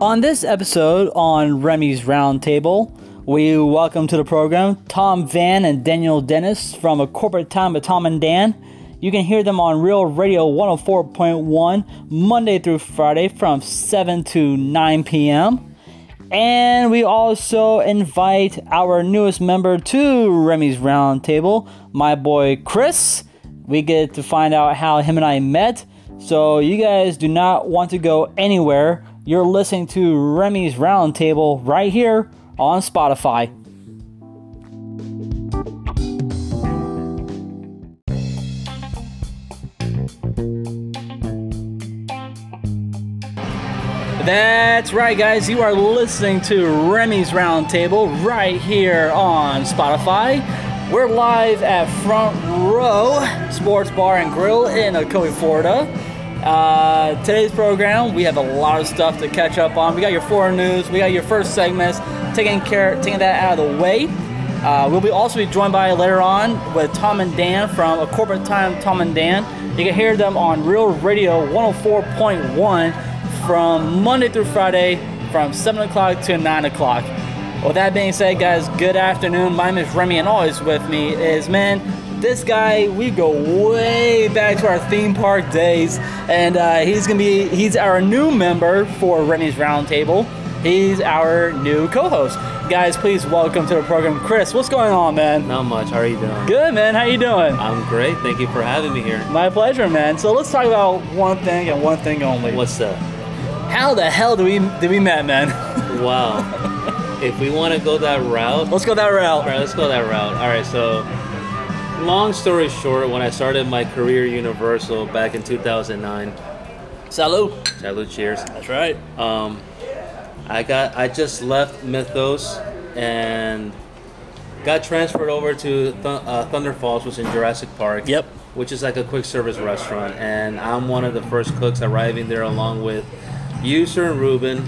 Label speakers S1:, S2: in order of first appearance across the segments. S1: On this episode on Remy's Roundtable, we welcome to the program Tom Van and Daniel Dennis from A Corporate Time with Tom and Dan. You can hear them on Real Radio 104.1 Monday through Friday from 7 to 9 p.m. And we also invite our newest member to Remy's Roundtable, my boy Chris. We get to find out how him and I met. So you guys do not want to go anywhere. You're listening to Remy's Roundtable right here on Spotify. That's right, guys. You are listening to Remy's Roundtable right here on Spotify. We're live at Front Row Sports Bar and Grill in Ocoee, Florida. Uh, today's program, we have a lot of stuff to catch up on. We got your foreign news, we got your first segments, taking care, taking that out of the way. Uh, we'll be also be joined by later on with Tom and Dan from A Corporate Time Tom and Dan. You can hear them on Real Radio 104.1 from Monday through Friday from 7 o'clock to 9 o'clock. With that being said, guys, good afternoon. My name is Remy, and always with me is, man, this guy, we go way back to our theme park days, and uh, he's going to be, he's our new member for Remy's Roundtable. He's our new co host. Guys, please welcome to the program, Chris. What's going on, man?
S2: Not much. How are you doing?
S1: Good, man. How you doing?
S2: I'm great. Thank you for having me here.
S1: My pleasure, man. So let's talk about one thing and one thing only.
S2: What's up?
S1: How the hell do we did we met, man?
S2: Wow. if we want to go that route, all
S1: Let's go that route.
S2: right, let's go that route. All right, so long story short, when I started my career at Universal back in 2009,
S1: Salute.
S2: salute, cheers.
S1: That's right.
S2: Um, I got I just left Mythos and got transferred over to Th- uh, Thunder Falls, which is in Jurassic Park.
S1: Yep.
S2: Which is like a quick service restaurant, and I'm one of the first cooks arriving there along with User and Ruben,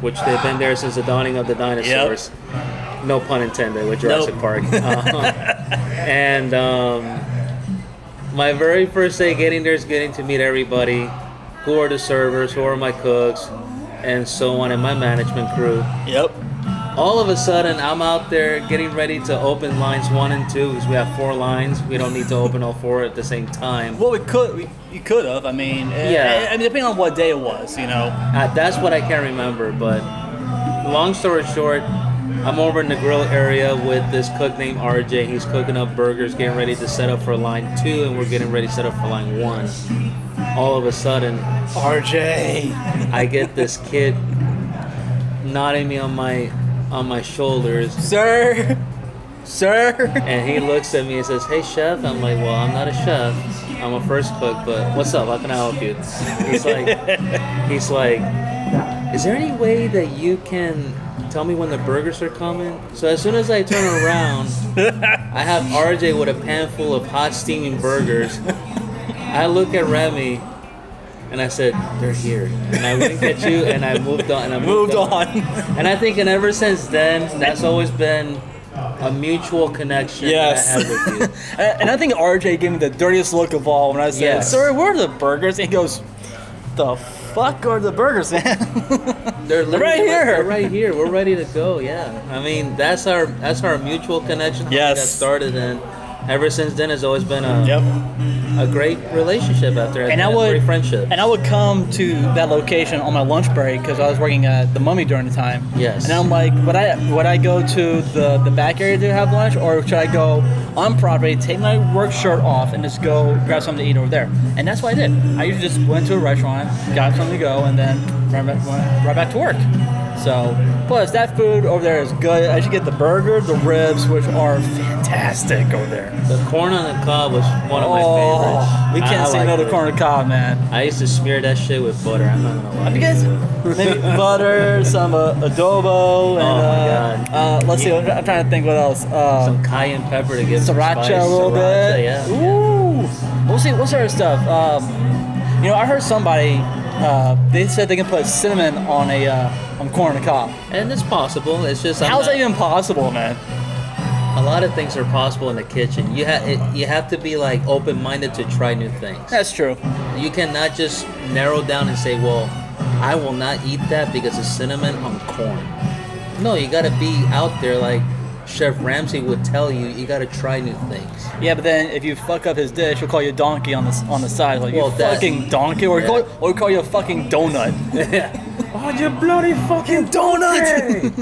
S2: which they've been there since the dawning of the dinosaurs. No pun intended with Jurassic
S1: Nope.
S2: Park. Uh, and um, my very first day getting there is getting to meet everybody who are the servers who are my cooks and so on and my management crew
S1: Yep.
S2: all of a sudden i'm out there getting ready to open lines one and two because we have four lines we don't need to open all four at the same time
S1: Well, we could we, you could have. I mean, eh,
S2: Yeah.
S1: I, mean, depending on what day it was, you know.
S2: Uh, that's what I can't remember, but long story short, I'm over in the grill area with this cook named RJ. He's cooking up burgers, getting ready to set up for line two, and we're getting ready to set up for line one. All of a sudden,
S1: RJ.
S2: I get this kid nodding me on my on my shoulders,
S1: Sir. Sir.
S2: and he looks at me and says, "Hey, chef." I'm like, "Well, I'm not a chef. I'm a first cook, but what's up? How can I help you?" He's like. He's like, Is there any way that you can tell me when the burgers are coming? So as soon as I turn around, I have RJ with a pan full of hot steaming burgers. I look at Remy and I said, They're here. And I winked at you and I moved on and I moved,
S1: Moved on.
S2: And I think and ever since then, that's always been a mutual connection
S1: Yes.
S2: that I have with you.
S1: and and I think RJ gave me the dirtiest look of all when I said,
S2: Yes.
S1: "Sir, where are the burgers?" And he goes, "The fuck are the burgers, man?"
S2: They're literally-
S1: right here.
S2: They're right here. We're ready to go. Yeah. I mean, that's our that's our mutual connection. that we
S1: Yes.
S2: Got started and ever since then has always been a
S1: yep.
S2: a great relationship after
S1: And I
S2: a
S1: would-
S2: great friendship.
S1: And I would come to that location on my lunch break because I was working at the Mummy during the time.
S2: Yes.
S1: And I'm like, would I would I go to the the back area to have lunch, or should I go on property, take my work shirt off, and just go grab something to eat over there? And that's what I did. I usually just went to a restaurant, got something to go, and then right back, went right back to work. So plus that food over there is good. I should get the burger, the ribs, which are fantastic over there.
S2: the corn on the cob was one of my
S1: oh,
S2: favorites.
S1: we
S2: I- I
S1: can't say
S2: like
S1: no to
S2: it.
S1: corn on the cob, man.
S2: I used to smear that shit with butter. I'm not gonna lie.
S1: Have you guys maybe butter, some uh, adobo, and
S2: Oh my
S1: uh, uh, let's see. I'm trying to think what else. Uh,
S2: some cayenne pepper to give some
S1: sriracha
S2: spice.
S1: a little
S2: Sriracha,
S1: bit.
S2: Yeah.
S1: Ooh. We'll see. What's other stuff? Um, you know, I heard somebody. Uh, they said they can put cinnamon on a uh, on corn on the cob.
S2: And it's possible. It's just I'm
S1: How's
S2: not-
S1: that even possible, man?
S2: a lot of things are possible in the kitchen. You have you have to be like open minded to try new things.
S1: That's true.
S2: You cannot just narrow down and say, well, I will not eat that because it's cinnamon on corn. No, you gotta be out there like Chef Ramsay would tell you. You gotta try new things.
S1: Yeah, but then if you fuck up his dish, he'll call you donkey on the s- on the side, like
S2: Well,
S1: you
S2: that-
S1: fucking donkey, or
S2: yeah.
S1: call or call you a fucking donut.
S2: oh, you bloody fucking
S1: donut!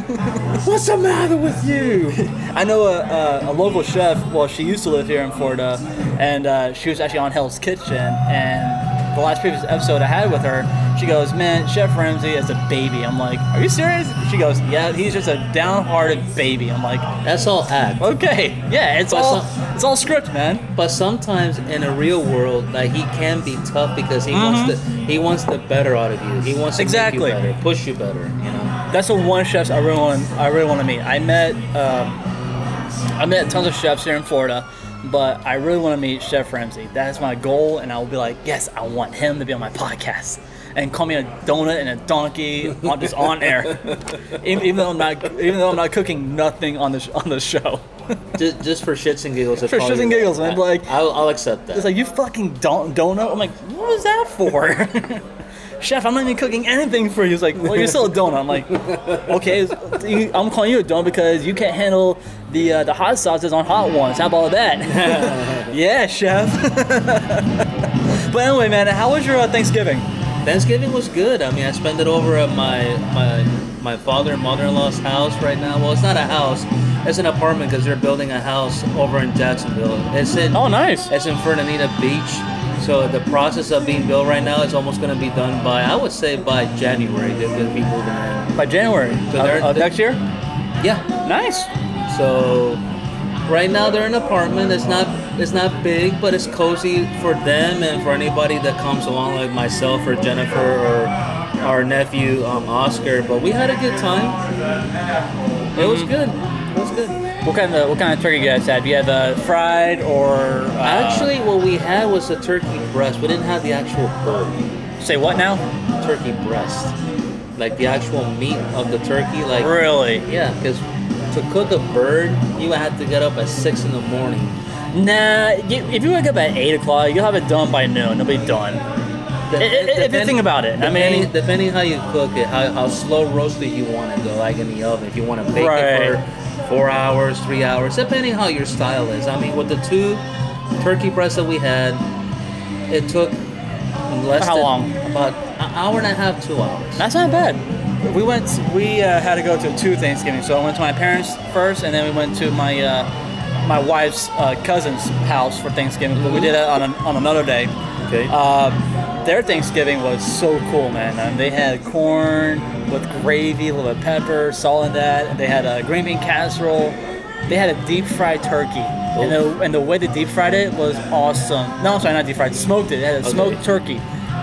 S2: What's the matter with you?
S1: I know a, a, a local chef. Well, she used to live here in Florida, and uh, she was actually on Hell's Kitchen. And the last previous episode I had with her, she goes, "Man, Chef Ramsay is a baby." I'm like, "Are you serious?" She goes, "Yeah, he's just a downhearted baby." I'm like,
S2: That's all act.
S1: "Okay, yeah, it's
S2: But
S1: all
S2: some-
S1: it's all script, man."
S2: But sometimes in a real world, like he can be tough because he wants the he wants the better out of you. He wants to
S1: Exactly.
S2: make you better, push you better. You know.
S1: That's the one chefs I really want. I really want to meet. I met um, I met tons of chefs here in Florida, but I really want to meet Chef Ramsey. That is my goal, and I will be like, yes, I want him to be on my podcast and call me a donut and a donkey on just on air, even, even though I'm not even though I'm not cooking nothing on the sh- on the show.
S2: Just, just for shits and giggles. that's
S1: For
S2: probably-
S1: shits and giggles, man,
S2: I-
S1: like-
S2: I'll, I'll accept that.
S1: It's like you fucking don- donut. I'm like, what was that for? Chef, I'm not even cooking anything for you. He's like, well, you're still a donut. I'm like, okay, it's- you- I'm calling you a donut because you can't handle the uh, the hot sauces on hot ones. How about that? yeah, chef. but anyway, man, how was your uh, Thanksgiving?
S2: Thanksgiving was good. I mean, I spent it over at my my my father and mother-in-law's house right now. Well, it's not a house; it's an apartment because they're building a house over in Jacksonville. It's in
S1: Oh, nice.
S2: it's in Fernandina Beach. So the process of being built right now is almost going to be done by I would say by January. They're going to be moving in.
S1: By January
S2: So
S1: of,
S2: they're-
S1: of next year.
S2: Yeah.
S1: Nice.
S2: So right now they're in an apartment. It's not it's not big, but it's cozy for them and for anybody that comes along, like myself or Jennifer or our nephew um, Oscar. But we had a good time. It was good. It was good.
S1: What kind of what kind of turkey you guys had? Do you have uh, fried or uh,
S2: Actually, what we had was a turkey breast. We didn't have the actual bird.
S1: say what now?
S2: Turkey breast, like the actual meat of the turkey, like.
S1: Really?
S2: Yeah, because to cook a bird, you had to get up at six in the morning.
S1: Nah, you, if you wake up at 8 o'clock, you'll have it done by noon. It'll be done. I- I- if you
S2: Depend-
S1: think about it, I
S2: depending-
S1: mean-
S2: depending how you cook it, how, how slow roasted you want it, though, like in the oven, if you want to bake it
S1: Right.
S2: for four hours, three hours, depending how your style is. I mean, with the two turkey breasts that we had, it took less
S1: How
S2: than
S1: long?
S2: About an hour and a half, two hours.
S1: That's not bad. We went, we uh, had to go to two Thanksgiving. So I went to my parents first, and then we went to my uh, my wife's uh, cousin's house for Thanksgiving. But we did it on, an, on another day.
S2: Okay.
S1: Uh, their Thanksgiving was so cool, man. Um, they had corn with gravy, a little bit of pepper, salt in that. They had a green bean casserole. They had a deep fried turkey. And the, and the way they deep fried it was awesome. No, I'm sorry, not deep fried, smoked it. They had a smoked turkey.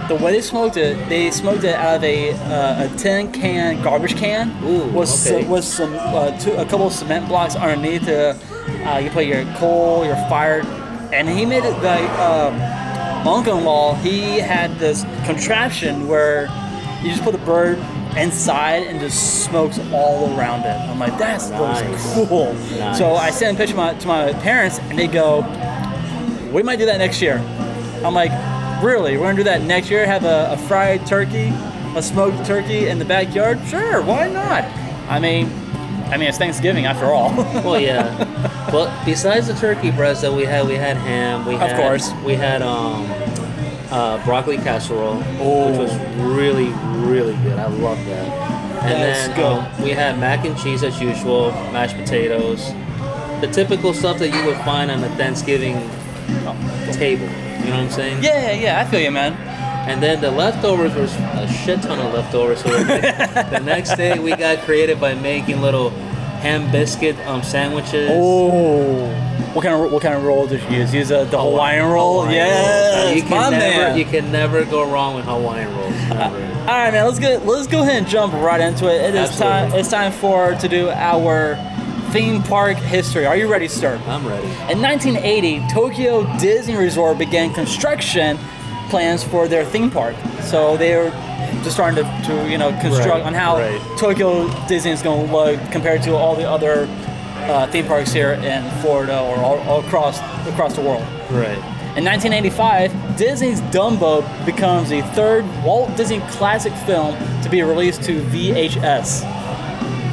S1: The way they smoked it, they smoked it out of a, uh, a tin can, garbage can,
S2: Ooh,
S1: with, so-
S2: okay.
S1: with some uh, two, a couple of cement blocks underneath. Uh, uh, you put your coal, your fire, and he made it like um, my uncle-in-law, he had this contraption where you just put a bird inside and just smokes all around it. I'm like, that's
S2: Nice.
S1: looks cool.
S2: Nice.
S1: So I sent a picture my, to my parents, and they go, "We might do that next year." I'm like, "Really? We're gonna do that next year? Have a, a fried turkey, a smoked turkey in the backyard? Sure, why not? I mean, I mean, it's Thanksgiving after all.
S2: Well, yeah. but besides the turkey breast that we had, we had ham. We
S1: Of
S2: had,
S1: course.
S2: We had um, uh, broccoli casserole, which
S1: Oh.
S2: was really, really good. I love that. And
S1: That is
S2: then
S1: good.
S2: um, we had mac and cheese as usual, mashed potatoes, the typical stuff that you would find on a Thanksgiving table. You know what I'm saying?
S1: yeah, yeah, I feel you, man.
S2: And then the leftovers was a shit ton of leftovers. So the next- the next day we got creative by making little ham biscuit um, sandwiches.
S1: Oh, what kind of what kind of roll did you use? Use uh, the Hawaiian roll?
S2: Hawaiian
S1: yes,
S2: rolls. You can
S1: my
S2: never,
S1: man.
S2: You can never go wrong with Hawaiian rolls. Never.
S1: All right, man. Let's get let's go ahead and jump right into it. It is
S2: Absolutely.
S1: time. It's time for to do our theme park history. Are you ready, sir?
S2: I'm ready.
S1: In 1980, Tokyo Disney Resort began construction plans for their theme park. So they were just starting to, to you know construct
S2: Right,
S1: on how
S2: right.
S1: Tokyo Disney is going to look compared to all the other uh, theme parks here in Florida or all, all across across the world.
S2: Right.
S1: In 1985, Disney's Dumbo becomes the third Walt Disney classic film be released to VHS.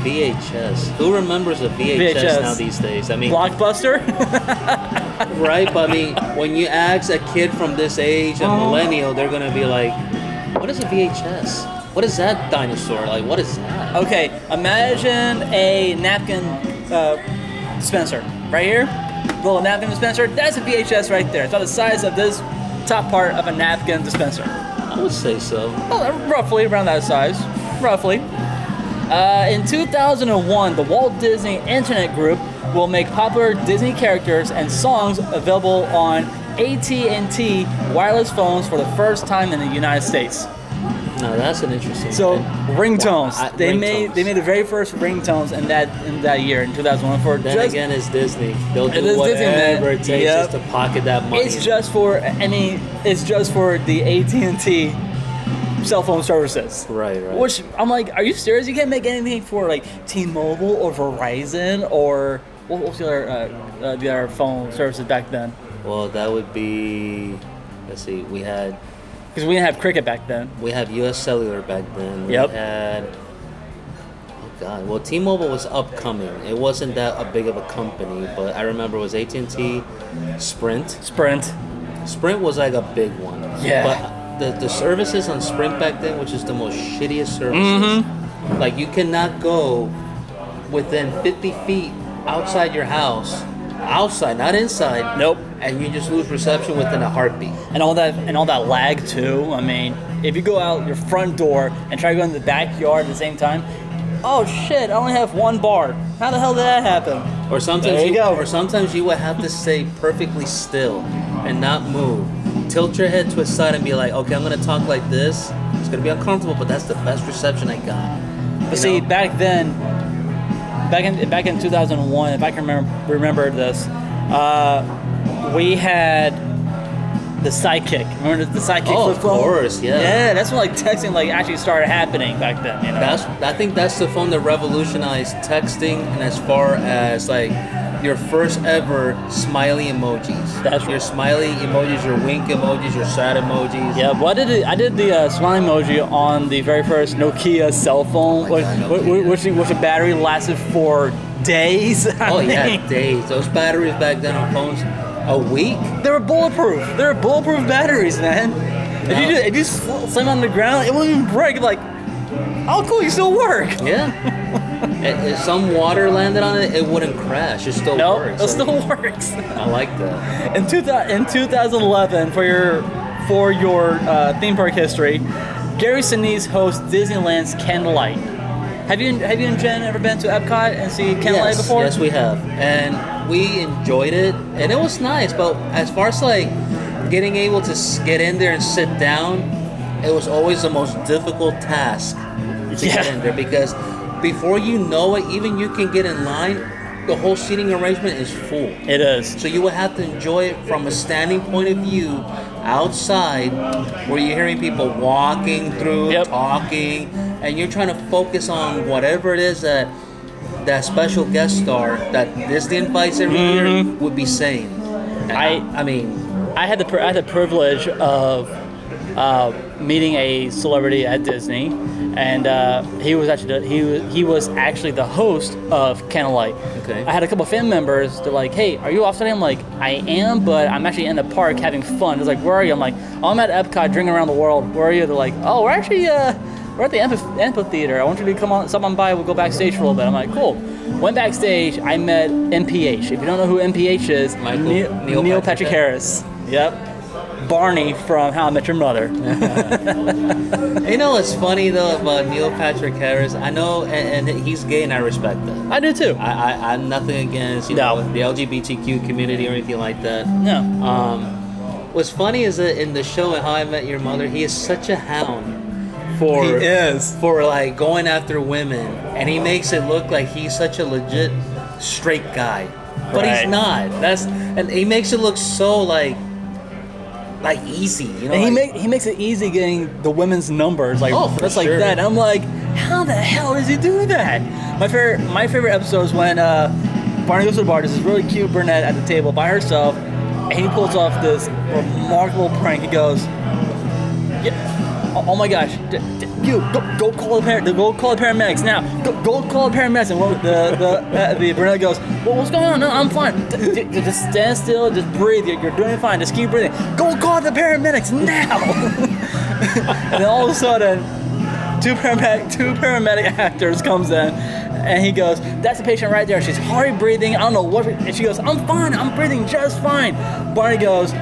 S2: VHS. Who remembers a VHS,
S1: VHS.
S2: now these days? I mean,
S1: Blockbuster?
S2: right? But I mean, when you ask a kid from this age, a
S1: Oh.
S2: millennial, they're gonna be like, "What is a VHS? What is that dinosaur? Like, what is that?"
S1: okay, imagine a napkin uh, dispenser right here. Little napkin dispenser. That's a VHS right there. It's about the size of this top part of a napkin dispenser.
S2: I would say so.
S1: Well, roughly around that size, roughly. Uh, in 2001, the Walt Disney Internet Group will make popular Disney characters and songs available on AT&T wireless phones for the first time in the United States.
S2: No, that's an interesting.
S1: So
S2: thing.
S1: ringtones,
S2: Wow, I-
S1: they made
S2: ringtones.
S1: they made the very first ringtones in that in that year in 2001 for
S2: Then
S1: just
S2: again, it's Disney. They'll
S1: It is
S2: do
S1: Disney, man.
S2: whatever it takes
S1: Yep.
S2: just to pocket that money.
S1: it's just for I mean it's just for the AT&T cell phone services.
S2: right, right.
S1: Which I'm like, are you serious? You can't make anything for like T-Mobile or Verizon or what what was the other uh, uh, the other phone services back then?
S2: well, that would be. Let's see. We had
S1: Because we didn't have Cricket back then.
S2: we had U.S. Cellular back then.
S1: Yep.
S2: We had. Oh God. Well, T-Mobile was upcoming. It wasn't that a big of a company, but I remember it was AT&T, Sprint.
S1: Sprint.
S2: Sprint was like a big one.
S1: Yeah.
S2: But the, the services on Sprint back then, which is the most shittiest services,
S1: Mm-hmm.
S2: like you cannot go within 50 feet outside your house, outside, not inside.
S1: Nope.
S2: And you just lose reception within a heartbeat.
S1: And all that and all that lag too. I mean, if you go out your front door and try to go in the backyard at the same time, oh shit! I only have one bar. How the hell did that happen?
S2: Or sometimes
S1: There you go.
S2: or sometimes you would have to stay perfectly still and not move. Tilt your head to a side and be like, okay, I'm gonna talk like this. It's gonna be uncomfortable, but that's the best reception I got.
S1: But
S2: You
S1: see,
S2: know?
S1: back then, back in back in 2001, if I can remember remember this, uh, we had the sidekick. Remember the, the sidekick
S2: Oh,
S1: flip
S2: of
S1: phone?
S2: course, yeah.
S1: Yeah, that's when like texting like actually started happening back then. You know.
S2: That's I think that's the phone that revolutionized texting and as far as like your first ever smiley emojis.
S1: That's
S2: your
S1: right.
S2: smiley emojis, your wink emojis, your sad emojis.
S1: yeah, well, I did it, I did the uh, smile emoji on the very first Nokia cell phone,
S2: Oh my
S1: which,
S2: God,
S1: which-
S2: Nokia.
S1: which, which the battery lasted for days. I
S2: Oh
S1: mean,
S2: yeah, days. Those batteries back then on phones, a week.
S1: they were bulletproof. They were bulletproof batteries, man. If you
S2: No.
S1: do, if you sl- slam on the ground, it won't even break. Like, oh cool, you still work.
S2: Yeah. if if some water landed on it, it wouldn't crash. It still
S1: No,
S2: works.
S1: it
S2: I mean,
S1: still works.
S2: I like that.
S1: In, two thou- in 2011, for your for your uh, theme park history, Gary Sinise hosts Disneyland's Candlelight. Have you have you and Jen ever been to Epcot and see Candlelight
S2: yes,
S1: before?
S2: yes, we have, and we enjoyed it, and it was nice. But as far as like getting able to s- get in there and sit down, it was always the most difficult task to get
S1: Yeah.
S2: in there because before you know it, even you can get in line, the whole seating arrangement is full.
S1: it is.
S2: So you would have to enjoy it from a standing point of view outside where you're hearing people walking through,
S1: Yep.
S2: talking, and you're trying to focus on whatever it is that that special guest star that Disney invites every year would be saying. And
S1: Mm-hmm. I-
S2: I mean,
S1: I had the pri- I had the privilege of uh, meeting a celebrity at Disney, and uh, he was actually the, he was, he was actually the host of Candlelight.
S2: Okay.
S1: I had a couple of fan members. They're like, "Hey, are you off today?" I'm like, "I am, but I'm actually in the park having fun." It's like, "Where are you?" I'm like, oh, "I'm at Epcot, drinking around the world." Where are you? They're like, "Oh, we're actually uh, we're at the amphi- amphitheater. I want you to come on, stop on by. We'll go backstage for a little bit." I'm like, "Cool." Went backstage. I met MPH. If you don't know who MPH is,
S2: Michael-
S1: Neil,
S2: Neil
S1: Neil Patrick
S2: Patrick
S1: Harris. Yep. Barney from How I Met Your Mother.
S2: you know what's funny though about Neil Patrick Harris? I know, and, and he's gay, and I respect that.
S1: I do too.
S2: I, I, I'm nothing against you
S1: No.
S2: know the LGBTQ community or anything like that.
S1: No.
S2: Um, what's funny is that in the show in How I Met Your Mother, he is such a hound for
S1: is.
S2: for like going after women, and he makes it look like he's such a legit straight guy, but
S1: Right.
S2: he's not. That's and he makes it look so like like easy, you know.
S1: And he
S2: like-
S1: make, he makes it easy getting the women's numbers like
S2: Oh, for
S1: just
S2: sure.
S1: like that. And I'm like, how the hell does he do that? My favorite my favorite episode is when uh, Barney goes to the bar. There's this really cute brunette at the table by herself, and he pulls off this remarkable prank. He goes, "Yeah, Oh, oh my gosh! D- d- you go, go call the par- go call the paramedics now. Go, go call the paramedics." And what, the the uh, the Brunette goes, "Well, what's going on? No, I'm fine. D- d- d- just stand still. Just breathe. You're, you're doing fine. Just keep breathing. Go call the paramedics now." and then all of a sudden, two paramedic two paramedic actors comes in and he goes that's the patient right there she's hard breathing i don't know what and she goes i'm fine i'm breathing just fine barney goes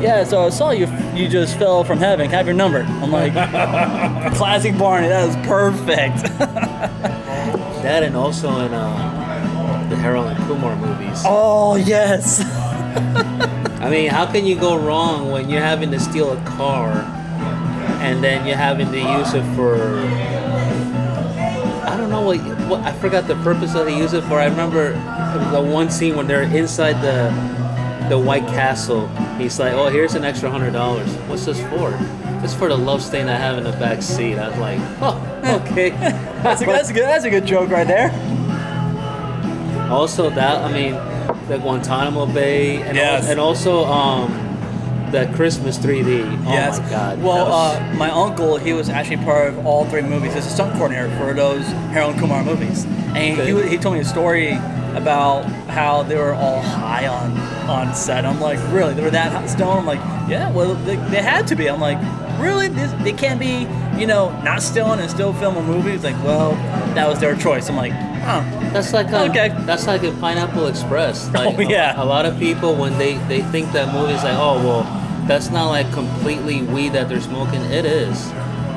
S1: yeah so i saw you you just fell from heaven have your number i'm like classic barney that is perfect
S2: That and also in um, the Harold and Kumar movies.
S1: oh yes
S2: I mean, how can you go wrong when you're having to steal a car and then you're having to use it for. I don't know what, what I forgot the purpose that they use it for. I remember the one scene when they're inside the the White Castle. He's like, "Oh, here's an extra hundred dollars. What's this for?" It's for the love stain I have in the back seat. I was like, "Oh, okay."
S1: that's a, that's a good that's a good joke right there
S2: Also, that I mean, the Guantanamo Bay, and,
S1: Yes.
S2: al- and also um, the Christmas 3D. Oh
S1: yes.
S2: my God.
S1: Well,
S2: that was-
S1: uh, my uncle, he was actually part of all three movies. He's a stunt coordinator for those Harold and Kumar movies, and he,
S2: Okay.
S1: wa- he told me a story about how they were all high on on set. I'm like, really? They were that hot stoned? I'm like, yeah. Well, they, they had to be. I'm like, really? This, they can't be, you know, not stoned and still film a movie. It's like, well, that was their choice. I'm like, oh,
S2: that's like a,
S1: okay.
S2: that's like a Pineapple Express. Like,
S1: Oh, yeah.
S2: A, a lot of people when they they think that movie's like, oh well, that's not like completely weed that they're smoking. It is,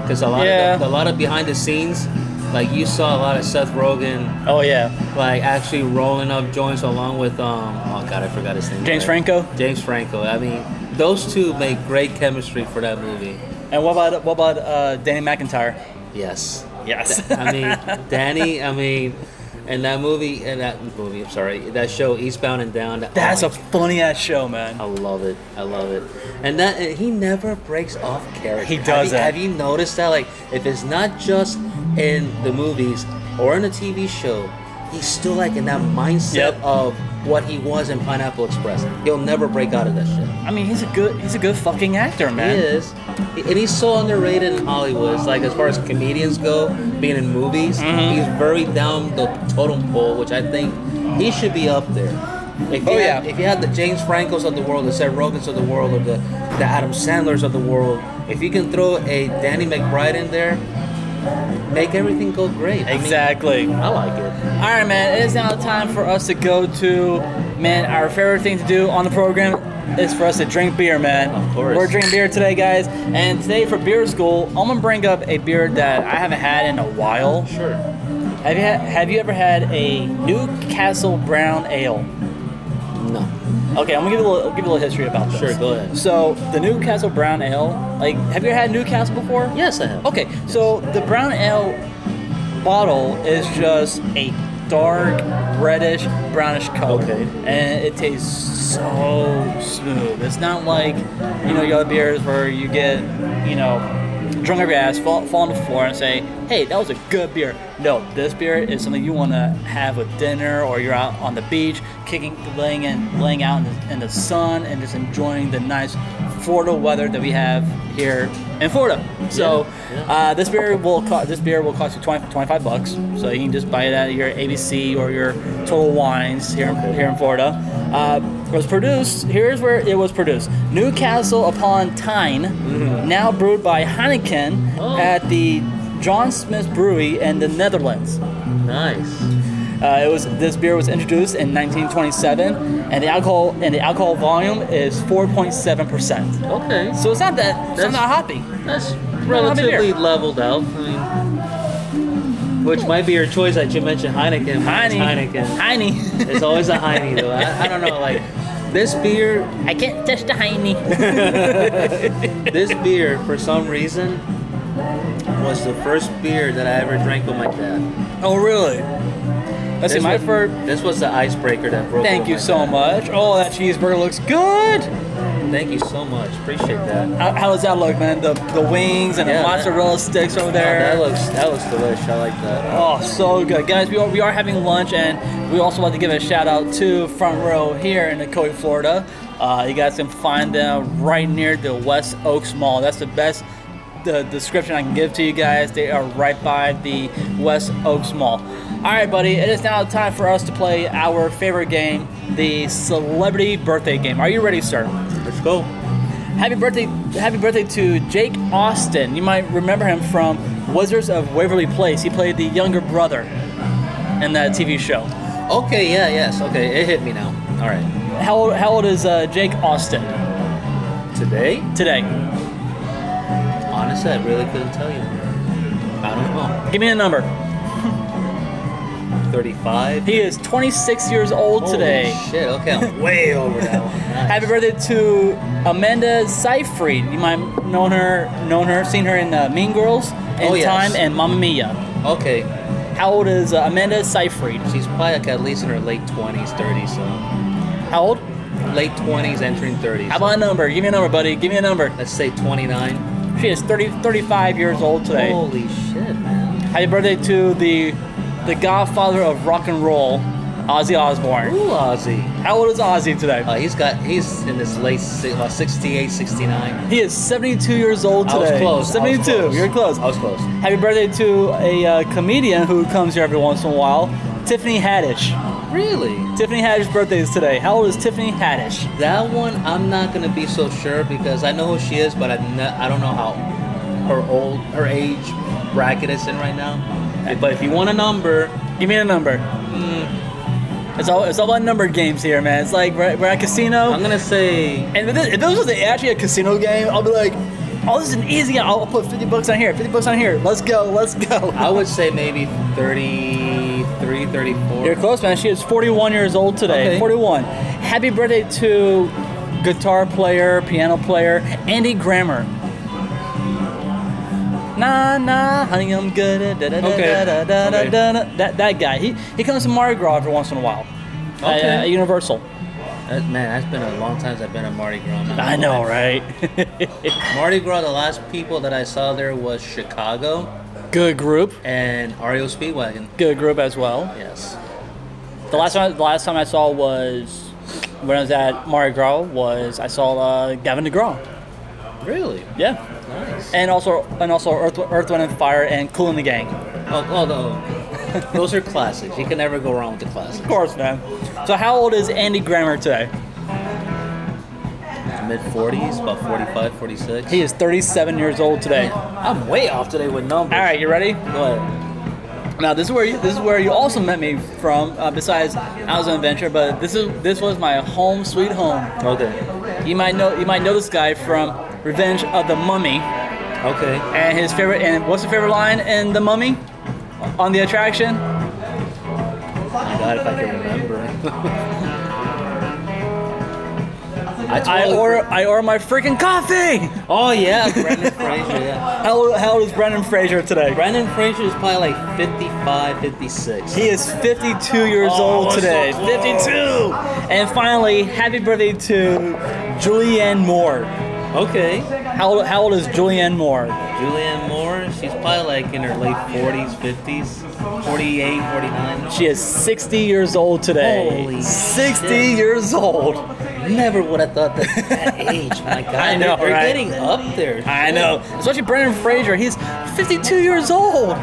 S2: because a lot
S1: Yeah.
S2: of the, a lot of behind the scenes, like you saw a lot of Seth Rogen
S1: oh yeah.
S2: like actually rolling up joints along with um oh god I forgot his name.
S1: James
S2: Right.
S1: Franco.
S2: James Franco. I mean, those two make great chemistry for that movie.
S1: And what about what about uh, Danny McIntyre?
S2: Yes.
S1: Yes.
S2: I mean, Danny. I mean, and that movie and that movie. I'm sorry, that show Eastbound and Down. that- oh
S1: That's
S2: my
S1: a funny ass show, man.
S2: I love it. I love it. And that and he never breaks off character.
S1: He
S2: Have you-
S1: doesn't.
S2: Have you, noticed that? Like, if it's not just in the movies or in a TV show, he's still like in that mindset
S1: Yep.
S2: of what he was in Pineapple Express. He'll never break out of that shit.
S1: I mean, he's a good he's a good fucking actor, man.
S2: He is, He- and he's so underrated in Hollywood. It's like as far as comedians go, being in movies,
S1: Mm-hmm.
S2: he's very down the totem pole, which I think he should be up there. If you
S1: Oh,
S2: had,
S1: yeah.
S2: if you had the James Francos of the world, the Seth Rogans of the world, or the the Adam Sandlers of the world, if you can throw a Danny McBride in there, make everything go great. I mean,
S1: Exactly.
S2: I like it.
S1: All right, man. It is now time for us to go to man. Our favorite thing to do on the program is for us to drink beer, man.
S2: Of course.
S1: We're drinking beer today, guys. And today for beer school, I'm gonna bring up a beer that I haven't had in a while.
S2: Sure.
S1: Have you had, Have you ever had a Newcastle Brown Ale?
S2: No.
S1: Okay, I'm gonna give you a little, give you a little history about this.
S2: Sure, go ahead.
S1: So the Newcastle Brown Ale, like, have you ever had Newcastle before?
S2: Yes, I have.
S1: Okay, so the brown ale bottle is just a dark reddish brownish color,
S2: Okay.
S1: and it tastes so smooth. It's not like you know your other beers where you get you know drunk up your ass, fall, fall on the floor, and say, "Hey, that was a good beer." No, this beer is something you want to have with dinner, or you're out on the beach, kicking, laying in, laying out in the, in the sun, and just enjoying the nice Florida weather that we have here in Florida. So.
S2: Yeah, yeah.
S1: Uh, this beer will cost this beer will cost you 20, 25 bucks, so you can just buy it at your ABC or your Total Wines here in, here in Florida. Uh, it was produced. Here's where it was produced: Newcastle upon Tyne, now brewed by Heineken
S2: Mm-hmm. Oh.
S1: at the John Smith Brewery in the Netherlands.
S2: Nice.
S1: Uh, it was this beer was introduced in 1927, and the alcohol and the alcohol volume is 4.7 percent.
S2: Okay.
S1: So it's not that it's
S2: That's-
S1: not hoppy.
S2: That's
S1: Not a
S2: relatively
S1: beer.
S2: leveled out. I mean, which might be your choice that you mentioned Heineken.
S1: Heine,
S2: Heineken.
S1: Heine.
S2: It's always a Heine, though. I, I don't know, like this beer.
S1: I can't touch the hiney.
S2: This beer, for some reason, was the first beer that I ever drank with my dad.
S1: oh, really? Let's see,
S2: This
S1: my
S2: was,
S1: first.
S2: This was the icebreaker that broke.
S1: Thank
S2: with
S1: you
S2: my
S1: so much. Oh, that cheeseburger looks good.
S2: dad. Thank you so much. Appreciate that.
S1: How, how does that look, man? The, the wings and
S2: Yeah,
S1: the
S2: man.
S1: mozzarella sticks over
S2: That
S1: there.
S2: looks that looks delicious. I like that.
S1: Oh, so good. Guys, we are, we are having lunch, and we also want to give a shout out to Front Row here in Decoy, Florida. Uh, you guys can find them right near the West Oaks Mall. That's the best the description I can give to you guys. They are right by the West Oaks Mall. All right, buddy, it is now time for us to play our favorite game, the celebrity birthday game. Are you ready, sir?
S2: Let's go.
S1: Happy birthday! Happy birthday to Jake Austin. You might remember him from Wizards of Waverly Place. He played the younger brother in that TV show.
S2: Okay, yeah, yes, okay, it hit me now. All right.
S1: How old, how old is uh, Jake Austin
S2: Today?
S1: today?
S2: Honestly, I really couldn't tell you. I don't know.
S1: Give me a number.
S2: 35?
S1: He is 26 years old today.
S2: Holy shit, okay, I'm way over that one. Nice.
S1: Happy birthday to Amanda Seyfried. You might have known her, known her, seen her in uh, Mean Girls, in
S2: Oh, yes.
S1: Time, and Mamma Mia.
S2: Okay,
S1: How old is uh, Amanda Seyfried?
S2: she's probably like at least in her late 20s, 30s,
S1: How old?
S2: so. Late 20s, entering 30s.
S1: How about a number? Give me a number, buddy. Give me a number.
S2: Let's say 29.
S1: She is 30, 35 years old today.
S2: Holy shit, man.
S1: Happy birthday to the the godfather of rock and roll, Ozzy Osbourne.
S2: Ooh, Ozzy.
S1: How old is Ozzy today?
S2: Uh, he's got, he's in his late si- uh, 68, 69.
S1: He is 72 years old
S2: I
S1: today.
S2: was close. I was
S1: 72. You're close.
S2: I was close.
S1: Happy birthday to a uh, comedian who comes here every once in a while, Tiffany Haddish.
S2: Really?
S1: Tiffany Haddish's birthday is today. How old is Tiffany Haddish?
S2: That one, I'm not gonna be so sure because I know who she is, but I I don't know how her old her age bracket is in right now. But if you want a number,
S1: Give me a number. It's all it's all about number games here, man. It's like we're, we're at casino,
S2: Mm. I'm gonna say
S1: and if this, if this was actually a casino game, I'll be like, "Oh, this is an easy. I'll I'll put 50 bucks on here, 50 bucks on here. Let's go, let's go."
S2: I would say maybe 33, 34.
S1: You're close, man. She is 41 years old today.
S2: Okay.
S1: 41. Happy birthday to guitar player, piano player, Andy Grammer. Nah, nah, honey, I'm good. at Da, da, da,
S2: Okay.
S1: da, da, da,
S2: Okay.
S1: da, da. That, that guy. He, he comes to Mardi Gras every once in a while. Uh,
S2: Okay.
S1: at Universal.
S2: That- man, that's been a long time since I've been at Mardi Gras. man.
S1: I know, right?
S2: Mardi Gras. The last people that I saw there was Chicago
S1: Good group.
S2: and REO Speedwagon.
S1: Good group as well.
S2: Yes.
S1: The last time, the last time I saw was when I was at Mardi Gras was I saw uh, Gavin DeGraw.
S2: Really?
S1: Yeah.
S2: Nice.
S1: and also and also Earth, Earth Wind and Fire and Cool in the Gang. Of
S2: Oh, oh no. Those are classics. You can never go wrong with the classics.
S1: course, man. So how old is Andy Grammer today?
S2: mid 40s, about 45, 46.
S1: He is 37 years old today. All
S2: I'm way off today with numbers.
S1: right, you ready?
S2: What?
S1: Now this is where you, this is where you also met me from. Uh, besides, I was on an adventure, but this is this was my home sweet home.
S2: Okay.
S1: You might know you might know this guy from Revenge of the Mummy,
S2: Okay.
S1: and his favorite and what's the favorite line in the Mummy? On the attraction,
S2: My God, if I can remember. I,
S1: I
S2: totally-
S1: order I order my freaking coffee.
S2: Oh yeah, Brendan Fraser. Yeah.
S1: How old, how old is Brendan Fraser today?
S2: Brendan Fraser is probably like 55, 56.
S1: He is 52 years
S2: Oh,
S1: old
S2: so
S1: today.
S2: close.
S1: 52. And finally, happy birthday to Julianne Moore.
S2: Okay.
S1: How old, how old is Julianne Moore?
S2: Julianne Moore, she's probably like in her late 40s, 50s, 48, 49.
S1: She is 60 years old today.
S2: Holy
S1: 60
S2: shit.
S1: years old.
S2: Never would have thought that that age. My God,
S1: I know,
S2: they're, they're
S1: right?
S2: getting up there.
S1: I know. Especially Brendan Fraser. He's 52 years old.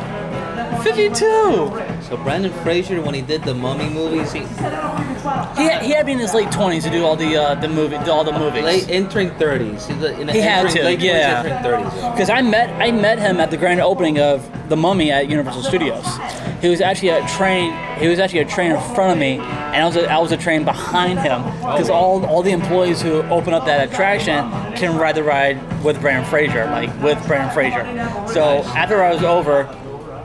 S1: 52.
S2: So Brandon Fraser, when he did the Mummy movies, he
S1: He, had- he had me in his late 20s to do all the uh, the movie, do all the movies.
S2: late entering thirties. He's a- in the
S1: He had
S2: entering,
S1: to,
S2: late 20s,
S1: yeah.
S2: entering thirties.
S1: Because I met I met him at the grand opening of The Mummy at Universal Studios. He was actually a train. He was actually a train in front of me, and I was a, I was a train behind him. Because all all the employees who open up that attraction can ride the ride with Brandon Fraser, like with Brandon Fraser. So after I was over.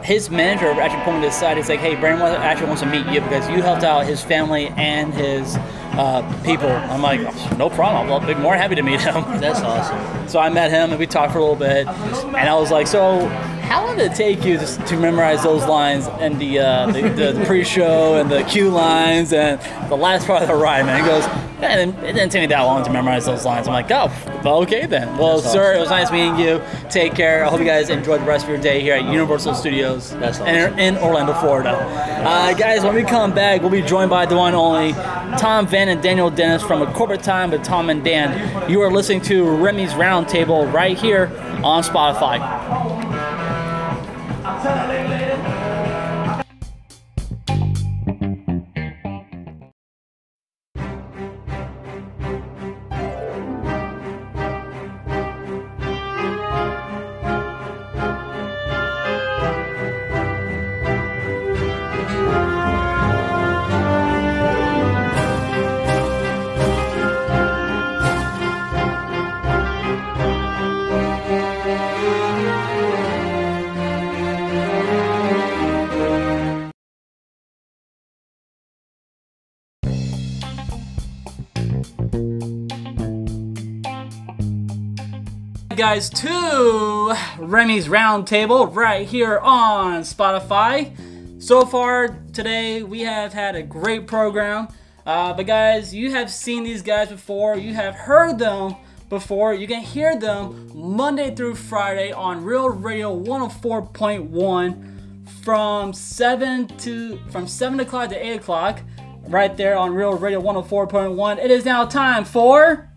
S1: His manager actually pulled me to the side. He's like, "Hey, Brandon wa- actually wants to meet you because you helped out his family and his uh, people." I'm like, "Oh, "No problem. I'll be more than happy to meet him."
S2: That's awesome.
S1: So I met him and we talked for a little bit, and I was like, "So, how long did it take you just to memorize those lines and the uh, the, the, the pre-show and the cue lines and the last part of the ride?" Man, he goes, "Man, it didn't- it didn't take me that long to memorize those lines." I'm like, "Oh, well, okay then. Well,
S2: That's
S1: sir,
S2: awesome.
S1: it was nice meeting you. Take care. I hope you guys enjoyed the rest of your day here at Universal Studios
S2: That's
S1: in,
S2: awesome.
S1: in Orlando, Florida." Uh, guys, when we come back, we'll be joined by the one and only Tom Van and Daniel Dennis from A Corporate Time with Tom and Dan. You are listening to Remy's Roundtable right here on Spotify. Guys, to Remy's Roundtable right here on Spotify. So far today, we have had a great program. Uh, but guys, you have seen these guys before. You have heard them before. You can hear them Monday through Friday on Real Radio 104.1 from seven to from seven o'clock to eight o'clock, right there on Real Radio 104.1. It is now time for.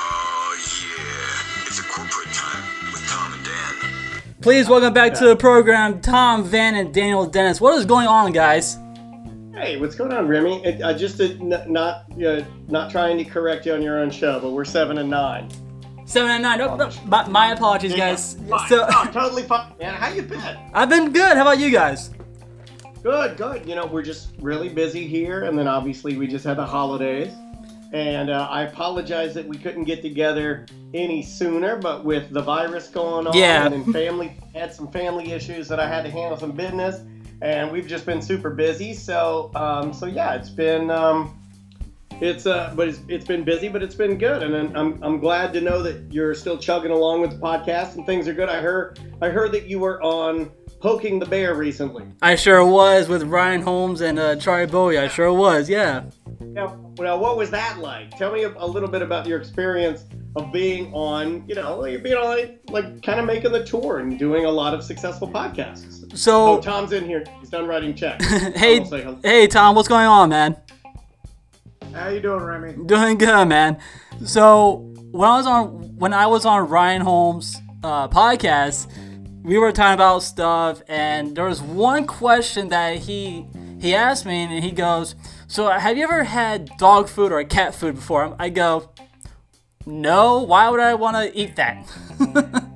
S3: Oh yeah, it's a corporate time with Tom and Dan.
S1: Please welcome back to the program Tom Van and Daniel Dennis. What is going on, guys?
S4: Hey, what's going on, Remy? It, uh, just to, n- not uh, not trying to correct you on your own show, but we're seven and nine.
S1: Seven and nine. Oh, no, my, my apologies, guys.
S4: Fine.
S1: So
S4: oh, totally fine, man. How you been?
S1: I've been good. How about you guys?
S4: Good, good. You know, we're just really busy here, and then obviously we just had the holidays. And uh, I apologize that we couldn't get together any sooner, but with the virus going on
S1: Yeah.
S4: and then family had some family issues that I had to handle some business, and we've just been super busy. So, um, so yeah, it's been um, it's uh, but it's, it's been busy, but it's been good, and then I'm I'm glad to know that you're still chugging along with the podcast and things are good. I heard I heard that you were on poking the bear recently.
S1: I sure was with Ryan Holmes and uh, Charlie Bowie. I sure was. Yeah.
S4: Now, now, what was that like? Tell me a, a little bit about your experience of being on, you know, like, being on, like, like kind of making the tour and doing a lot of successful podcasts. Oh,
S1: So
S4: Tom's in here. He's done writing checks.
S1: hey,
S4: I'll say hello.
S1: hey Tom, what's going on, man?
S4: How you doing, Remy?
S1: Doing good, man. So when I was on when I was on Ryan Holmes' uh, podcast, we were talking about stuff, and there was one question that he he asked me, and he goes, "So have you ever had dog food or cat food before?" I go, "No. Why would I want to eat that?"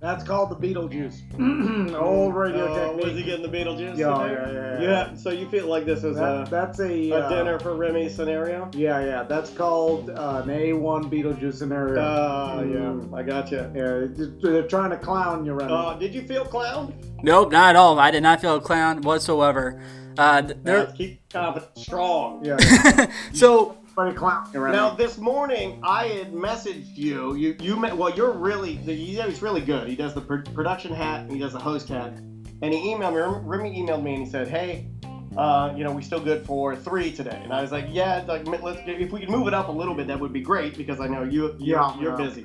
S5: That's called the Beetlejuice. Old radio
S4: Oh, was he
S5: technique.
S4: getting the Beetlejuice?
S5: Yeah,
S4: today?
S5: yeah, yeah, yeah.
S4: So you feel like this is
S5: That-
S4: a,
S5: that's
S4: a
S5: a, uh,
S4: dinner for Remy scenario?
S5: Yeah, yeah. That's called uh, an A1 Beetlejuice scenario.
S4: Uh, yeah, I gotcha.
S5: Mm. yeah, they're- they're trying to clown you right
S4: Uh, did you feel clown?
S1: nope, not at all. I did not feel a clown whatsoever. Uh, th-
S4: Yeah,
S1: there,
S4: keep confident, strong.
S5: now. Yeah,
S1: so
S5: trying to clown you right
S4: Now
S5: now.
S4: this morning I had messaged you. You you met, well you're really the he's really good. He does the pr- production hat and he does the host hat. And he emailed me. Rem- Remy emailed me and he said, "Hey, uh, you know we still good for three today." And I was like, "Yeah, it's like let's if we could move it up a little bit, that would be great because I know you you're,
S5: Yeah,
S4: you're
S5: yeah.
S4: busy."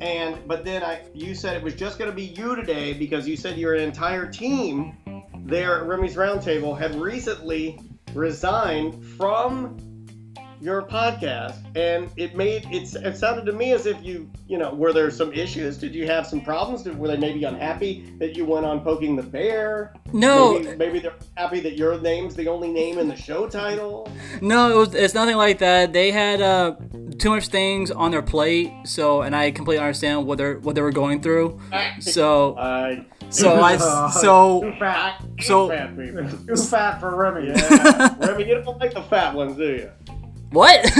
S4: And but then I you said it was just gonna be you today because you said your entire team there at Remy's Roundtable had recently resigned from your podcast and it made it's it sounded to me as if you you know were there some issues did you have some problems did, were they maybe unhappy that you went on poking the bear
S1: no,
S4: maybe, maybe they're happy that your name's the only name in the show title
S1: No, it was, it's nothing like that. They had uh, too much things on their plate, so and I completely understand what they what they were going through. So
S4: i
S1: so I so
S5: Too fat.
S1: so
S4: fat people
S5: Too fat for Remy.
S4: yeah Remy, you don't like the fat ones do you
S1: what?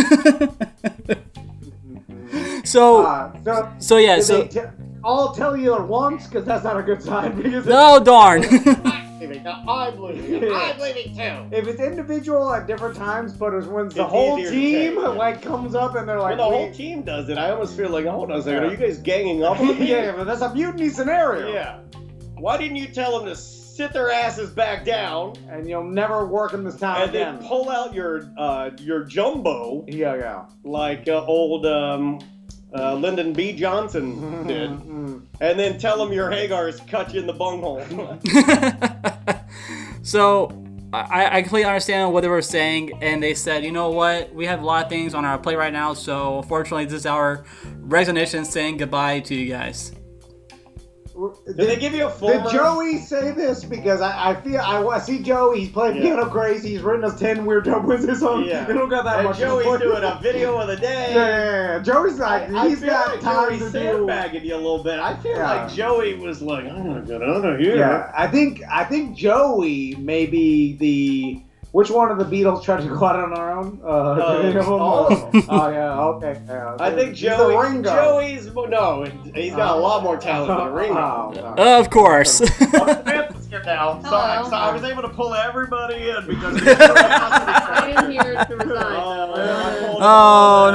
S1: so
S5: Uh, so,
S1: so yeah
S5: did
S1: so
S5: they t- all tell you at once because that's not a good sign. Because
S1: oh darn.
S4: Anyway, now i'm leaving i'm leaving too
S5: if it's individual at different times, but it's when the
S4: It's
S5: whole
S4: easier to
S5: team
S4: take, yeah.
S5: like comes up and they're
S4: when
S5: like,
S4: the whole
S5: "We-
S4: team does it i almost feel like hold on a second
S5: Yeah.
S4: are you guys ganging up on me
S5: yeah, but that's a mutiny scenario.
S4: yeah why didn't you tell them to sit their asses back down
S5: And you'll never work in this town
S4: and
S5: again.
S4: then pull out your uh, your jumbo
S5: yeah, yeah.
S4: like uh, old um, uh, Lyndon B. Johnson
S5: Mm-hmm.
S4: did,
S5: Mm.
S4: and then tell him your Hagar's cut you in the bunghole.
S1: so I, I completely understand what they were saying, and they said, you know what, we have a lot of things on our plate right now, so unfortunately, this is our resignation saying goodbye to you guys.
S4: Did they give you a full?
S5: Did Joey say this? Because I, I feel I, wa- see Joey. He's playing
S4: Yeah.
S5: piano crazy. He's written us ten weird dub with his own.
S4: Yeah.
S5: They don't got that
S4: And
S5: much.
S4: Joey's
S5: input.
S4: doing a video of the day.
S5: Yeah, yeah, yeah. Joey's like
S4: I
S5: he's
S4: feel
S5: got
S4: like
S5: time
S4: Joey's
S5: to do.
S4: sandbagging you a little bit. I feel
S5: Yeah.
S4: like Joey was like, I'm gonna get out of here.
S5: Yeah, I think I think Joey may be the which one of the Beatles tried to go out on our own? Uh,
S4: Uh,
S5: did any of them?
S4: all of them.
S5: oh yeah, okay. yeah.
S4: I think
S5: He's the
S4: Joey.
S5: Ringo.
S4: Joey's no, he's got a lot more talent than Ringo.
S5: Oh, oh, oh.
S1: Of course.
S4: I'm fifth here now. So, I-
S6: Hello.
S4: so I was able to pull everybody in because. of the
S6: I'm here to resign.
S4: Oh, I pulled
S1: oh
S4: all that.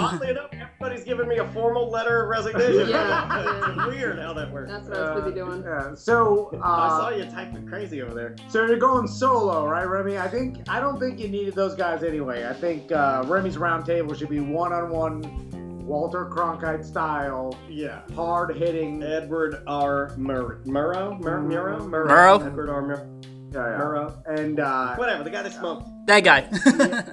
S1: no.
S4: Oddly enough, everybody's giving me a formal letter of resignation.
S6: Yeah, yeah.
S4: It's weird how that works.
S6: That's what I was busy doing.
S5: Yeah, so uh,
S4: I saw you typing crazy over there.
S5: So you're going solo, right, Remy? I think I don't think you needed those guys anyway. I think uh, Remy's roundtable should be one-on-one, Walter Cronkite style,
S4: Yeah.
S5: hard-hitting. Yeah,
S4: Edward R. Mur- Murrow? Mur- Murrow? Murrow?
S1: Murrow?
S4: Edward R. Mur-
S5: yeah.
S4: Murrow?
S5: And uh,
S4: Whatever, the guy that smoked.
S1: That guy.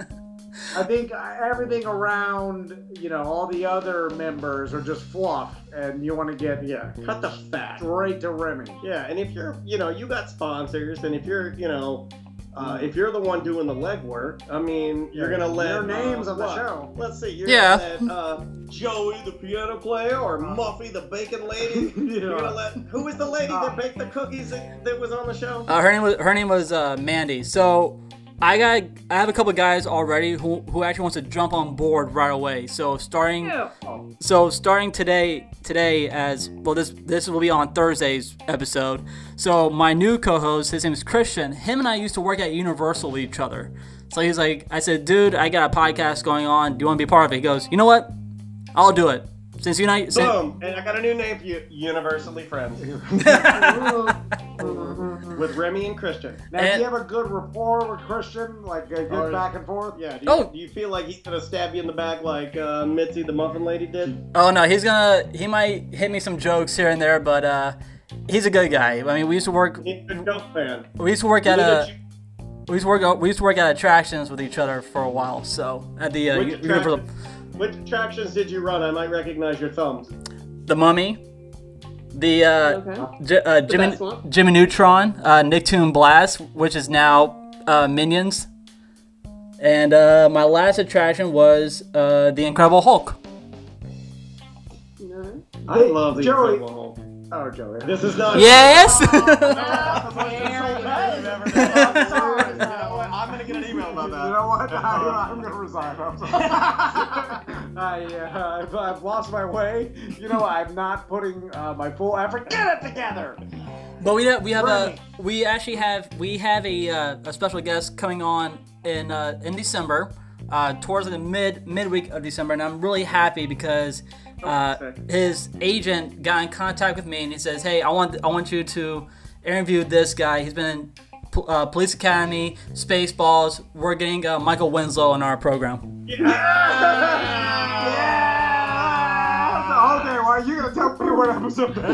S5: I think uh, everything around, you know, all the other members are just fluff, and you want to get
S4: Yeah, cut the fat.
S5: straight to Remy.
S4: Yeah, and if you're, you know, you got sponsors, and if you're, you know, uh, if you're the one doing the legwork, I mean, you're gonna let
S5: Mm-hmm. your names
S4: uh,
S5: on the
S4: what?
S5: show.
S4: Let's see, you're
S1: Yeah.
S4: gonna let uh, Joey the piano player or
S5: Uh.
S4: Muffy the bacon lady. You're gonna let who was the lady that baked the cookies that, that was on the show?
S1: Uh, her name was her name was uh, Mandy. So I got I have a couple guys already who who actually wants to jump on board right away. So starting
S5: Oh.
S1: so starting today today as well this this will be on Thursday's episode. So my new co-host his name is Christian. Him and I used to work at Universal with each other. So he's like I said, dude, I got a podcast going on. Do you want to be part of it? He goes, you know what? I'll do it. Since you and I, since,
S4: Boom! And I got a new name for you: Universally Friends with Remy and Christian.
S5: Now, do
S1: And-
S5: you have a good rapport with Christian, like a good
S4: Oh,
S5: back and forth?
S4: Yeah. Do you,
S1: Oh.
S4: do you feel like he's gonna stab you in the back like uh, Mitzi the Muffin Lady did?
S1: Oh no, he's gonna he might hit me some jokes here and there, but uh he's a good guy. I mean, we used to work
S4: He's a dope fan.
S1: we used to work at
S4: Did
S1: a
S4: it-
S1: we used to work we used to work at attractions with each other for a while. So at the uh,
S4: Which
S1: U- Universal,
S4: Which attractions did you run? I might recognize your thumbs.
S1: the Mummy, the uh,
S6: Okay.
S1: J- uh Jimmy
S6: best one.
S1: Jimmy Neutron, uh, Nicktoon Blast, which is now uh, Minions, and uh, my last attraction was uh, the Incredible Hulk.
S6: No.
S4: I love the
S5: Joey-
S4: Incredible Hulk.
S5: Oh, Joey.
S4: This is not.
S1: Yes.
S6: How dare you.
S4: Sorry, you know what? I'm gonna get an email about
S5: You
S4: that.
S5: know what? I, I'm gonna resign. I'm sorry. I, uh, I've, I've lost my way. You know, I'm not putting uh, my full effort. Get it together.
S1: But we have, we have a
S5: Right.
S1: we actually have we have a, uh, a special guest coming on in uh, in December, uh, towards the mid midweek of December, and I'm really happy because uh, his agent got in contact with me and he says, "Hey, I want I want you to interview this guy. He's been in P- uh, Police Academy, Spaceballs. We're getting uh, Michael Winslow in our program."
S5: Yeah. Okay. Well, you're gonna tell me what episode that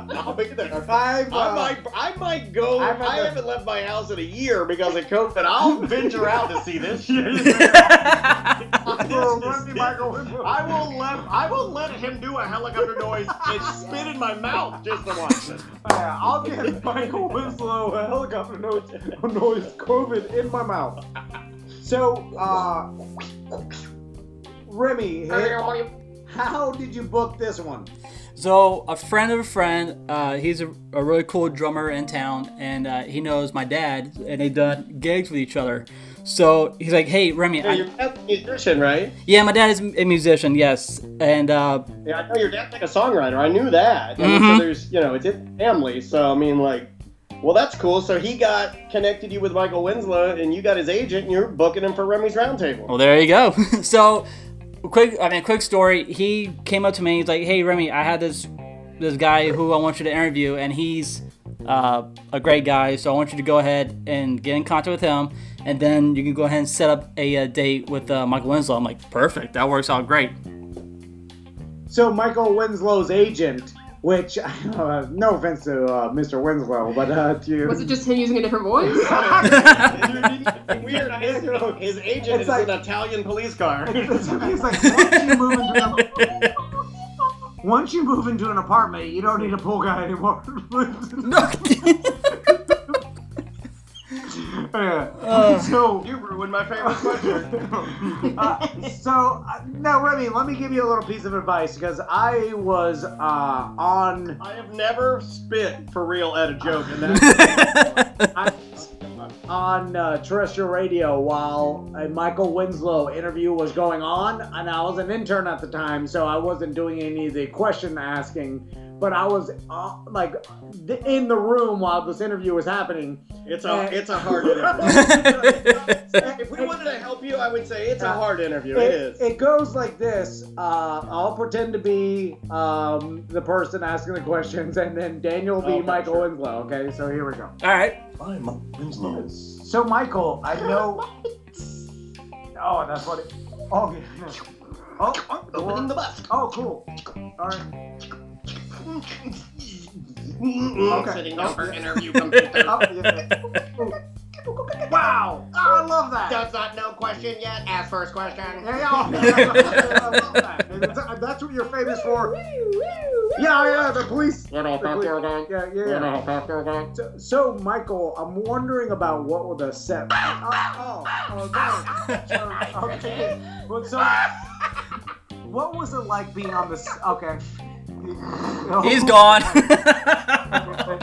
S5: is.
S4: I'll be there.
S5: I've, uh,
S4: I might, I might go.
S5: I'm at
S4: I
S5: the-
S4: haven't left my house in a year because of COVID. I'll venture out to see this shit.
S5: well, Remy Michael Winslow.
S4: I will let I will let him do a helicopter noise and spit in my mouth just to watch it.
S5: Yeah, I'll give Michael Winslow a helicopter noise, noise COVID in my mouth. So, uh, Remy, how did you book this one?
S1: So a friend of a friend, uh, he's a, a really cool drummer in town, and uh, he knows my dad, and they've done gigs with each other. So he's like, "Hey, Remy,
S4: Hey, your
S1: I,
S4: dad's a musician, right?
S1: yeah, my dad is a musician, yes, and uh,
S4: Yeah, I know your dad's like a songwriter. I knew that. I mean, so
S1: Mhm.
S4: there's, you know, it's his family. So I mean, like, well, that's cool. So he got connected you with Michael Winslow, and you got his agent, and you're booking him for Remy's Roundtable.
S1: well, there you go." so quick, I mean, quick story. He came up to me, he's like, "Hey, Remy, I had this this guy who I want you to interview, and he's uh, a great guy, so I want you to go ahead and get in contact with him." And then you can go ahead and set up a, uh date with uh, Michael Winslow. I'm like, perfect. That works out great.
S5: So, Michael Winslow's agent Which, uh, no offense to uh, Mr. Winslow, but uh, to
S6: Was it just him using a different voice?
S4: Weird. His, his agent
S5: It's
S4: is
S5: like-
S4: an Italian police car.
S5: It's like once you move into an, once you move into an apartment, you don't need a pool guy anymore.
S1: No.
S5: Yeah. so
S4: you ruined my favorite sweatshirt.
S5: uh, so uh, now, Remy, let me give you a little piece of advice because I was uh, on.
S4: I have never spit for real at a joke, and that
S5: I, on uh, terrestrial radio while a Michael Winslow interview was going on, and I was an intern at the time, so I wasn't doing any of the question asking, but I was uh, like th- in the room while this interview was happening.
S4: it's a it's a hard interview. If we wanted to help you, I would say it's a hard interview. It
S5: It,
S4: is.
S5: it goes like this. Uh, I'll pretend to be um, the person asking the questions, and then Daniel will be
S4: Okay,
S5: Michael
S4: sure.
S5: Winslow. Okay, so here we go.
S1: All right.
S5: So, Michael, I know. oh, that's funny. Oh, yeah. oh, oh,
S4: Opening the bus.
S5: oh, cool. All right.
S4: Okay. Sitting over interview
S5: Oh,
S4: computer.
S5: yeah. wow! Oh, I love that.
S4: Does not know question yet. Ask first question.
S5: Yeah, yeah, oh, I love that. And it's- uh, That's what you're famous for. Yeah, yeah, the police. Yeah, yeah, yeah. So, so, Michael, I'm wondering about what will the set. Oh, oh, oh, no. So, okay. Well, so, what was it like being on this? Okay.
S1: He's gone.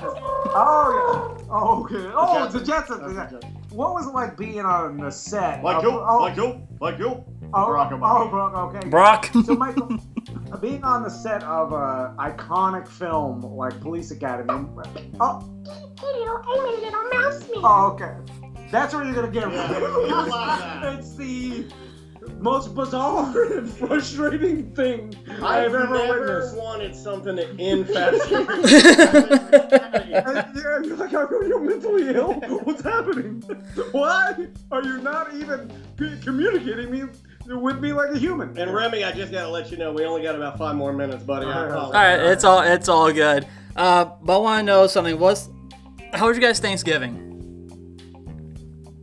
S5: oh, yeah. Oh, okay. Oh, it's the Jetsons.
S4: That's a joke.
S5: What was it like being on the set?
S4: Like
S5: of-
S4: you,
S5: oh,
S4: like you, like you.
S5: oh,
S4: Barack Obama.
S5: Oh, Barack, okay.
S1: Brock.
S5: So, Michael, being on the set of a iconic film like Police Academy. Oh, oh okay. That's where you're gonna get
S4: Yeah, I love that.
S5: it. it's the most bizarre and frustrating thing I've,
S4: I've
S5: ever
S4: never
S5: witnessed.
S4: wanted something to end faster.
S5: And you're you're like, how come you're mentally ill? What's happening? Why are you not even c- communicating me with me like a human?
S4: and Remy, I just gotta let you know, we only got about five more minutes, buddy. I
S5: All right.
S4: apologize.
S1: All right, it's all it's all good. Uh, but I want to know something. What's how was your guys Thanksgiving?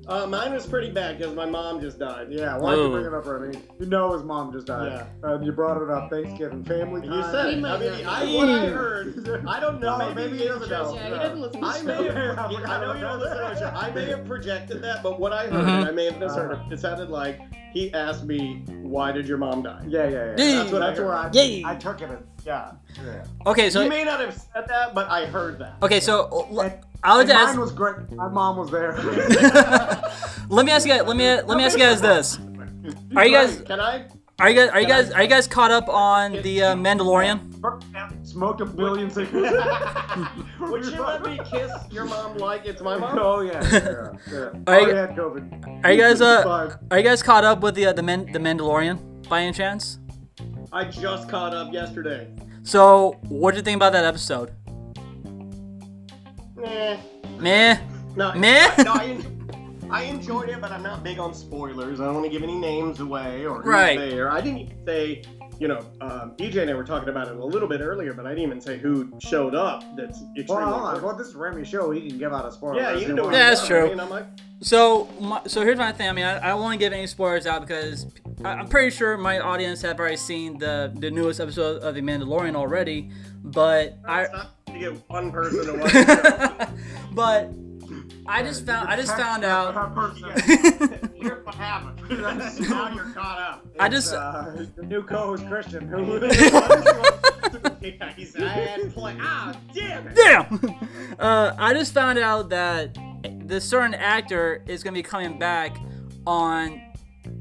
S4: Uh, mine was pretty bad because my mom just died.
S5: Yeah, why'd you
S1: Ooh.
S5: bring it up, Remy? You know his mom just died. And you brought it up Thanksgiving family time.
S4: You said it. I mean, I, what I heard, I don't know.
S5: No,
S4: maybe
S5: maybe he
S4: it's
S5: doesn't
S4: just-
S5: know.
S6: Yeah, he doesn't listen to
S4: I may
S6: the
S4: have,
S5: Yeah,
S4: I know you don't listen to our show. I may have projected that, but what I heard,
S1: Mhm.
S4: I may have misheard. It sounded like he asked me, "Why did your mom die?"
S5: Yeah, yeah, yeah.
S1: Yeah.
S5: That's, what, that's where I,
S1: Yeah.
S5: I took it. as- Yeah. yeah.
S1: Okay, so
S4: you may not have said that, but I heard that.
S1: okay, so uh, l-
S5: And-
S1: I would
S5: and mine
S1: ask.
S5: was great. My mom was there.
S1: let me ask you guys. Let me let me ask you guys this. Are you guys
S4: Can I?
S1: are you guys are you guys are you guys caught up on the uh, Mandalorian?
S5: Smoked a billion cigarettes.
S4: Would you let me kiss your mom like it's my mom?
S5: Oh yeah, yeah, yeah.
S1: Are you-
S5: oh, yeah, COVID.
S1: Are you guys uh
S5: Five.
S1: are you guys caught up with the uh, the Man- the Mandalorian by any chance?
S4: I just caught up yesterday.
S1: So what did you think about that episode?
S4: Nah.
S1: Meh.
S4: No,
S1: Meh?
S4: I- no, I, enjoyed, I enjoyed it, but I'm not big on spoilers. I don't want to give any names away or who's
S1: Right.
S4: there. I didn't even say, you know, um, EJ and I were talking about it a little bit earlier, but I didn't even say who showed up. That's extremely.
S5: Well, hold on.
S4: important.
S5: Well, this is Remy show. He can give out a spoiler.
S4: yeah, you can do
S5: know.
S4: it.
S1: Yeah, that's true.
S4: I mean, I'm like,
S1: So, my, so here's my thing. I mean, I, I don't want to give any spoilers out because I, I'm pretty sure my audience have already seen the the newest episode of The Mandalorian already. But I,
S4: it's not to get one person to watch. it.
S1: but I just found I just found out.
S4: Here's what happened. now you're caught up.
S1: I just
S5: Uh, the new co-host Christian. Who?
S4: yeah, he's, I had to play. Ah, damn it.
S1: damn. Uh, I just found out that this certain actor is gonna be coming back on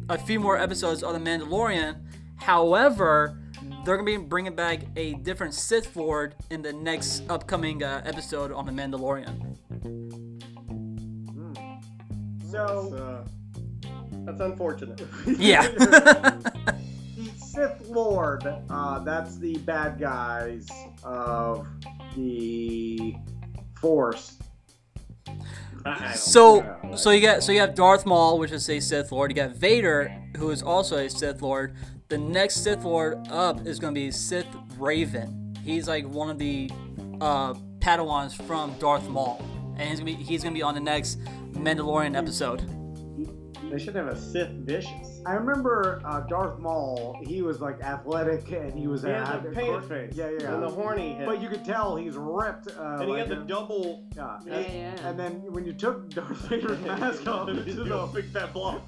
S1: a few more episodes of The Mandalorian. However, they're gonna be bringing back a different Sith Lord in the next upcoming uh, episode on The Mandalorian.
S4: That's,
S5: so
S4: uh, that's unfortunate.
S1: Yeah.
S5: the Sith Lord. Uh, that's the bad guys of the Force.
S4: I- I don't-
S1: so, so you got so you have Darth Maul, which is a Sith Lord. You got Vader, who is also a Sith Lord. The next Sith Lord up is gonna be Sith Raven. He's like one of the uh, Padawans from Darth Maul, and he's gonna be he's gonna be on the next Mandalorian episode.
S4: They should have a Sith Vicious.
S5: I remember uh, Darth Maul. He was like athletic, and he was
S4: He
S5: an
S4: had the
S5: ad-
S4: painted face.
S5: Yeah, yeah.
S4: And the horny head.
S5: But you could tell he's ripped. Uh,
S4: and he
S5: like
S4: had the
S5: a-
S4: double.
S5: yeah.
S6: Yeah, yeah, yeah.
S5: And then when you took Darth Vader's mask off,
S4: He
S5: into
S4: did
S5: the
S4: a big fat blob.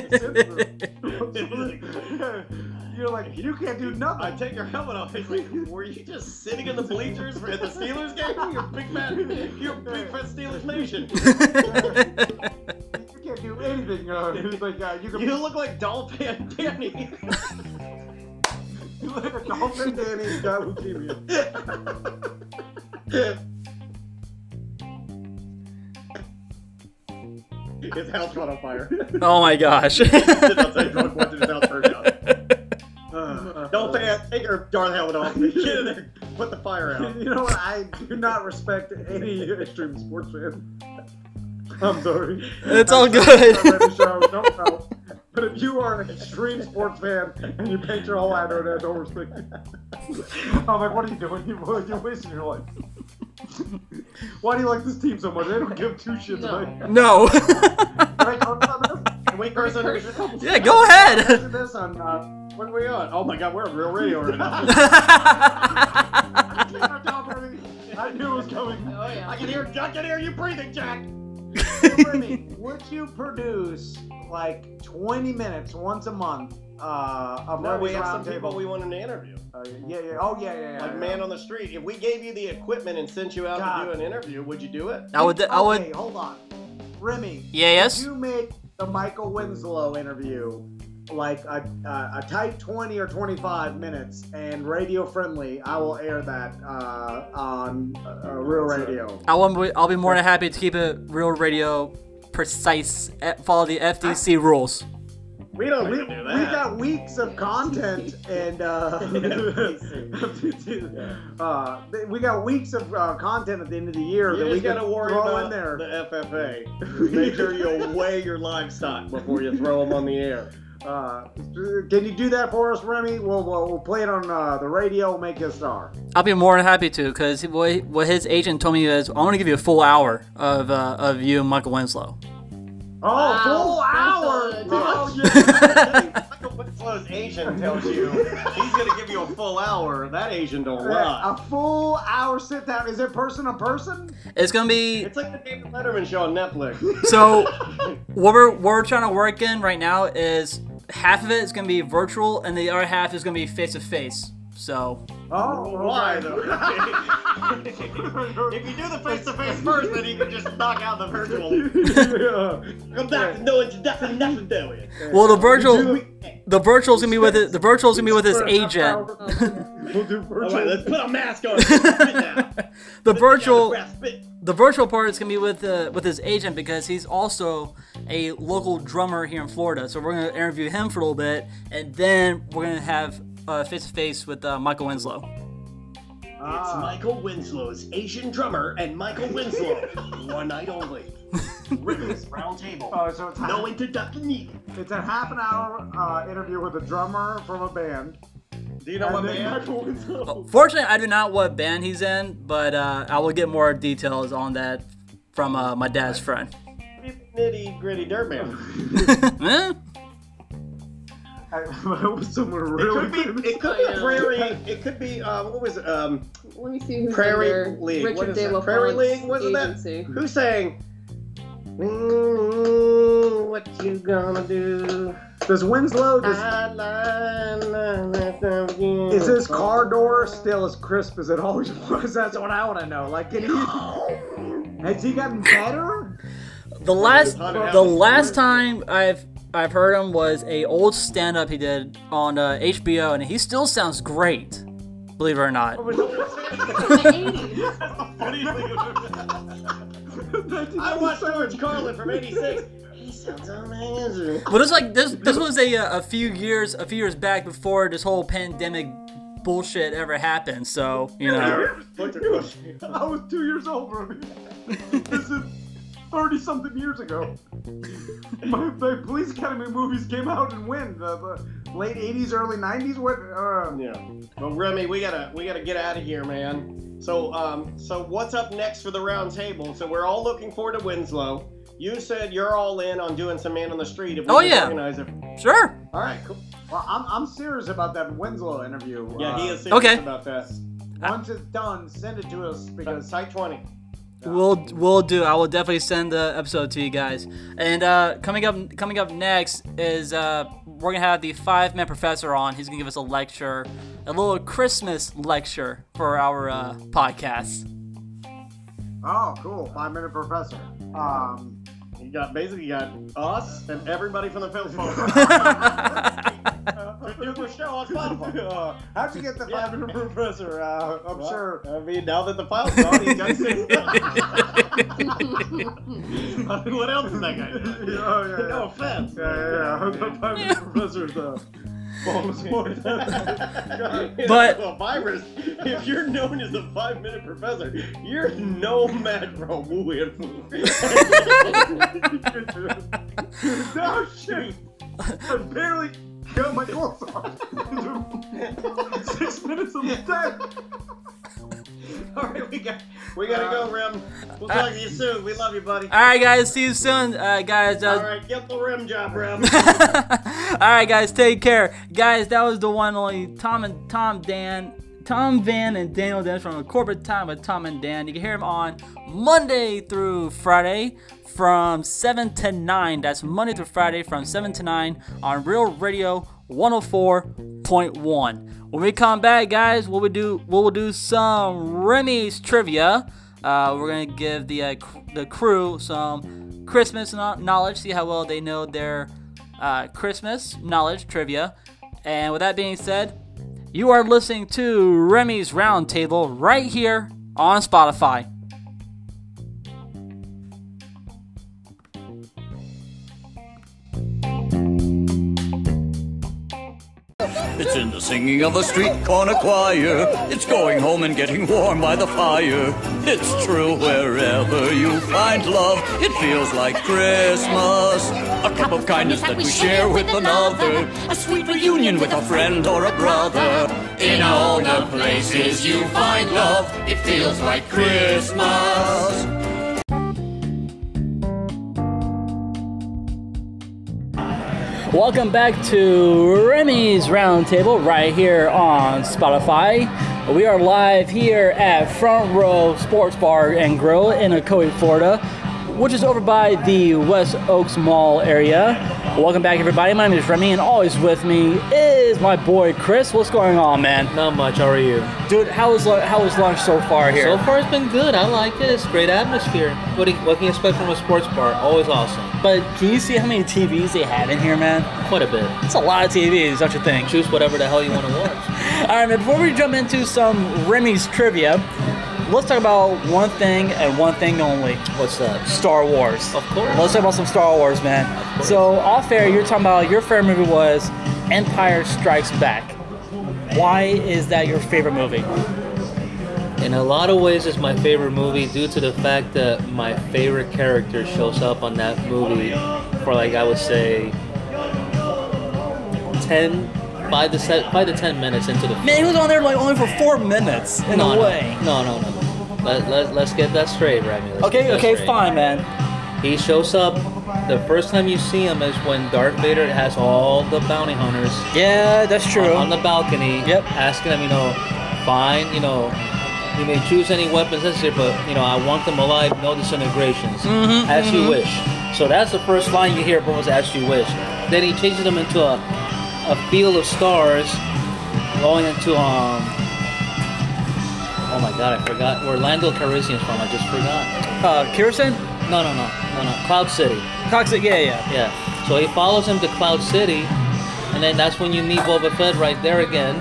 S5: You're like, you can't do
S4: I
S5: nothing.
S4: take your helmet off. He's like, "Were you just sitting in the bleachers for at the Steelers game? You're big man. You're big fat Steelers nation.
S5: You can't do anything. Uh, he's like, uh, you can
S4: You look like Dolph Van Danny."
S5: you like a dolphin, Danny. He's got leukemia.
S4: His house caught on fire.
S1: Oh my gosh.
S4: Did not say Dolph wanted his house burned down.
S5: Uh,
S4: Dolph Van, take your darn helmet off. Get in there. Put the fire out.
S5: You know what? I do not respect any extreme sports fan. I'm sorry.
S1: It's all
S5: I'm sorry
S1: good.
S5: for letting the show. Don't know. But if you are an extreme sports fan and you paint your whole ad I don't respect you. I'm like, what are you doing? You- what- You're wasting your life. Why do you like this team so much? They don't give two shits
S6: No.
S5: about you.
S1: no.
S5: Right, I'm- I'm-
S4: Wait, Carson. we should-
S1: yeah, go ahead.
S5: Imagine this on uh,
S4: What are we on? Oh my God, we're on real radio right now.
S5: Tanner Doherty. I knew it was coming.
S6: Oh yeah.
S4: I can hear, I can hear you breathing, Jack.
S5: Would you produce like 20 minutes once a month uh, of
S4: No, we
S5: Remy's
S4: have some people
S5: Roundtable?
S4: we wanted to interview.
S5: Uh, yeah, yeah. Oh, yeah, yeah, yeah.
S4: Like
S5: yeah.
S4: man on the street. If we gave you the equipment and sent you out
S5: God.
S4: to do an interview, would you do it?
S1: I would. I
S5: Okay,
S1: would.
S5: hold on. Remy,
S1: Yeah, yes.
S5: you make the Michael Winslow interview like a, a, a tight 20 or 25 minutes and radio friendly. I will air that uh, on uh, Real Radio.
S1: I will. Be, I'll be more than happy to keep it real radio, precise. eh, Follow the FTC rules.
S4: We don't
S5: We,
S4: need
S5: we
S4: to do that.
S5: got weeks of content and uh, uh, th- we got weeks of uh, content at the end of the year that
S4: you
S5: we
S4: just gotta
S5: can
S4: worry
S5: throw
S4: about
S5: in there.
S4: the FFA. Make sure you weigh your livestock before you throw them on the air.
S5: Uh, can you do that for us, Remy? We'll we'll, we'll play it on uh, the radio. Make it a star.
S1: I'll be more than happy to, because what, what his agent told me is, I'm gonna give you a full hour of uh, of you and Michael Winslow.
S5: Oh,
S6: Wow,
S5: full
S6: that's
S5: hour!
S6: a-
S5: Oh, yeah.
S4: Michael Winslow's Asian tells you he's gonna give you a full hour. That Asian don't
S5: Yeah,
S4: lie.
S5: a full hour sit down. Is it person to person?
S1: It's gonna be
S4: It's like the David Letterman show on Netflix.
S1: so. what we're what we're trying to work in right now is half of it is gonna be virtual, and the other half is gonna be face to face. So
S5: Oh, okay.
S4: Why though? if you do the face to face first, then you can just knock out the virtual. Come back to knowing you nothing, nothing doing.
S1: Well, the virtual, the virtual's gonna be with it. The virtual's gonna be with his
S5: For a half
S1: agent.
S5: hour.
S4: We'll do virtual. All right, let's put a mask on. Spit now.
S1: The virtual,
S4: Yeah, spit.
S1: the virtual part is gonna be with uh, with his agent because he's also a local drummer here in Florida. So we're gonna interview him for a little bit, and then we're gonna have uh, face to face with uh, Michael Winslow.
S4: It's
S5: Ah.
S4: Michael Winslow's Asian drummer and Michael Winslow. One night only. Ribbons, round table.
S5: Oh, so it's half-
S4: no introduction needed.
S5: It's a half an hour uh, interview with a drummer from a band.
S4: Do you know
S5: And then Michael
S4: Winslow?
S1: Fortunately, I do not what band he's in, but uh, I will get more details on that from uh, my dad's friend.
S4: Nitty gritty dirt man.
S1: Eh?
S5: I, I hope someone
S4: It
S5: really.
S4: could be. It could
S6: I
S4: be
S6: know.
S4: prairie. It could be. Um, what was it? Um,
S6: Let me see who's
S4: Prairie
S6: under
S4: League.
S6: Richard
S4: What is
S6: De La
S4: that? Prairie
S6: Font's
S4: League. Wasn't
S6: agency.
S4: that? Who sang? Mm, what you gonna do?
S5: Does Winslow? Does,
S4: I lied, lied, lied, lied again.
S5: is his car door still as crisp as it always was? That's what I want to know. Like, can he? Has he gotten better?
S1: The last
S4: Haunted House
S1: the
S4: is
S1: last time I've I've heard him was a old stand up he did on uh, HBO and he still sounds great. Believe it or not.
S4: I watched George Carlin from '86. He sounds amazing.
S1: But it's like this this was a uh, a few years a few years back before this whole pandemic bullshit ever happened. So, you know.
S5: I was two years old, bro. this is thirty something years ago. My, the police academy movies came out and when the, the late '80s, early '90s. What? Uh,
S4: Yeah. Well, Remy, we gotta we gotta get out of here, man. So um, so what's up next for the round table? So we're all looking forward to Winslow. You said you're all in on doing some man on the street if we
S1: Oh,
S4: can
S1: yeah.
S4: organize it.
S1: Sure.
S4: All right, cool.
S5: well, I'm, I'm serious about that Winslow interview.
S4: Yeah,
S5: Uh,
S4: he is serious
S1: Okay.
S4: about that.
S5: Once it's done, send it to us
S4: Uh,
S5: because
S4: Site 20.
S1: We'll we'll do. I will definitely send the episode to you guys. And uh, coming up coming up next is uh, we're gonna have the five man professor on. He's gonna give us a lecture, a little Christmas lecture for our uh, podcast.
S5: oh, cool, five minute professor. Um,
S4: You got basically you got us and everybody from the film phone. Super show on Spotify.
S5: uh, how'd you get the
S4: Yeah.
S5: five minute professor? Uh, I'm
S4: Well,
S5: sure.
S4: I mean, now that the file's gone, he does what else is that guy? doing?
S5: Oh, yeah,
S4: No
S5: yeah.
S4: offense.
S5: Yeah, yeah, yeah. The five minute professor's uh,
S4: Balls more than-
S1: But-
S4: a virus. If you're known as a five-minute professor, you're no match for a Wu influencer.
S5: No shit! I barely got my clothes off. Six minutes of the day.
S4: All right, we got, we gotta go, Rim. We'll talk to you soon. We love you, buddy.
S1: All right, guys. See you soon, uh, guys.
S4: All
S1: Uh,
S4: right, get the rim job, Rim.
S1: All right, guys, take care, guys. That was the one and only Tom and Tom Dan, Tom Van and Daniel Dan from Corporate Time with Tom and Dan. You can hear him on Monday through Friday from seven to nine. That's Monday through Friday from seven to nine on Real Radio 104.1. When we come back, guys, what we do? We will do some Remy's trivia. Uh, we're gonna give the uh, cr- the crew some Christmas kno- knowledge. See how well they know their uh, Christmas knowledge trivia. And with that being said, you are listening to Remy's Roundtable right here on Spotify.
S7: It's in the singing of the street corner choir. It's going home and getting warm by the fire. It's true wherever you find love, it feels like Christmas. A cup of kindness that we share with another, a sweet reunion with a friend or a brother. In all the places you find love, it feels like Christmas.
S1: Welcome back to Remy's Roundtable right here on Spotify. We are live here at Front Row Sports Bar and Grill in Ocoee, Florida, which is over by the West Oaks Mall area. Welcome back, everybody. My name is Remy, and always with me is my boy Chris. What's going on, man?
S2: Not much. How are you?
S1: Dude, how was lu- how was lunch so far here?
S2: So far, it's been good. I like it. It's great atmosphere. What, do you- what can you expect from a sports bar? Always awesome.
S1: but can you see how many TVs they have in here, man?
S2: Quite a bit.
S1: It's a lot of TVs, don't you think?
S2: Choose whatever the hell you want to watch.
S1: All right, man. Before we jump into some Remy's trivia, let's talk about one thing and one thing only:
S2: What's up?
S1: Star Wars.
S2: Of course.
S1: Let's talk about some Star Wars, man.
S2: course.
S1: So off air, you're talking about your favorite movie was Empire Strikes Back. Why is that your favorite movie?
S2: In a lot of ways, it's my favorite movie due to the fact that my favorite character shows up on that movie for like I would say 10, 5 to, se- 5 to 10 minutes into the
S1: Man, he was on there like only for four minutes in
S2: no,
S1: a way.
S2: No, no, no. no. Let, let, let's get that straight, Remy. Let's get
S1: Okay,
S2: that
S1: okay,
S2: straight.
S1: fine, man.
S2: He shows up. The first time you see him is when Darth Vader has all the bounty hunters
S1: Yeah, that's true.
S2: on the balcony,
S1: Yep.
S2: asking them, you know, fine, you know, you may choose any weapons this year, but you know, I want them alive, no disintegrations,
S1: Mm-hmm,
S2: as you wish. So that's the first line you hear from us, as you wish. Then he changes them into a, a field of stars, going into um. Oh my God, I forgot where Lando Calrissian's from. I just forgot.
S1: uh, Kirsten?
S2: No, no, no, no, no. Cloud City.
S1: Toxic, yeah, yeah.
S2: Yeah. So he follows him to Cloud City, and then that's when you meet Boba Fett right there again,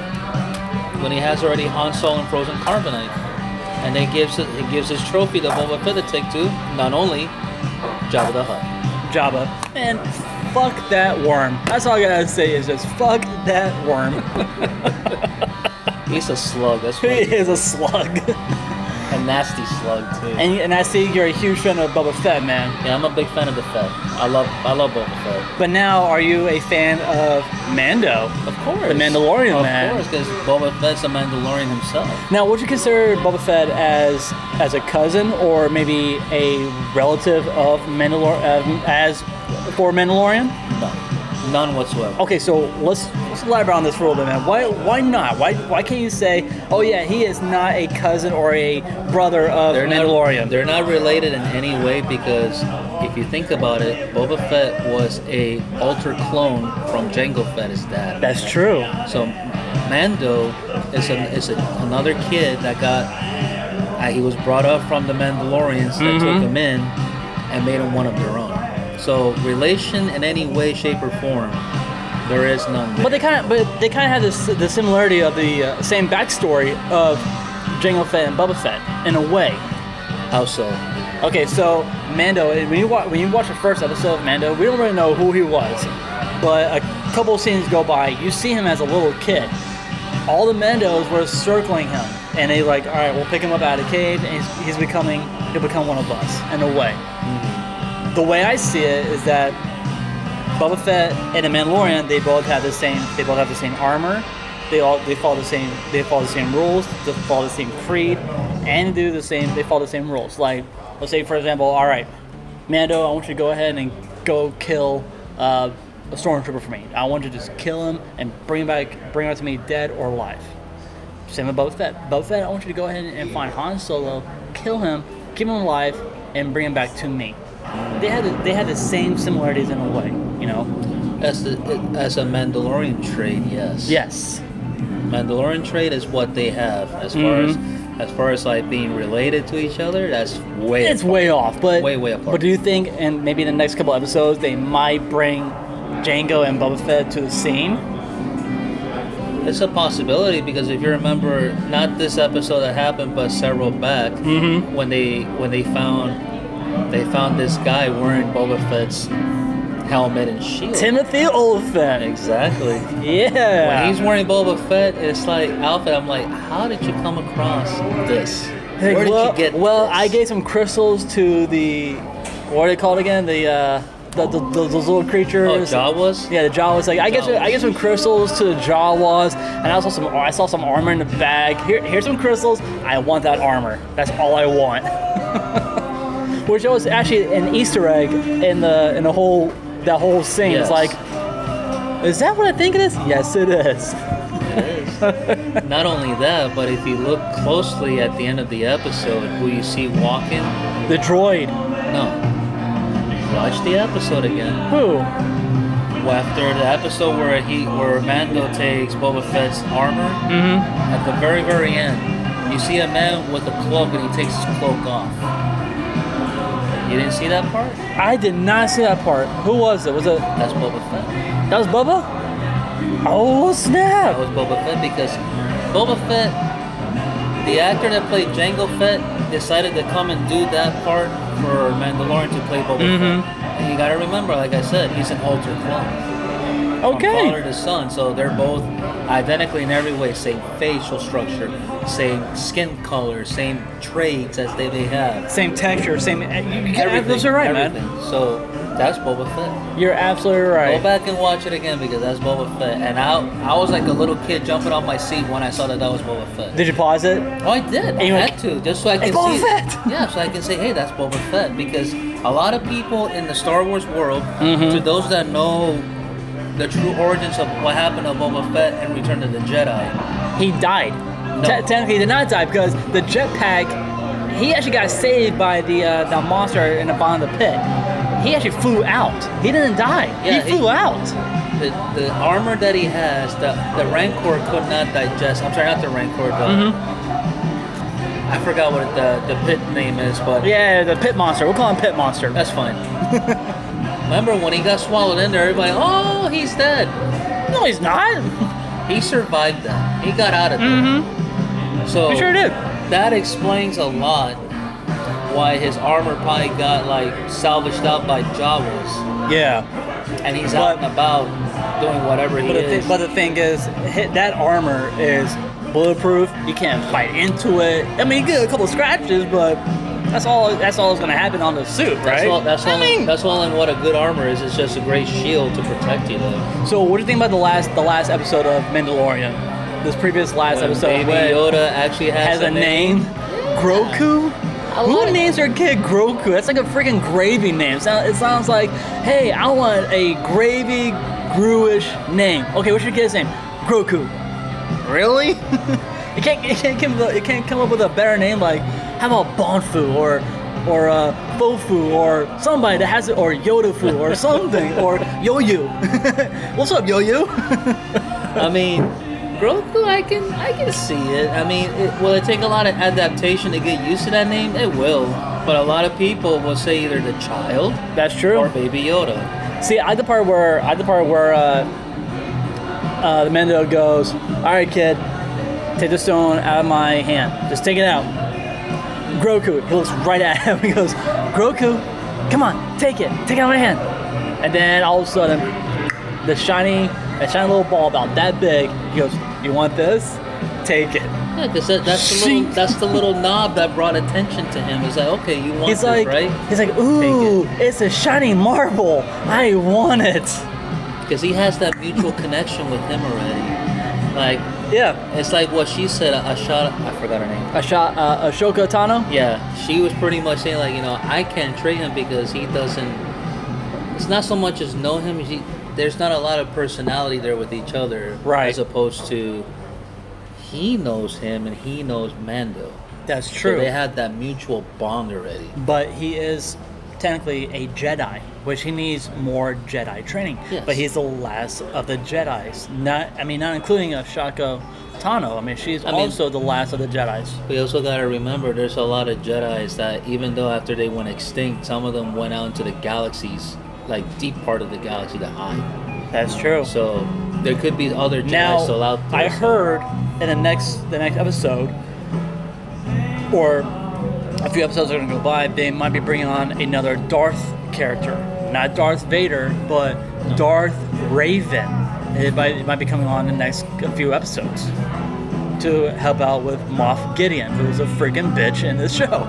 S2: when he has already Han Solo and frozen carbonite, and then gives it, he gives his trophy to Boba Fett to take to not only Jabba the Hutt.
S1: Jabba. Man, fuck that worm. That's all I gotta say is just fuck that worm.
S2: He's a slug. That's
S1: he
S2: what.
S1: is a slug.
S2: and nasty slug too.
S1: And, and I see you're a huge fan of Boba Fett, man.
S2: yeah, I'm a big fan of the Fett. I love I love Boba Fett.
S1: But now, are you a fan of Mando?
S2: Of course.
S1: The Mandalorian,
S2: of
S1: man.
S2: course, because Boba Fett's a Mandalorian himself.
S1: Now, would you consider Boba Fett as as a cousin or maybe a relative of Mandalor uh, as for Mandalorian?
S2: None. None whatsoever.
S1: Okay, so let's, let's elaborate on this for a little bit, man. Why why not? Why why can't you say, oh yeah, he is not a cousin or a brother of Mandalorian?
S2: Not, they're not related in any way because if you think about it, Boba Fett was a alter clone from Jango Fett, his dad.
S1: That's true.
S2: So Mando is a, is a, another kid that got uh, he was brought up from the Mandalorians that took him in and made him one of their own. So relation in any way, shape, or form, there is none. There.
S1: But they kind of but they kind of have this the similarity of the uh, same backstory of Jango Fett and Boba Fett in a way.
S2: How so?
S1: Okay, so Mando, when you watch when you watch the first episode of Mando, we don't really know who he was, but a couple of scenes go by, you see him as a little kid. All the Mandos were circling him, and they like, all right, we'll pick him up out of the cave, and he's, he's becoming he'll become one of us in a way. The way I see it is that Boba Fett and the Mandalorian, they both have the same they both have the same armor. They all they follow the same they follow the same rules, they follow the same creed, and do the same they follow the same rules. Like let's say for example, all right, Mando, I want you to go ahead and go kill uh, a stormtrooper for me. I want you to just kill him and bring him back bring him to me dead or alive. Same with Boba Fett. Boba Fett, I want you to go ahead and find Han Solo, kill him, give him life, and bring him back to me. They had the, they had the same similarities in a way, you know.
S2: As the, as a Mandalorian trait, yes.
S1: Yes.
S2: Mandalorian trait is what they have as far
S1: Mm-hmm.
S2: as as far as like being related to each other. That's way.
S1: It's
S2: apart.
S1: way off, but
S2: Way, way apart.
S1: But do you think, and maybe in the next couple episodes, they might bring Django and Boba Fett to the scene?
S2: It's a possibility because if you remember, not this episode that happened, but several back
S1: Mm-hmm.
S2: when they when they found they found this guy wearing Boba Fett's helmet and shield.
S1: Timothy Olyphant.
S2: Exactly.
S1: Yeah.
S2: When he's wearing Boba Fett, it's like outfit. I'm like, how did you come across this?
S1: Hey,
S2: Where did
S1: well,
S2: you get?
S1: Well,
S2: this?
S1: I gave some crystals to the what are they called again? The uh, the, the, the those little
S2: Oh,
S1: creatures.
S2: Jawas.
S1: Yeah, the Jawas. Like I get
S2: Jawas.
S1: I get some crystals to the Jawas, and I saw some I saw some armor in the bag. Here, here's some crystals. I want that armor. That's all I want. Which was actually an Easter egg in the in the whole that whole scene.
S2: Yes.
S1: It's like, is that what I think it is? Yes, it is.
S2: Not only that, but if you look closely at the end of the episode, who you see walking,
S1: The droid.
S2: no. Watch the episode again.
S1: Who?
S2: Well, after the episode where he, where Mando takes Boba Fett's armor, at the very, very end, you see a man with a cloak and he takes his cloak off. You didn't see that part?
S1: I did not see that part. Who was it? Was it
S2: That's Boba Fett.
S1: that was Bubba? Oh
S2: That
S1: snap!
S2: was Boba Fett because Boba Fett, the actor that played Jango Fett, decided to come and do that part for Mandalorian to play Boba
S1: Mm-hmm.
S2: Fett. And you gotta remember, like I said, he's an alter clone. From father
S1: Okay.
S2: to son, so they're both identically in every way, same facial structure, same skin color, same traits as they, they have.
S1: Same texture, same. You,
S2: Everything.
S1: those are right,
S2: everything.
S1: man.
S2: So that's Boba Fett.
S1: You're absolutely right.
S2: Go back and watch it again because that's Boba Fett. And I, I was like a little kid jumping off my seat when I saw that that was Boba Fett.
S1: Did you pause it?
S2: Oh, I did. I
S1: you went,
S2: had to just so I could
S1: "It's Boba
S2: see.
S1: Fett!"
S2: Yeah, so I can say, hey, that's Boba Fett because a lot of people in the Star Wars world,
S1: Mm-hmm.
S2: to those that know the true origins of what happened to Boba Fett and Return of the Jedi,
S1: He died.
S2: No.
S1: Te- technically, he did not die because the jetpack. He actually got saved by the uh, the monster in the bottom of the pit. He actually flew out. He didn't die.
S2: Yeah,
S1: he
S2: he-
S1: flew out.
S2: the, the armor that he has, the the Rancor could not digest. I'm sorry, not the Rancor. The, I forgot what the the pit name is, but
S1: Mm-hmm. Yeah, the pit monster. We'll call him pit monster.
S2: That's fine. Remember when he got swallowed in there? Everybody, oh, he's dead.
S1: no, he's not.
S2: He survived that. He got out of there. So
S1: Mm-hmm. He sure did.
S2: That explains a lot why his armor probably got like salvaged out by Jawas,
S1: Yeah.
S2: and he's out
S1: But-
S2: and about doing whatever he
S1: But the,
S2: is.
S1: thi- but the thing is, hit, that armor is bulletproof. You can't bite into it. I mean, you get a couple scratches, but that's all. That's all that's gonna happen on the suit, right?
S2: that's all. That's
S1: I
S2: all.
S1: mean-
S2: that's all. In what a good armor is, it's just a great shield to protect you. Though.
S1: so, what do you think about the last the last episode of Mandalorian? This previous last
S2: When
S1: episode
S2: Baby
S1: where
S2: Yoda actually has,
S1: has a name, Groku. Who names their kid Groku? That's like a freaking gravy name. So- It sounds like, hey, I want a gravy, grewish name. Okay, what's your kid's name? Groku. Really? it can't it can't come up, it can't come up with a better name like how about Bonfu or or uh, Bofu or somebody that has it or Yodafu or something or Yo-Yo. what's up, Yo-Yo?
S2: I mean, Grogu, I can I can see it. I mean, it, will it take a lot of adaptation to get used to that name? It will. But a lot of people will say either the child
S1: That's true.
S2: or Baby Yoda.
S1: See, I the part where I the part where uh, uh, the Mendo goes, "All right, kid, take the stone out of my hand. Just take it out." Groku, he looks right at him. He goes, "Groku, come on, take it, take it out of my hand." And then all of a sudden, the shiny, a shiny little ball about that big. He goes, "You want this? Take it."
S2: Yeah, because that, that's the little
S1: Sheesh.
S2: that's the little knob that brought attention to him. It's like, okay, you want
S1: He's
S2: this,
S1: like,
S2: right?
S1: he's like, "Ooh, it's a shiny marble. I want it."
S2: Because he has that mutual connection with him already. Like,
S1: Yeah,
S2: it's like what she said. A shot. I forgot her name.
S1: a shot, uh, Ashoka Tano.
S2: Yeah, she was pretty much saying like, you know, I can't trade him because he doesn't. It's not so much as know him. He, there's not a lot of personality there with each other,
S1: Right.
S2: As opposed to he knows him and he knows Mando.
S1: That's
S2: So they had that mutual bond already.
S1: but he is technically a Jedi, which he needs more Jedi training.
S2: Yes.
S1: But he's the last of the Jedi's. Not, I mean, not including Ashaka Tano. I mean, she's
S2: mean-
S1: also the last of the Jedi's.
S2: We also gotta remember, there's a lot of Jedi's that even though after they went extinct, some of them went out into the galaxies, like deep part of the galaxy, the eye.
S1: That's true.
S2: So there could be other Jedi's
S1: now
S2: still out there.
S1: I
S2: so-
S1: heard in the next the next episode, or a few episodes are gonna go by, they might be bringing on another Darth character, not Darth Vader, but Darth Raven. It might, it might be coming on in the next few episodes to help out with Moff Gideon, who's a freaking bitch in this show.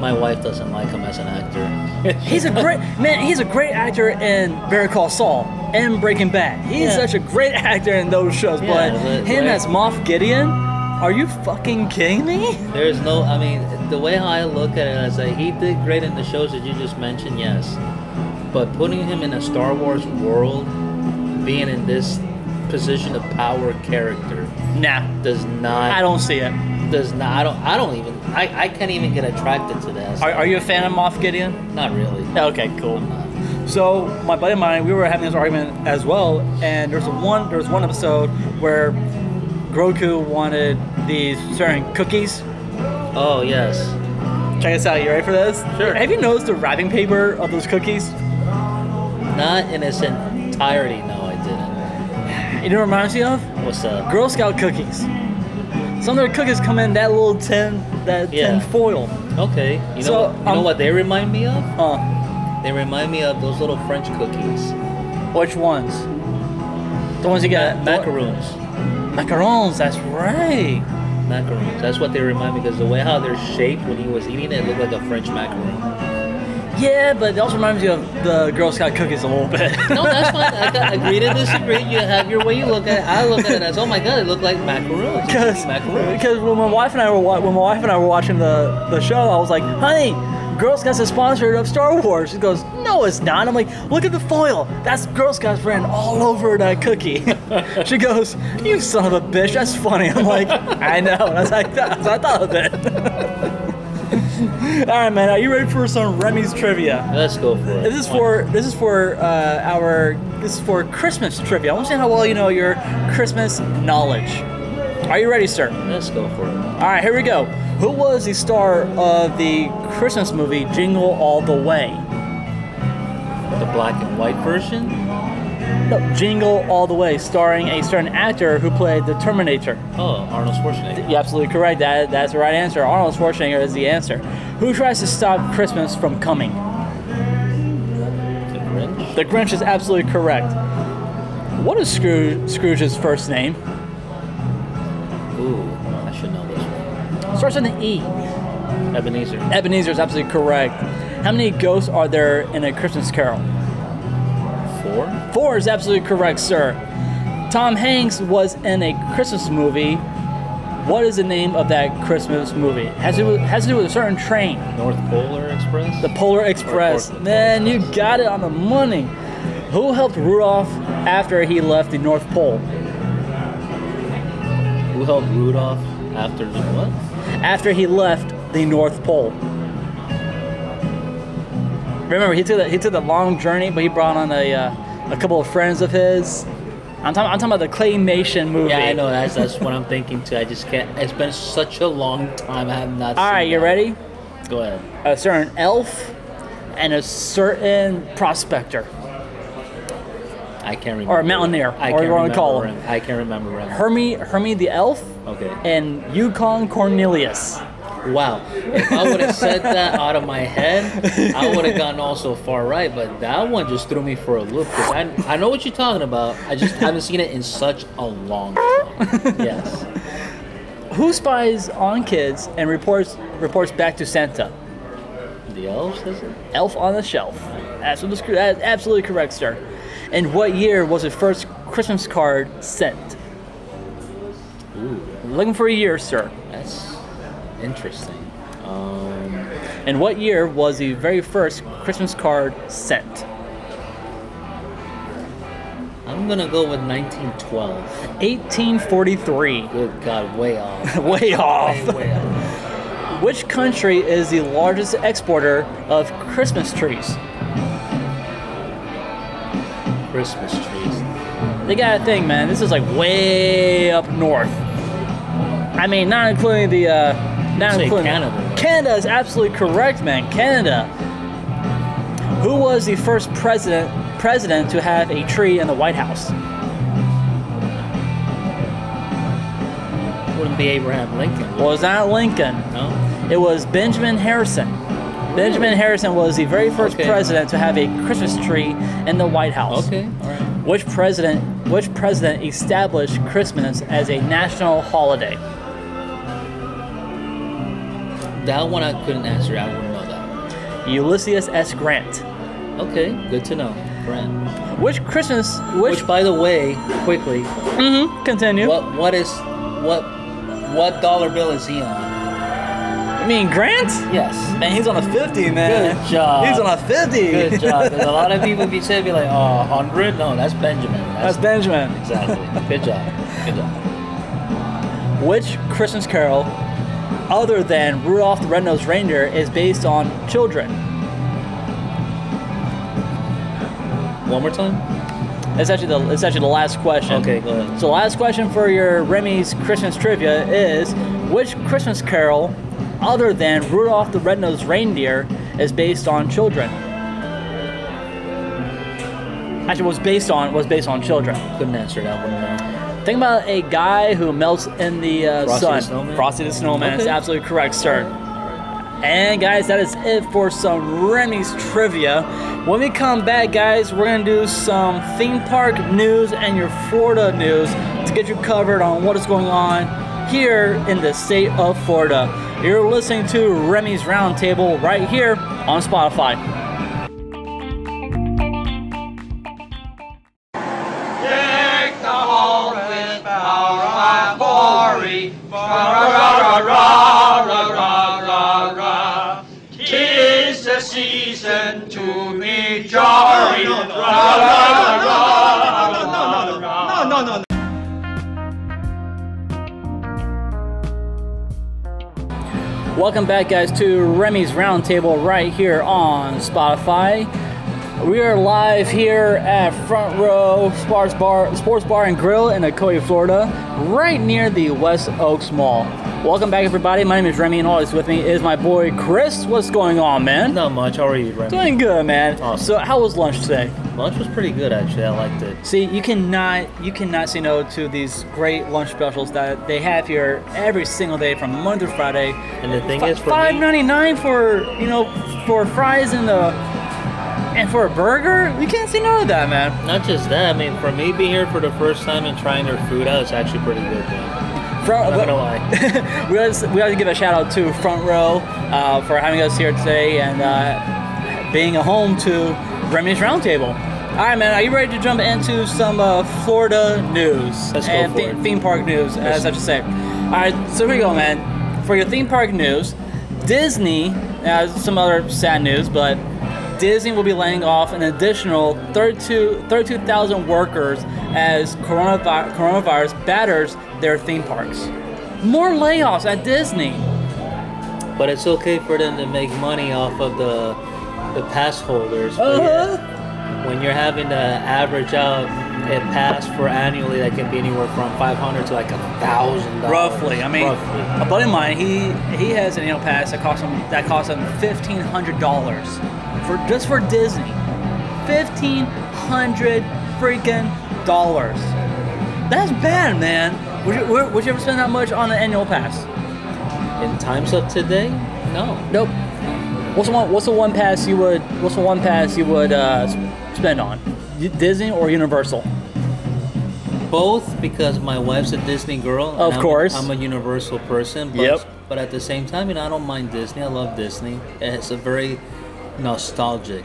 S2: My wife doesn't like him as an actor.
S1: He's a great man. He's a great actor in Better Call Saul and Breaking Bad. He's
S2: Yeah.
S1: such a great actor in those shows.
S2: Yeah,
S1: but
S2: but,
S1: him
S2: like-
S1: as Moff Gideon, are you fucking kidding me?
S2: There's no, I mean, the way how I look at it is like he did great in the shows that you just mentioned, yes. But putting him in a Star Wars world, being in this position of power character,
S1: Nah,
S2: does not.
S1: I don't see it.
S2: Does not. I don't. I don't even. I, I can't even get attracted to that.
S1: Are, are you a fan of Moff Gideon?
S2: Not really.
S1: Okay, cool. So my buddy and I, we were having this argument as well, and there's one there's one episode where Groku wanted these certain cookies.
S2: Oh yes.
S1: Check this out. You ready for this?
S2: Sure.
S1: Have you noticed the wrapping paper of those cookies?
S2: Not in its entirety. No, I
S1: You know what it reminds me of?
S2: didn't. What's up?
S1: Girl Scout cookies. Some of their cookies come in that little tin, that
S2: Yeah.
S1: tin foil.
S2: Okay. You know.
S1: So,
S2: what- you know
S1: um,
S2: what they remind me of?
S1: Uh,
S2: They remind me of those little French cookies.
S1: which ones? The ones you got.
S2: macaroons.
S1: Macarons. That's right.
S2: Macaroons. That's what they remind me because the way how they're shaped when he was eating it, it looked like a French macaron.
S1: Yeah, but it also reminds me of the Girl Scout cookies a little bit.
S2: No, that's fine. I can agree to disagree. You have your way you look at it. I look at it as, oh my god, it looked like macaroons. It's
S1: Because
S2: macaroons.
S1: when my wife and I were wa- when my wife and I were watching the, the show, I was like, honey, Girl Scouts is sponsored of Star Wars. She goes, no, it's not. I'm like, look at the foil. That's Girl Scouts brand all over that cookie. she goes, you son of a bitch. That's funny. I'm like, I know. That's like that's what I thought of it. all right, man. Are you ready for some Remy's trivia?
S2: Let's go for it.
S1: This is for this is for uh, our this is for Christmas trivia. I want to see how well you know your Christmas knowledge. Are you ready, sir?
S2: Let's go for it.
S1: All right, here we go. Who was the star of the Christmas movie Jingle All the Way?
S2: The black and white version?
S1: No, Jingle All the Way, starring a certain actor who played the Terminator.
S2: Oh, Arnold Schwarzenegger.
S1: You're absolutely correct. That that's the right answer. Arnold Schwarzenegger is the answer. Who tries to stop Christmas from coming?
S2: The Grinch?
S1: The Grinch is absolutely correct. What is Scrooge, Scrooge's first name?
S2: Ooh, I should know this one.
S1: Starts with an E.
S2: Ebenezer.
S1: Ebenezer is absolutely correct. How many ghosts are there in a Christmas carol?
S2: Four?
S1: Four is absolutely correct, sir. Tom Hanks was in a Christmas movie. What is the name of that Christmas movie? Has to do with, has to do with a certain train,
S2: North Polar Express?
S1: the Polar Express.
S2: Polar
S1: Man, you got it on the money. Who helped Rudolph after he left the North Pole?
S2: Who helped Rudolph after the what?
S1: After he left the North Pole. Remember, he took that he took that long journey, but he brought on a uh, a couple of friends of his. I'm talking, I'm talking about the claymation movie.
S2: Yeah, I know. That's that's what I'm thinking too. I just can't. It's been such a long time. I have not.
S1: All
S2: seen
S1: right, you
S2: that.
S1: ready?
S2: Go ahead.
S1: a certain elf and a certain prospector
S2: I can't remember.
S1: or a mountaineer,
S2: I
S1: or
S2: can't
S1: you want
S2: remember
S1: to call him
S2: him. I can't remember him.
S1: Hermie, Hermie the elf,
S2: Okay.
S1: and Yukon Cornelius.
S2: Wow. If I would have said that out of my head, I would have gotten all so far right. But that one just threw me for a loop. 'cause I, I know what you're talking about. I just haven't seen it in such a long time. Yes.
S1: Who spies on kids and reports reports back to Santa?
S2: The elves, is it?
S1: Elf on the Shelf. That's what the screw. That's absolutely correct, sir. And what year was the first Christmas card sent?
S2: Ooh,
S1: Looking for a year, sir.
S2: that's interesting. Um,
S1: And what year was the very first Christmas card sent?
S2: I'm gonna go with 1912.
S1: 1843.
S2: Good God, way off.
S1: Way off.
S2: Way, way off.
S1: Which country is the largest exporter of Christmas trees?
S2: Christmas trees.
S1: They got a thing, man. This is like way up north. I mean, not including the, uh, not
S2: Say
S1: including
S2: Canada.
S1: Canada is absolutely correct, man. Canada. Who was the first president president to have a tree in the White House?
S2: Wouldn't be Abraham Lincoln. would
S1: Well, it's not Lincoln.
S2: it? no.
S1: It was Benjamin Harrison. Benjamin Harrison was the very first
S2: Okay.
S1: president to have a Christmas tree in the White House.
S2: Okay. All right.
S1: Which president which president established Christmas as a national holiday?
S2: That one I couldn't answer. I wouldn't know that.
S1: Ulysses S. Grant.
S2: Okay. Good to know. Grant.
S1: Which Christmas which,
S2: Which, by the way, quickly,
S1: Mhm, continue.
S2: what what is what what dollar bill is he on?
S1: you mean Grant?
S2: Yes.
S1: Man, he's on a 50, man.
S2: Good job.
S1: He's on a 50.
S2: Good job. There's a lot of people be saying be like, oh, 100? No, that's Benjamin.
S1: That's
S2: That's,
S1: Benjamin.
S2: exactly. Good job. Good job.
S1: Which Christmas carol other than Rudolph the Red-Nosed Reindeer is based on children?
S2: One more time.
S1: It's actually the it's actually the last question.
S2: Okay, go ahead.
S1: So, last question for your Remy's Christmas trivia is which Christmas carol, other than Rudolph the Red-Nosed Reindeer, is based on children? Actually, was based on was based on children.
S2: Couldn't answer that one. No.
S1: Think about a guy who melts in the uh,
S2: Frosty
S1: sun.
S2: the Snowman?
S1: Frosty the Snowman is
S2: Okay.
S1: absolutely correct, sir. And guys, that is it for some Remy's trivia. When we come back, guys, we're gonna do some theme park news and your Florida news to get you covered on what is going on here in the state of Florida. You're listening to Remy's Roundtable right here on Spotify. Welcome back, guys, to Remy's Roundtable right here on Spotify. We are live here at Front Row Sports Bar, Sports Bar and Grill in Ocoee, Florida, right near the West Oaks Mall. Welcome back, everybody. My name is Remy, and always with me is my boy Chris. What's going on, man?
S2: Not much. How are you, Remy?
S1: Doing good, man.
S2: Awesome.
S1: So, how was lunch today?
S2: Lunch was pretty good actually. I liked it.
S1: See, you cannot you cannot say no to these great lunch specials that they have here every single day from Monday through Friday.
S2: And the thing is, for
S1: five
S2: me-
S1: ninety nine for you know for fries and the uh, And for a burger, you can't say no to that, man.
S2: Not just that. I mean, for me being here for the first time and trying their food out, it's actually pretty good. Man.
S1: Front,
S2: Not gonna lie.
S1: we always we always give a shout out to Front Row uh, for having us here today and uh, being a home to Remy's Roundtable. All right, man. Are you ready to jump into some uh, Florida news
S2: Let's go
S1: and
S2: for
S1: the-
S2: it.
S1: theme park news, uh, as I just say? All right, so here we go, man. For your theme park news, Disney uh, some other sad news, but Disney will be laying off an additional 32 32,000 workers as coronavi- coronavirus batters their theme parks. More layoffs at Disney.
S2: But it's okay for them to make money off of the the pass holders. but yeah,
S1: Uh-huh.
S2: When you're having to average out a pass for annually, that can be anywhere from 500 to like a thousand.
S1: Roughly, I mean,
S2: Roughly.
S1: a buddy of mine, he he has an annual pass that cost him that cost him fifteen hundred dollars for just for Disney, fifteen hundred freaking dollars. That's bad, man. Would you, would, would you ever spend that much on an annual pass?
S2: in times of today, no.
S1: Nope. What's the one? What's the one pass you would? What's the one pass you would uh, s- spend on? Y- Disney or Universal?
S2: Both because my wife's a Disney girl. and
S1: Of
S2: I'm-
S1: course.
S2: I'm a Universal person. But,
S1: Yep.
S2: But at the same time, you know, I don't mind Disney. I love Disney. It's a very nostalgic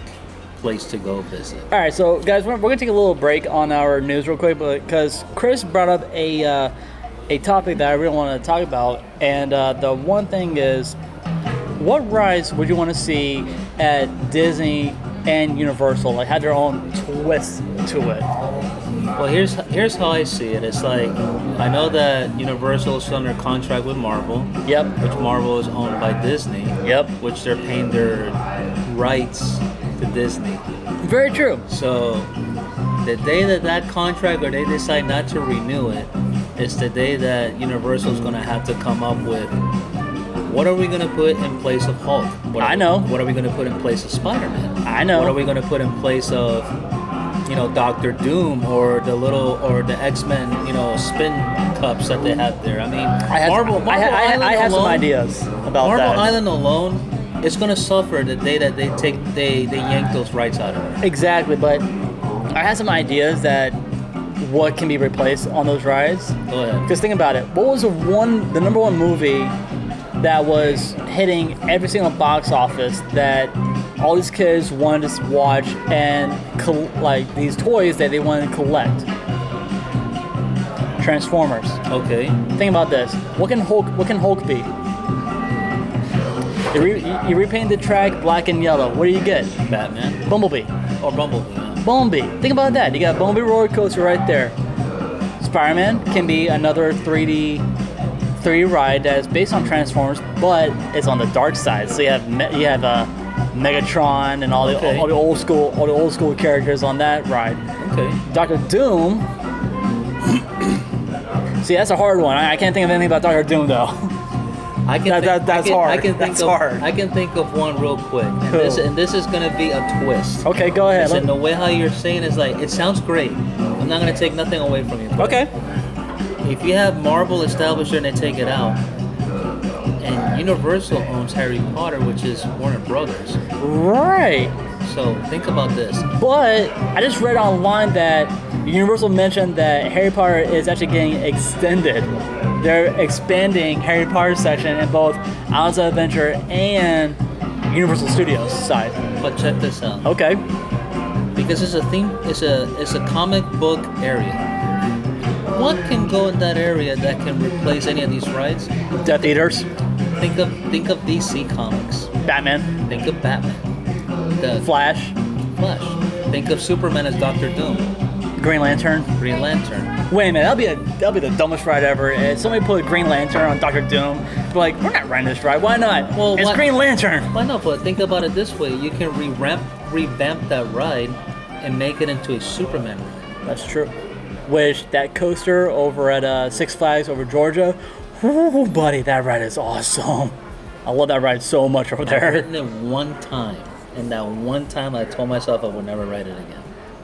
S2: place to go visit.
S1: All right, so guys, we're, we're gonna take a little break on our news real quick, because Chris brought up a uh, a topic that I really want to talk about, and uh, the one thing is, what rides would you want to see at Disney and Universal? Like have their own twist to it.
S2: Well, here's here's how I see it. It's like I know that Universal is under contract with Marvel,
S1: Yep.
S2: which Marvel is owned by Disney.
S1: Yep.
S2: Which they're paying their rights to Disney.
S1: Very true.
S2: So the day that that contract or they decide not to renew it, it's the day that Universal's going to have to come up with what are we going to put in place of Hulk? What are
S1: I
S2: we-
S1: know.
S2: What are we going to put in place of Spider-Man?
S1: I know.
S2: What are we going to put in place of you know Doctor Doom or the little or the X-Men, you know, spin cups that they have there? I mean,
S1: I had,
S2: Marvel, Marvel
S1: I had, I had,
S2: Island
S1: I had some
S2: alone-
S1: ideas about
S2: Marvel
S1: that.
S2: Island alone is going to suffer the day that they take they they yank those rights out of it.
S1: Exactly, but I had some ideas that what can be replaced on those rides.
S2: Go ahead.
S1: Because think about it. What was the one, the number one movie that was hitting every single box office that all these kids wanted to watch and col- like these toys that they wanted to collect? Transformers.
S2: Okay.
S1: Think about this. What can Hulk? What can Hulk be? You, re- you- you repaint the track black and yellow. What do you get?
S2: Batman
S1: Bumblebee.
S2: or Bumblebee. yeah.
S1: Bumblebee. Think about that. You got Bumblebee roller coaster right there. Spider-Man can be another 3D 3D ride that is based on Transformers, but it's on the dark side. So you have Me- you have uh, Megatron and all the
S2: Okay.
S1: all the old school all the old school characters on that ride.
S2: Okay.
S1: Doctor Doom. See, that's a hard one. I, I can't think of anything about Doctor Doom though.
S2: I can.
S1: That-
S2: think-
S1: that- that's
S2: I can, I
S1: hard.
S2: can think
S1: That's
S2: of,
S1: hard.
S2: I can think of one real quick, and this
S1: Cool.
S2: and this is gonna be a twist.
S1: Okay, go ahead.
S2: And the
S1: Let-
S2: way how you're saying is like it sounds great. I'm not gonna take nothing away from you. but
S1: Okay.
S2: If you have Marvel established and they take it out, and Universal owns Harry Potter, which is Warner Brothers,
S1: Right.
S2: so think about this.
S1: But I just read online that Universal mentioned that Harry Potter is actually getting extended. They're expanding Harry Potter section in both Islands of Adventure and Universal Studios side.
S2: But check this out.
S1: Okay.
S2: because it's a theme it's a it's a comic book area what can go in that area that can replace any of these rides
S1: Death Eaters,
S2: think of think of dc comics
S1: Batman,
S2: think of batman the
S1: Flash,
S2: flash think of superman as dr doom
S1: Green Lantern.
S2: green lantern
S1: Wait a minute, that'll be a, that'll be the dumbest ride ever. If somebody put Green Lantern on Doctor Doom, be like we're not riding this ride. Why not?
S2: Well,
S1: it's
S2: what-
S1: Green Lantern.
S2: why not but think about it this way you can revamp revamp that ride and make it into a superman ride
S1: That's true. Which that coaster over at uh, Six Flags over Georgia, ooh, buddy, that ride is awesome. I love that ride so much over
S2: I've
S1: there.
S2: ridden it one time and that one time i told myself i would never ride it again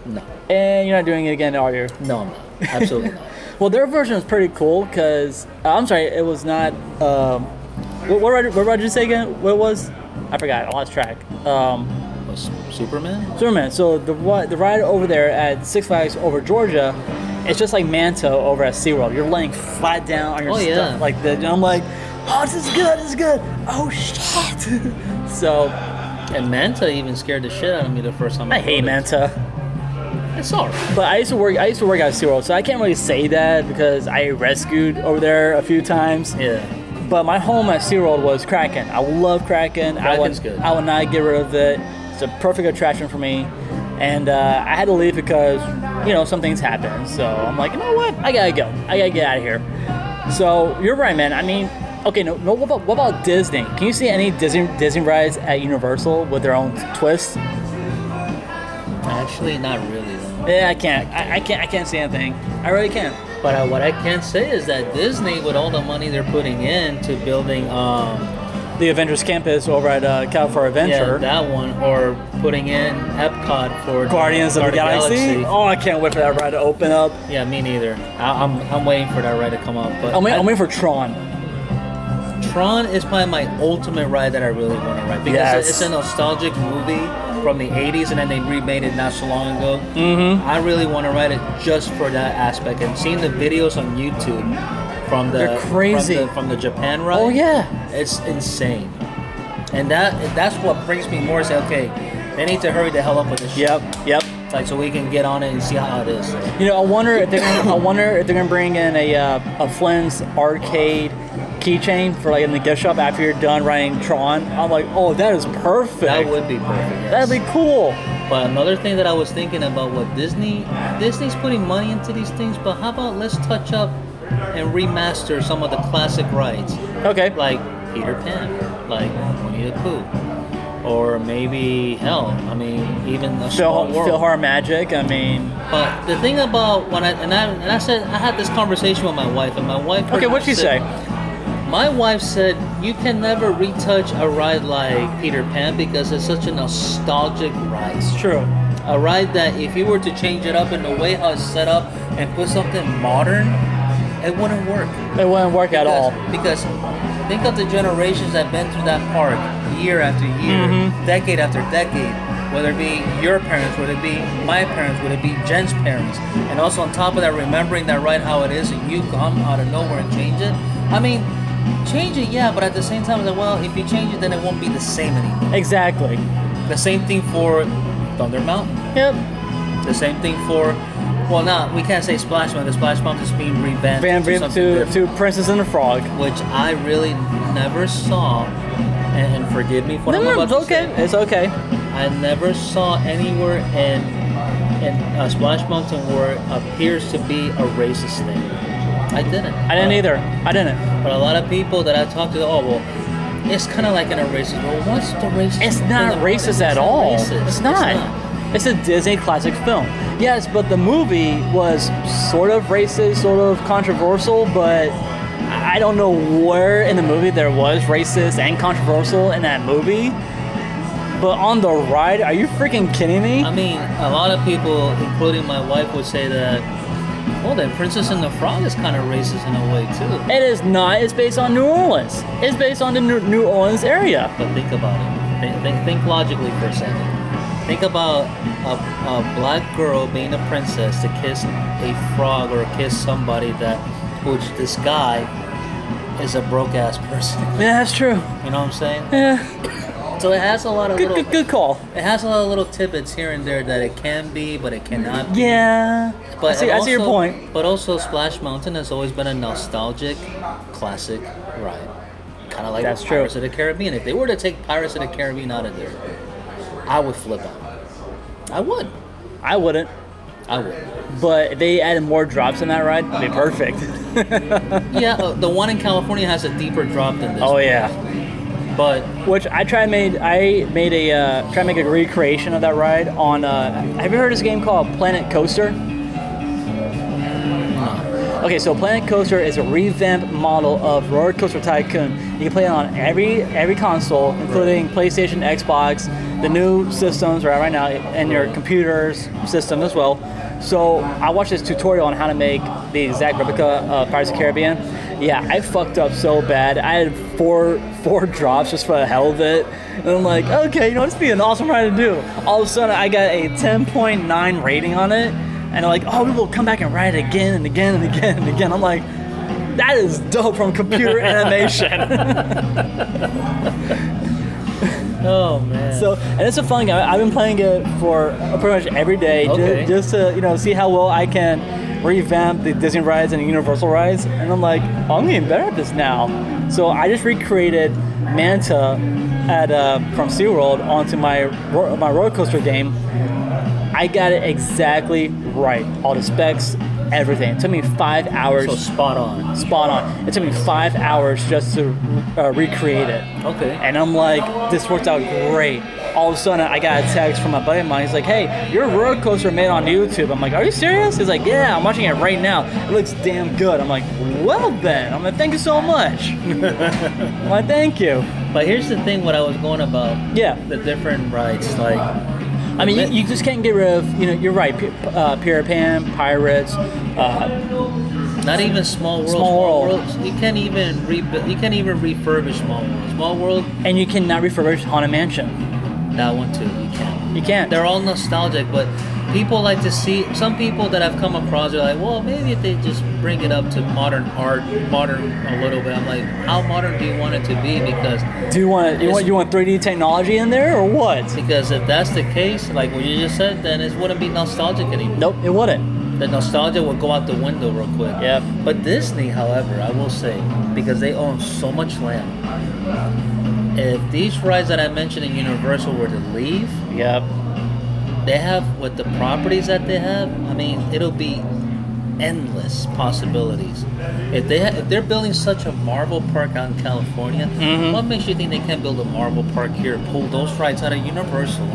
S2: no
S1: And you're not doing it again, are you?
S2: no i'm not absolutely not
S1: Well, their version was pretty cool because I'm sorry, it was not. Um, what, what, ride, what ride did you say again? What it was? I forgot. I lost track. Um,
S2: Was Superman?
S1: Superman. So the ri- the ride over there at Six Flags over Georgia, it's just like Manta over at SeaWorld. You're laying flat down on your
S2: Oh, yeah.
S1: stuff like that. And I'm like, oh, this is good. This is good. Oh shit. so
S2: And Manta even scared the shit out of me the first time.
S1: I hate
S2: rode it.
S1: Manta,
S2: It's alright.
S1: but I used to work. I used to work at SeaWorld, so I can't really say that because I rescued over there a few times.
S2: Yeah.
S1: But my home at SeaWorld was Kraken. I love Kraken. I
S2: Kraken's
S1: would,
S2: good.
S1: I would not get rid of it. It's a perfect attraction for me. And uh, I had to leave because, you know, some things happened. So I'm like, you know what? I gotta go. I gotta get out of here. So you're right, man. I mean, okay, no, no what, about, what about Disney? Can you see any Disney Disney rides at Universal with their own twist?
S2: Actually, not really. though.
S1: Yeah, Eh, I can't. I, I can't. I can't see anything. I really can't.
S2: But uh, what I can say is that Disney, with all the money they're putting in to building, um,
S1: The Avengers Campus over at uh, California
S2: yeah,
S1: Adventure.
S2: that one, or putting in Epcot for
S1: Guardians of the Galaxy. Oh, I can't wait for that ride to open up.
S2: Yeah, me neither. I, I'm I'm waiting for that ride to come up. But
S1: I'm waiting,
S2: I-
S1: I'm waiting for Tron.
S2: Tron is probably my ultimate ride that I really want to ride because
S1: Yes.
S2: it's a nostalgic movie from the 80s and then they remade it not so long ago. Mm-hmm. I really want to ride it just for that aspect and seeing the videos on YouTube from the
S1: They're crazy.
S2: from the, from the Japan ride.
S1: Oh yeah.
S2: it's insane. And that that's what brings me more. Is okay, they need to hurry the hell up with this. shit.
S1: Yep. Yep.
S2: like so we can get on it and see how it is.
S1: You know, I wonder if they're gonna, I wonder if they're gonna bring in a uh, a Flynn's arcade keychain for like in the gift shop after you're done riding Tron. I'm like, oh, that is perfect.
S2: That would be perfect. yes.
S1: That'd be cool.
S2: But another thing that I was thinking about what Disney Disney's putting money into these things, but how about let's touch up and remaster some of the classic rides,
S1: Okay.
S2: like Peter Pan, like Winnie the Pooh, or maybe hell, I mean even a small
S1: Phil,
S2: world.
S1: Phil Har Magic. I mean,
S2: But the thing about when I and I and I said I had this conversation with my wife, and my wife. heard
S1: okay,
S2: me
S1: what'd she say?
S2: said- my wife said you can never retouch a ride like Peter Pan because it's such a nostalgic ride.
S1: True.
S2: a ride that if you were to change it up in the way how it's set up and put something modern, it wouldn't work
S1: It wouldn't work at all.
S2: Because because think of the generations that've been through that park year after year,
S1: Mm-hmm.
S2: decade after decade. Whether it be your parents, whether it be my parents, whether it be Jen's parents, and also on top of that, remembering that ride how it is, and you come out of nowhere and change it. I mean, change it, yeah, but at the same time, it's like, well, if you change it, then it won't be the same anymore.
S1: Exactly.
S2: The same thing for Thunder Mountain.
S1: Yep.
S2: The same thing for, well, not we can't say Splash Mountain. Splash Mountain is being revamped.
S1: Van
S2: to
S1: Vliet
S2: something
S1: to
S2: different,
S1: to Princess and the Frog.
S2: which I really never saw. And, and forgive me for what I'm about
S1: it's
S2: to
S1: okay.
S2: say.
S1: It's okay.
S2: I never saw anywhere in in uh, Splash Mountain where it appears to be a racist thing. I didn't.
S1: I didn't either. I didn't.
S2: But a lot of people that I talked to, oh well, it's kind of like an racist. Well, what's the racist?
S1: It's
S2: thing
S1: not
S2: about it?
S1: racist
S2: It's
S1: at
S2: not
S1: all.
S2: racist.
S1: It's not. It's a Disney classic film. Yes, but the movie was sort of racist, sort of controversial, but I I don't know where in the movie there was racist and controversial in that movie. But on the ride, are you freaking kidding me?
S2: I mean, a lot of people, including my wife, would say that. Well, then Princess and the Frog is kind of racist in a way too.
S1: It is not. It's based on New Orleans. It's based on the New New Orleans area.
S2: But think about it. Think, think, think logically for a second. Think about a, a black girl being a princess to kiss a frog or kiss somebody that, which this guy is a broke ass person.
S1: Yeah, that's true.
S2: You know what I'm saying?
S1: Yeah,
S2: So it has a lot of
S1: good,
S2: little.
S1: good, good call.
S2: It has a lot of little tidbits here and there that it can be, but it cannot be.
S1: Yeah,
S2: But
S1: I see.
S2: it
S1: I see your
S2: also-
S1: point.
S2: But also, Splash Mountain has always been a nostalgic, classic ride. Kind of like
S1: That's
S2: Pirates of the Caribbean. If they were to take Pirates of the Caribbean out of there, I would flip out. I would.
S1: I wouldn't.
S2: I would.
S1: But if they added more drops in that ride, it'd be perfect.
S2: Yeah, uh, the one in California has a deeper drop than this.
S1: oh yeah.
S2: But
S1: Which I tried made I made a uh, try to make a recreation of that ride on. Uh, have you heard of this game called Planet Coaster? Okay, so Planet Coaster is a revamped model of Roller Coaster Tycoon. You can play it on every every console, including PlayStation, Xbox, the new systems right right now, and your computer's system as well. So I watched this tutorial on how to make the exact replica of Pirates of the Caribbean, Yeah, I fucked up so bad. I had four four drops just for the hell of it. And I'm like, okay, you know, this would be an awesome ride to do. All of a sudden, I got a 10.9 rating on it. And they're like, oh, we will come back and ride it again and again and again and again. I'm like, that is dope from computer animation.
S2: Oh man.
S1: so, and it's a fun game. I've been playing it for pretty much every day ju-
S2: Okay.
S1: just, to, you know, see how well I can revamp the Disney rides and the Universal rides. And I'm like, oh, I'm getting better at this now. So I just recreated Manta at uh, from SeaWorld onto my ro- my roller coaster game. I got it exactly right. All the specs, everything. It took me five hours
S2: So spot on.
S1: spot on. It took me five hours just to uh, recreate it.
S2: Okay.
S1: And I'm like, this worked out great. All of a sudden, I got a text from my buddy of mine. He's like, hey, your roller coaster made on YouTube. I'm like, are you serious? He's like, yeah, I'm watching it right now. It looks damn good. I'm like, well then. I'm like, thank you so much. I'm like, thank you.
S2: But here's the thing: what I was going about,
S1: Yeah.
S2: the different rights, like
S1: I mean, you, you just can't get rid of, you know, you're right, P- uh, Pan, Pirates, uh,
S2: not even small world.
S1: Small World.
S2: World, You can't even rebuild. You can't even refurbish small world. Small world,
S1: and you cannot refurbish Haunted Mansion.
S2: that one too. You can't.
S1: You can't.
S2: They're all nostalgic, but people like to see. Some people that I've come across are like, well, maybe if they just bring it up to modern art, modern a little bit. I'm like, how modern do you want it to be? Because
S1: Do you want you want you want 3D technology in there or what?
S2: because if that's the case, like what you just said, then it wouldn't be nostalgic anymore.
S1: Nope, it wouldn't.
S2: The nostalgia will go out the window real quick.
S1: Yep.
S2: But Disney, however, I will say, because they own so much land, if these rides that I mentioned in Universal were to leave,
S1: Yep.
S2: they have with the properties that they have. I mean, it'll be endless possibilities. If they ha- if they're building such a Marvel park out in California,
S1: Mm-hmm.
S2: what makes you think they can't build a Marvel park here? Pull those rides out of Universal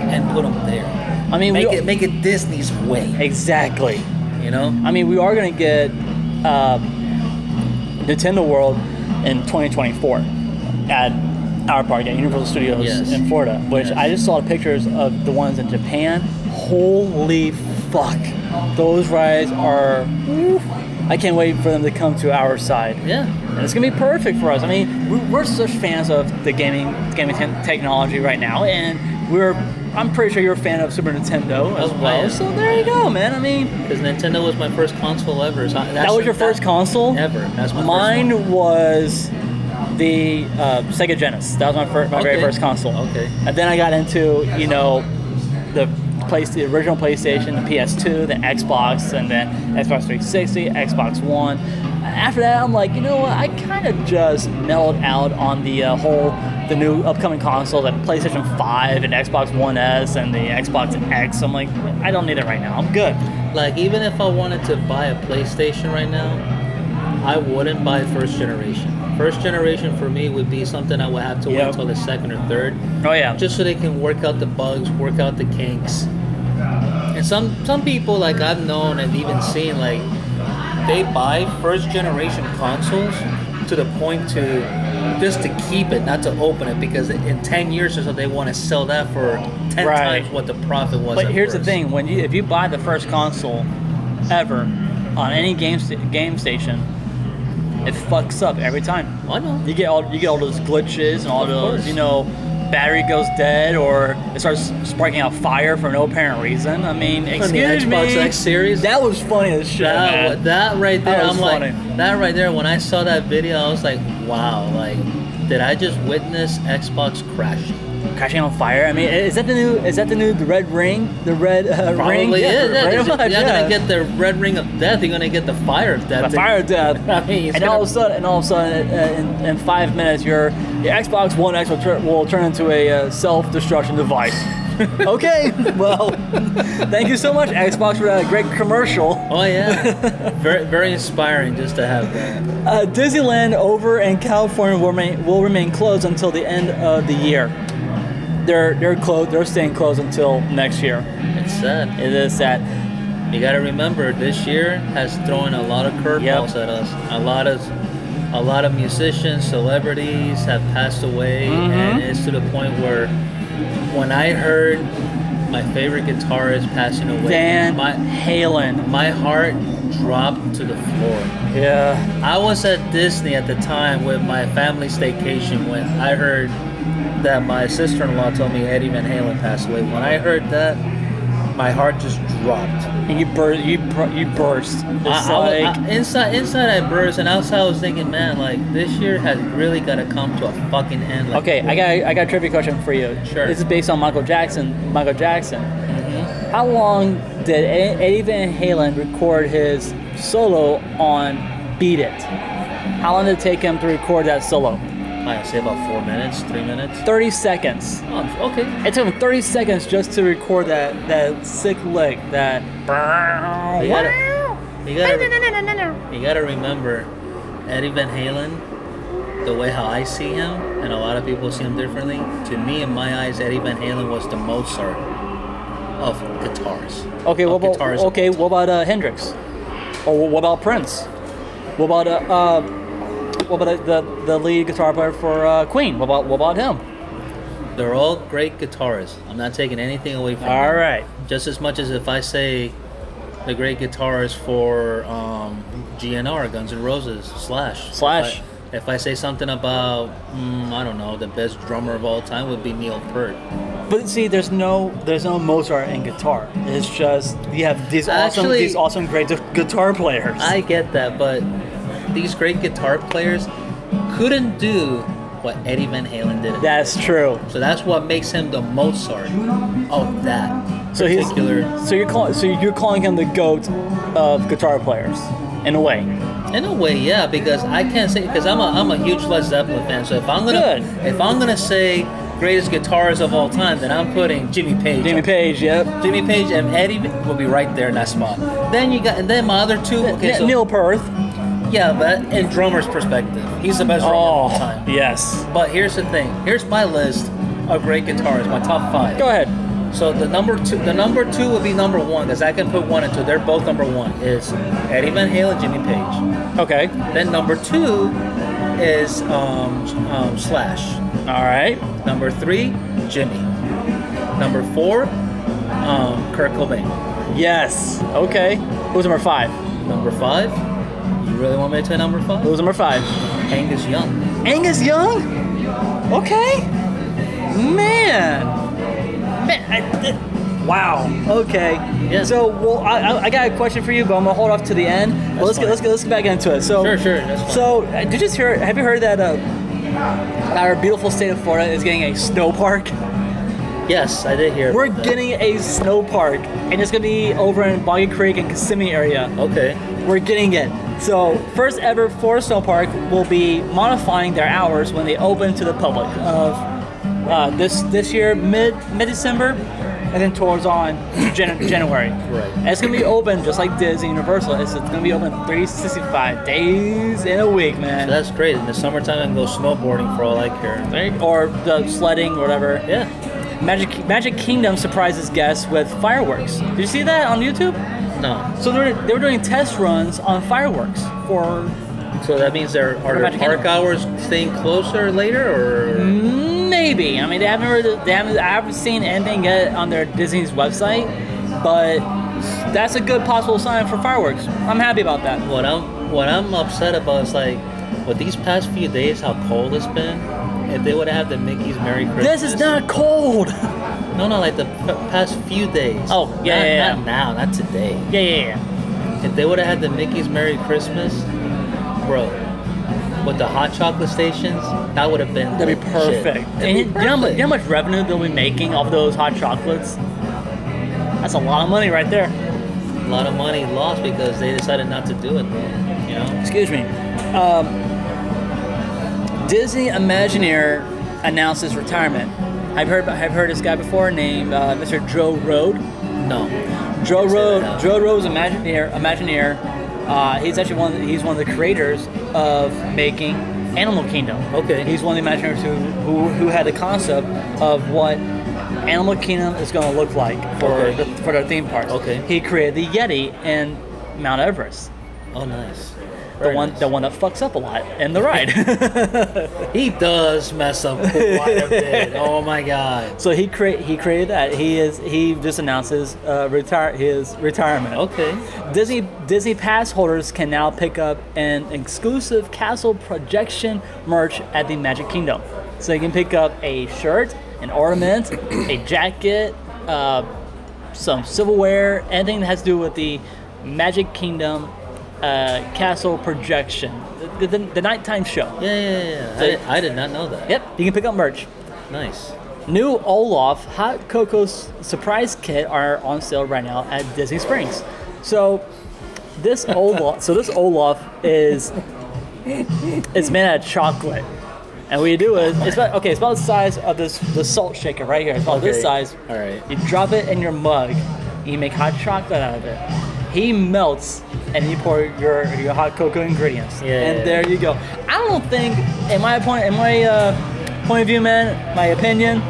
S2: and put them there.
S1: I mean,
S2: Make
S1: we,
S2: it make it Disney's way.
S1: exactly.
S2: You know.
S1: I mean, we are gonna get uh, Nintendo World in 2024 at our park at Universal Studios
S2: Yes.
S1: in Florida, which
S2: Yes.
S1: I just saw the pictures of the ones in Japan. Holy fuck, those rides are! I can't wait for them to come to our side.
S2: Yeah.
S1: And it's gonna be perfect for us. I mean, we- we're such fans of the gaming gaming te- technology right now, and we're I'm pretty sure you're a fan of Super Nintendo as
S2: Oh, I
S1: well.
S2: am.
S1: So there you go, man. I mean,
S2: Because Nintendo was my first console ever. So that's-
S1: that was your first console
S2: Ever. That's my first
S1: Mine
S2: one.
S1: was the uh, Sega Genesis. That was my first, my very
S2: Okay.
S1: first console.
S2: Okay.
S1: And then I got into you know the place the original PlayStation, the PS2, the Xbox, and then Xbox 360, Xbox One. After that, I'm like, you know what? I kind of just mellowed out on the uh, whole the new upcoming consoles, like PlayStation 5 and Xbox One S and the Xbox X. I'm like, I don't need it right now. I'm good.
S2: Like even if I wanted to buy a PlayStation right now, I wouldn't buy first generation. First generation for me would be something I would have to wait
S1: Yep.
S2: until the second or third,
S1: Oh yeah.
S2: just so they can work out the bugs, work out the kinks. And some some people like I've known and even seen like they buy first generation consoles to the point to just to keep it, not to open it, because in ten years or so they want to sell that for ten
S1: Right.
S2: times what the profit was.
S1: But
S2: at
S1: here's the
S2: first.
S1: thing: when you, if you buy the first console ever on any game st- game station, it fucks up every time.
S2: I know.
S1: You get all you get all those glitches and all
S2: Of
S1: those
S2: course.
S1: you know battery goes dead or it starts sparking out fire for no apparent reason. I mean,
S2: the
S1: excuse me.
S2: Xbox X series?
S1: That was funny as shit.
S2: That, wa-
S1: man.
S2: that right there,
S1: That was
S2: I'm
S1: funny.
S2: like, that right there, when I saw that video, I was like, wow, like, did I just witness Xbox crashing?
S1: Crashing on fire. I mean, is that the new is that the new the red ring? The red uh,
S2: Probably
S1: ring?
S2: is. Yeah,
S1: pretty
S2: you're
S1: much,
S2: not
S1: yeah.
S2: gonna get the red ring of death, you're gonna get the fire of death.
S1: the fire of death.
S2: I mean, it's
S1: and
S2: gonna-
S1: all of a sudden, and all of a sudden, uh, in, in five minutes, your, your Xbox One X will, tur- will turn into a uh, self-destruction device. okay, well, thank you so much, Xbox, for that great commercial.
S2: Oh, yeah. very, very inspiring just to have that.
S1: Uh, Disneyland over in California will remain, will remain closed until the end of the year. They're they're closed. They're staying closed until next year.
S2: It's sad.
S1: It is sad.
S2: You gotta remember, this year has thrown a lot of curveballs at us. A lot of. A lot of musicians, celebrities have passed away, and it's to the point where when I heard my favorite guitarist passing away,
S1: Dan
S2: my
S1: Halen.
S2: my heart dropped to the floor.
S1: Yeah.
S2: I was at Disney at the time with my family staycation when I heard that my sister in law told me Eddie Van Halen passed away. When I heard that, my heart just dropped.
S1: And you burst. You bur- you burst. It's
S2: I- I-
S1: like
S2: I- inside, inside I burst, and outside I was thinking, man, like this year has really got to come to a fucking end. Like,
S1: okay, I got I got a trivia question for you.
S2: Sure.
S1: This is based on Michael Jackson. Michael Jackson.
S2: Mm-hmm.
S1: How long did Ed- Eddie Van Halen record his solo on "Beat It"? How long did it take him to record that solo?
S2: I say about four minutes, three minutes.
S1: Thirty seconds.
S2: Oh, okay.
S1: It took him 30 seconds just to record that that sick lick that.
S2: You gotta, you gotta, you gotta remember, Eddie Van Halen. The way how I see him, and a lot of people see him differently. To me, in my eyes, Eddie Van Halen was the Mozart of guitars.
S1: Okay,
S2: of
S1: what about
S2: guitars.
S1: okay? What about uh, Hendrix? Or wh- what about Prince? What about uh, uh what about uh, the the lead guitar player for uh, Queen? What about what about him?
S2: They're all great guitarists. I'm not taking anything away from. them.
S1: All right.
S2: just as much as if I say the great guitarist for um, GNR, Guns N' Roses, Slash.
S1: Slash.
S2: If I, if I say something about, mm, I don't know, the best drummer of all time would be Neil Peart.
S1: But see, there's no there's no Mozart in guitar. It's just you have these awesome
S2: Actually-
S1: these awesome great gu- guitar players.
S2: I get that, but these great guitar players couldn't do what Eddie Van Halen did.
S1: That's true.
S2: so that's what makes him the Mozart of that
S1: So he's
S2: particular.
S1: so you're calling so you're calling him the goat of guitar players in a way.
S2: In a way, yeah, because I can't say because I'm a I'm a huge Led Zeppelin fan. So if I'm gonna
S1: Good.
S2: if I'm gonna say greatest guitarist of all time, then I'm putting Jimmy Page.
S1: Jimmy Page, yep.
S2: Jimmy Page and Eddie will be right there in that spot. Then you got and then my other two. Okay,
S1: N-
S2: so,
S1: Neil Perth.
S2: Yeah, but in drummer's perspective, he's the best drummer of all time.
S1: Oh, yes.
S2: But here's the thing. Here's my list of great guitarists, my top five.
S1: Go ahead.
S2: So the number two, the number two would be number one because I can put one and two. They're both number one. Is Eddie Van Halen, Jimmy Page.
S1: Okay.
S2: Then number two is um, um, Slash.
S1: All right.
S2: Number three, Jimmy. Number four, um, Kurt Cobain.
S1: Yes. Okay. Who's number five?
S2: Number five, you really want me to say number five?
S1: Who's number five?
S2: Angus Young.
S1: Angus Young. Okay. Man. Man. I, I- wow. Okay.
S2: Yeah.
S1: So, well, I, I- I got a question for you, but I'm gonna hold off to the end. But let's get
S2: fine.
S1: let's get let's get back into it. So.
S2: Sure, sure, that's fine.
S1: So, uh, did you just hear? Have you heard that? Uh, our beautiful state of Florida is getting a snow park.
S2: Yes, I did hear.
S1: We're
S2: about that.
S1: getting a snow park, and it's gonna be over in Boggy Creek and Kissimmee area.
S2: Okay.
S1: We're getting it. So, first ever Florida Snow Park will be modifying their hours when they open to the public of uh, this this year mid mid December, and then towards on Jan- January.
S2: Right.
S1: And it's gonna be open just like Disney Universal. It's, it's gonna be open 365 days in a week, man.
S2: So that's great. In the summertime, I can go snowboarding for all I care.
S1: or the sledding, whatever.
S2: Yeah.
S1: Magic Magic Kingdom surprises guests with fireworks. Did you see that on YouTube?
S2: No.
S1: So they were, they were doing test runs on fireworks for
S2: So that means there are there
S1: Magic
S2: park
S1: Kingdom.
S2: hours staying closer later, or
S1: Maybe. I mean, they haven't really, they haven't, I haven't seen anything yet on their Disney's website, but that's a good possible sign for fireworks. I'm happy about that.
S2: What I'm what I'm upset about is like with these past few days how cold it's been. If they would have the Mickey's Merry Christmas.
S1: This is not cold. Yeah,
S2: No, no, like the p- past few days.
S1: Oh, yeah,
S2: not,
S1: yeah, yeah.
S2: Not now, not today.
S1: yeah, yeah.
S2: If they would have had the Mickey's Merry Christmas, bro, with the hot chocolate stations, that would have been
S1: That'd be
S2: legit.
S1: perfect.
S2: That'd
S1: And
S2: be
S1: you know, how mu- you
S2: perfect.
S1: know how much revenue they'll be making off those hot chocolates? That's a lot of money right there.
S2: A lot of money lost because they decided not to do it. though, You know.
S1: Excuse me. Um, Disney Imagineer announced his retirement. I've heard, I've heard this guy before named uh, Mr. Joe Road.
S2: No.
S1: Joe
S2: Say
S1: Rowe,
S2: that.
S1: Joe Rowe's Imagineer, Imagineer, uh, he's actually one. Of the, he's one of the creators of making Animal Kingdom.
S2: Okay.
S1: He's one of the Imagineers who who, who had the concept of what Animal Kingdom is going to look like for
S2: Okay.
S1: the, for their theme parks.
S2: Okay.
S1: He created the Yeti and Mount Everest.
S2: Oh, nice.
S1: the one the one that fucks up a lot in the ride.
S2: He does mess up quite a bit. Oh my god.
S1: so he create he created that. He is he just announces uh, retire his retirement.
S2: Okay.
S1: Disney Disney pass holders can now pick up an exclusive castle projection merch at the Magic Kingdom. So you can pick up a shirt, an ornament, a jacket, uh, some silverware, anything that has to do with the Magic Kingdom uh, castle projection, the, the, the nighttime show.
S2: Yeah, yeah, yeah. yeah. I, I did not know that.
S1: Yep, you can pick up merch.
S2: Nice.
S1: New Olaf Hot Cocoa s- Surprise Kit are on sale right now at Disney Springs. So this Olaf, so this Olaf is it's made out of chocolate, and what you do is it's about okay, it's about the size of this the salt shaker right here. It's about this
S2: Okay.
S1: size.
S2: All right.
S1: You drop it in your mug, and you make hot chocolate out of it. He melts, and you pour your your hot cocoa ingredients.
S2: Yeah.
S1: And there you go. I don't think, in my point, in my uh, point of view, man, my opinion,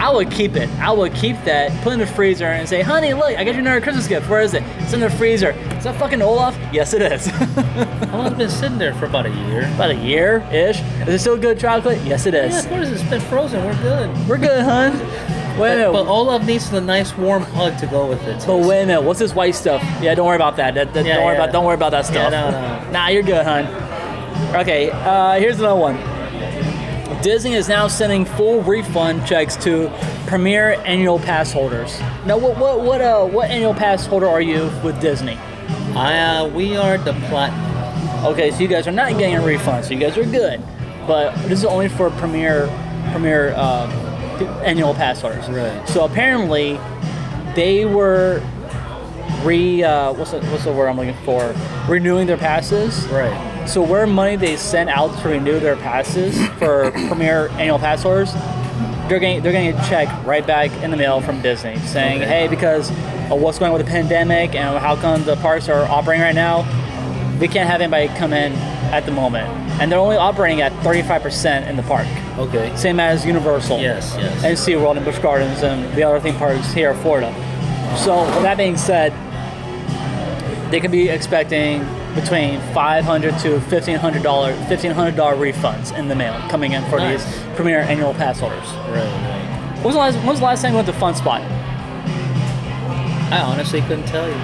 S1: I would keep it. I would keep that, put it in the freezer, and say, "Honey, look, I got you another Christmas gift. Where is it? It's in the freezer. Is that fucking Olaf? Yes, it is.
S2: How long has it been sitting there for about a year?
S1: About a year ish. Is it still good chocolate? Yes, it
S2: Yeah,
S1: is.
S2: of course. It's been frozen. We're good.
S1: We're good, hun. Wait a minute.
S2: But, but Olaf needs the nice warm hug to go with it.
S1: But wait a minute, what's this white stuff? Yeah, don't worry about that. That- that-
S2: Yeah,
S1: don't worry
S2: yeah.
S1: about don't worry about that
S2: Yeah,
S1: stuff.
S2: no, no.
S1: Nah, you're good, hun. Okay, uh, here's another one. Disney is now sending full refund checks to Premier annual pass holders. Now, what what what uh what annual pass holder are you with Disney?
S2: I, uh, we are the platinum.
S1: Okay, so you guys are not getting a refund, so you guys are good. But this is only for Premier Premier uh, annual pass holders.
S2: Right.
S1: So apparently, they were re uh, what's the, what's the word I'm looking for? Renewing their passes.
S2: Right.
S1: So where money they sent out to renew their passes for Premier annual pass holders, they're getting they're getting a check right back in the mail from Disney saying,
S2: Okay.
S1: hey, because of what's going on with the pandemic and how come the parks are operating right now, we can't have anybody come in at the moment, and they're only operating at 35% in the park.
S2: Okay.
S1: Same as Universal.
S2: Yes, yes.
S1: And SeaWorld and Busch Gardens and the other theme parks here in Florida. So, with that being said, they could be expecting between $500 to $1,500, $1,500 refunds in the mail coming in for
S2: Nice.
S1: these premier annual pass holders.
S2: Right, right.
S1: When was the last, when was the last time you went to Fun Spot?
S2: I honestly couldn't tell you.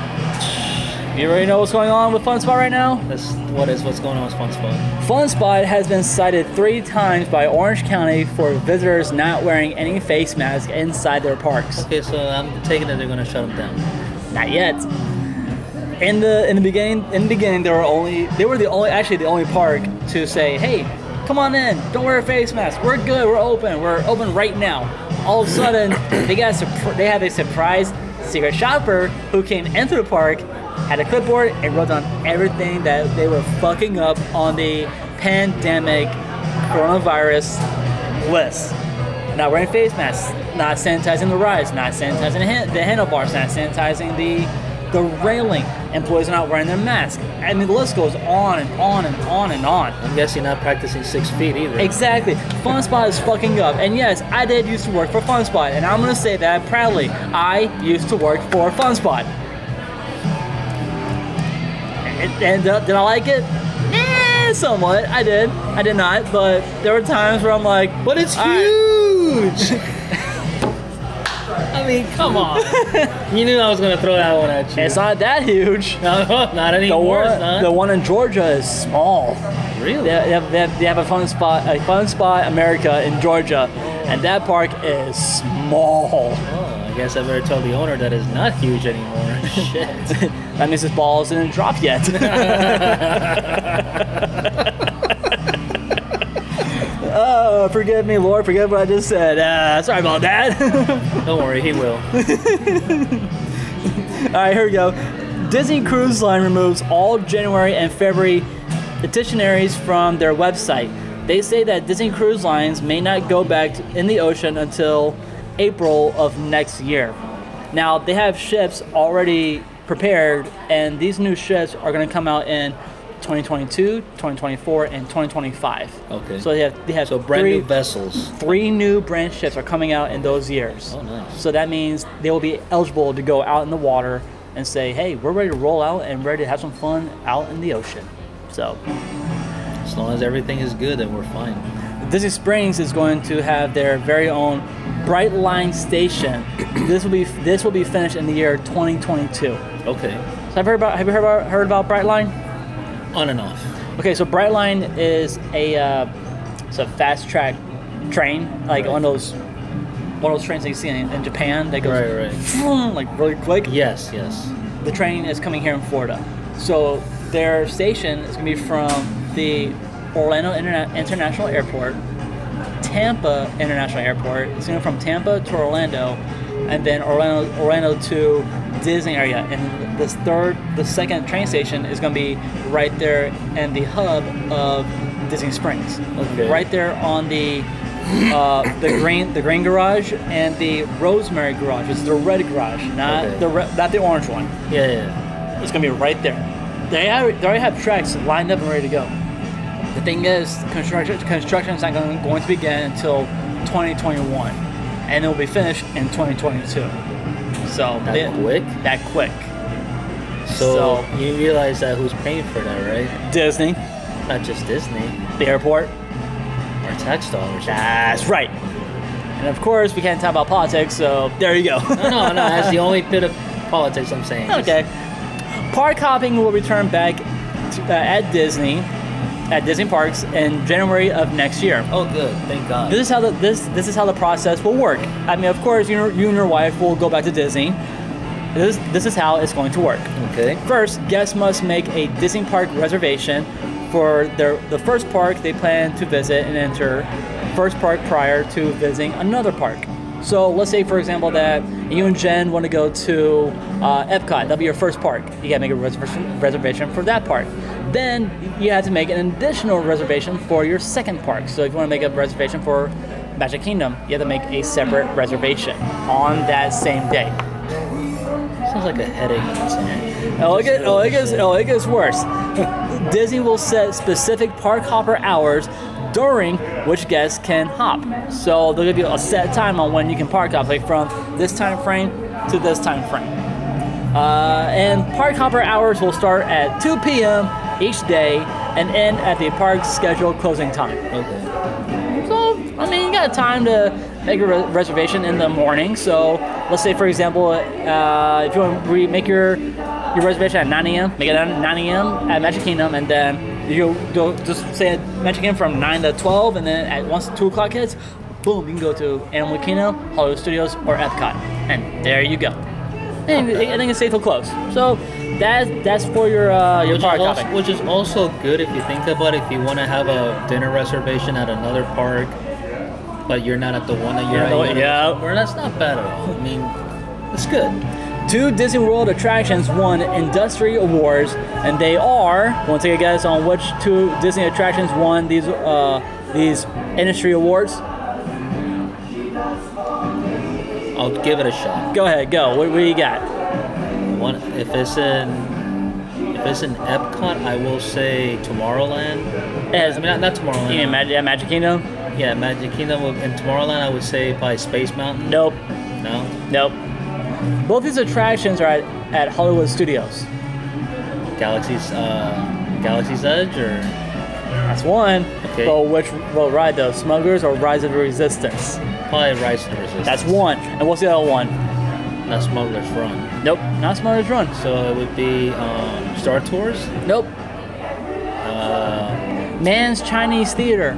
S1: You already know what's going on with Fun Spot right now?
S2: That's what is what's going on with SpongeBob.
S1: Fun Spot has been cited three times by Orange County for visitors not wearing any face masks inside their parks.
S2: Okay, so I'm taking it they're gonna shut them down.
S1: Not yet. In the in the beginning, in the beginning, they were only they were the only actually the only park to say, "Hey, come on in. Don't wear a face mask. We're good. We're open. We're open right now." All of a sudden, they got a surpr- they had a surprise secret shopper who came into the park, had a clipboard, and wrote down everything that they were fucking up on the pandemic coronavirus list. Not wearing face masks, not sanitizing the rides, not sanitizing the, hand, the handlebars, not sanitizing the the railing. Employees are not wearing their mask. I mean, the list goes on and on and on and on.
S2: I'm guessing not practicing six feet either.
S1: Exactly. Fun Spot is fucking up. And yes, I did used to work for Fun Spot, and I'm gonna say that proudly. I used to work for Fun Spot. And, and uh, did I like it? Eh, somewhat. I did. I did not. But there were times where I'm like,
S2: But it's
S1: All right.
S2: huge. I mean, come on. you knew I was gonna throw that one at you.
S1: It's not that huge.
S2: no, no, not
S1: The
S2: anymore. it's
S1: one,
S2: not.
S1: the one in Georgia is small.
S2: really?
S1: They they have, they have, they have a fun spot, a fun spot America in Georgia, and that park is small.
S2: Oh, I guess I better tell the owner that it's not huge anymore. Shit.
S1: That means his balls didn't drop yet. oh, forgive me, Lord. Forgive what I just said. Uh, sorry about that.
S2: Don't worry, he will.
S1: All right, here we go. Disney Cruise Line removes all January and February dictionaries from their website. They say that Disney Cruise Lines may not go back to- in the ocean until April of next year. Now, they have ships already prepared, and these new ships are going to come out in 2022, 2024, and 2025.
S2: Okay.
S1: So they have, they have
S2: So brand
S1: three,
S2: new vessels.
S1: three new brand ships are coming out in those years.
S2: Oh, nice.
S1: So that means they will be eligible to go out in the water and say, hey, we're ready to roll out and ready to have some fun out in the ocean.
S2: So, as long as everything is good, then we're fine.
S1: Disney Springs is going to have their very own Bright Line Station. this will be this will be finished in the year 2022.
S2: Okay.
S1: So I've heard about have you heard about heard about Bright Line?
S2: On and off.
S1: Okay, so Brightline is a uh, it's a fast track train, like one of those one of those trains that you see in, in Japan that goes
S2: Right, right.
S1: vroom, like really quick.
S2: Yes, yes.
S1: The train is coming here in Florida, so their station is gonna be from the Orlando Interna- International Airport, Tampa International Airport. It's gonna go from Tampa to Orlando, and then Orlando Orlando to Disney area. And this third, the second train station is gonna be right there in the hub of Disney Springs.
S2: Okay.
S1: Right there on the uh, the green the green garage and the rosemary garage. It's the red garage, not
S2: Okay.
S1: the re- not the orange one.
S2: Yeah, yeah.
S1: It's gonna be right there. They already, they already have tracks lined up and ready to go. The thing is, construction construction is not going, going to begin until 2021, and it will be finished in 2022. So
S2: That
S1: they-
S2: quick?
S1: That quick.
S2: So,
S1: So-
S2: you realize that who's paying for that,
S1: Disney,
S2: right? Not just Disney,
S1: the airport.
S2: our tax dollars.
S1: That's right. And of course, we can't talk about politics. So there you go.
S2: No, no, no. That's the only bit of politics I'm saying.
S1: Okay. Park hopping will return back to, uh, at Disney, at Disney parks in January of next year.
S2: Oh, good. Thank God.
S1: This is how the this this is how the process will work. I mean, of course, you, you and your wife will go back to Disney. This this is how it's going to work.
S2: okay.
S1: First, guests must make a Disney park reservation for their the first park they plan to visit and enter, first park prior to visiting another park. So let's say, for example, that you and Jen want to go to uh, Epcot. That'll be your first park. You gotta make a reservation reservation for that park. Then you have to make an additional reservation for your second park. So if you want to make a reservation for Magic Kingdom, you have to make a separate reservation on that same day.
S2: Sounds like a headache. I'm saying.
S1: Oh, it
S2: Just
S1: gets, oh, it gets,
S2: bullshit.
S1: oh, it gets worse. Disney will set specific park hopper hours during which guests can hop. So they'll give you a set time on when you can park hop, like from this time frame to this time frame. Uh, and park hopper hours will start at 2 p.m. each day and end at the park's scheduled closing time.
S2: Okay.
S1: So, I mean, you got time to make a re- reservation in the morning. So, let's say, for example, uh, if you want to re- make your your reservation at 9 a.m., make it at 9 a.m. at Magic Kingdom, and then you go go- just say at Magic Kingdom from 9 to 12, and then at once 2 o'clock hits, boom, you can go to Animal Kingdom, Hollywood Studios, or Epcot, and there you go. And I think it's safe till close. So that that's for your uh, your
S2: Which is,
S1: park
S2: also,
S1: hopping.
S2: which is also good if you think about it. If you want to have a dinner reservation at another park, but you're not at the one that you're
S1: Yeah,
S2: at.
S1: the
S2: you
S1: one-
S2: wanna-
S1: yeah.
S2: Or that's not bad at all. I mean, it's good.
S1: Two Disney World attractions won industry awards, and they are. Want to take a guess on which two Disney attractions won these uh, these industry awards?
S2: I'll give it a shot.
S1: Go ahead, go. What, what do you got?
S2: One, if it's in, if it's in Epcot, I will say Tomorrowland.
S1: It
S2: I
S1: has
S2: mean, not, not
S1: you mean
S2: Tomorrowland.
S1: Mag- yeah, Magic Kingdom.
S2: yeah, Magic Kingdom would- and Tomorrowland. I would say by Space Mountain.
S1: Nope,
S2: No.
S1: nope. Both these attractions are at, at Hollywood Studios.
S2: Galaxy's uh, Galaxy's Edge or
S1: That's one.
S2: Okay.
S1: But which will ride though? Smugglers or Rise of the Resistance?
S2: probably Rise of the Resistance.
S1: That's one. And what's the other one?
S2: That's Smuggler's Run.
S1: Nope, not Smugglers Run.
S2: So it would be um, Star Tours.
S1: Nope.
S2: Uh,
S1: Man's Chinese Theater.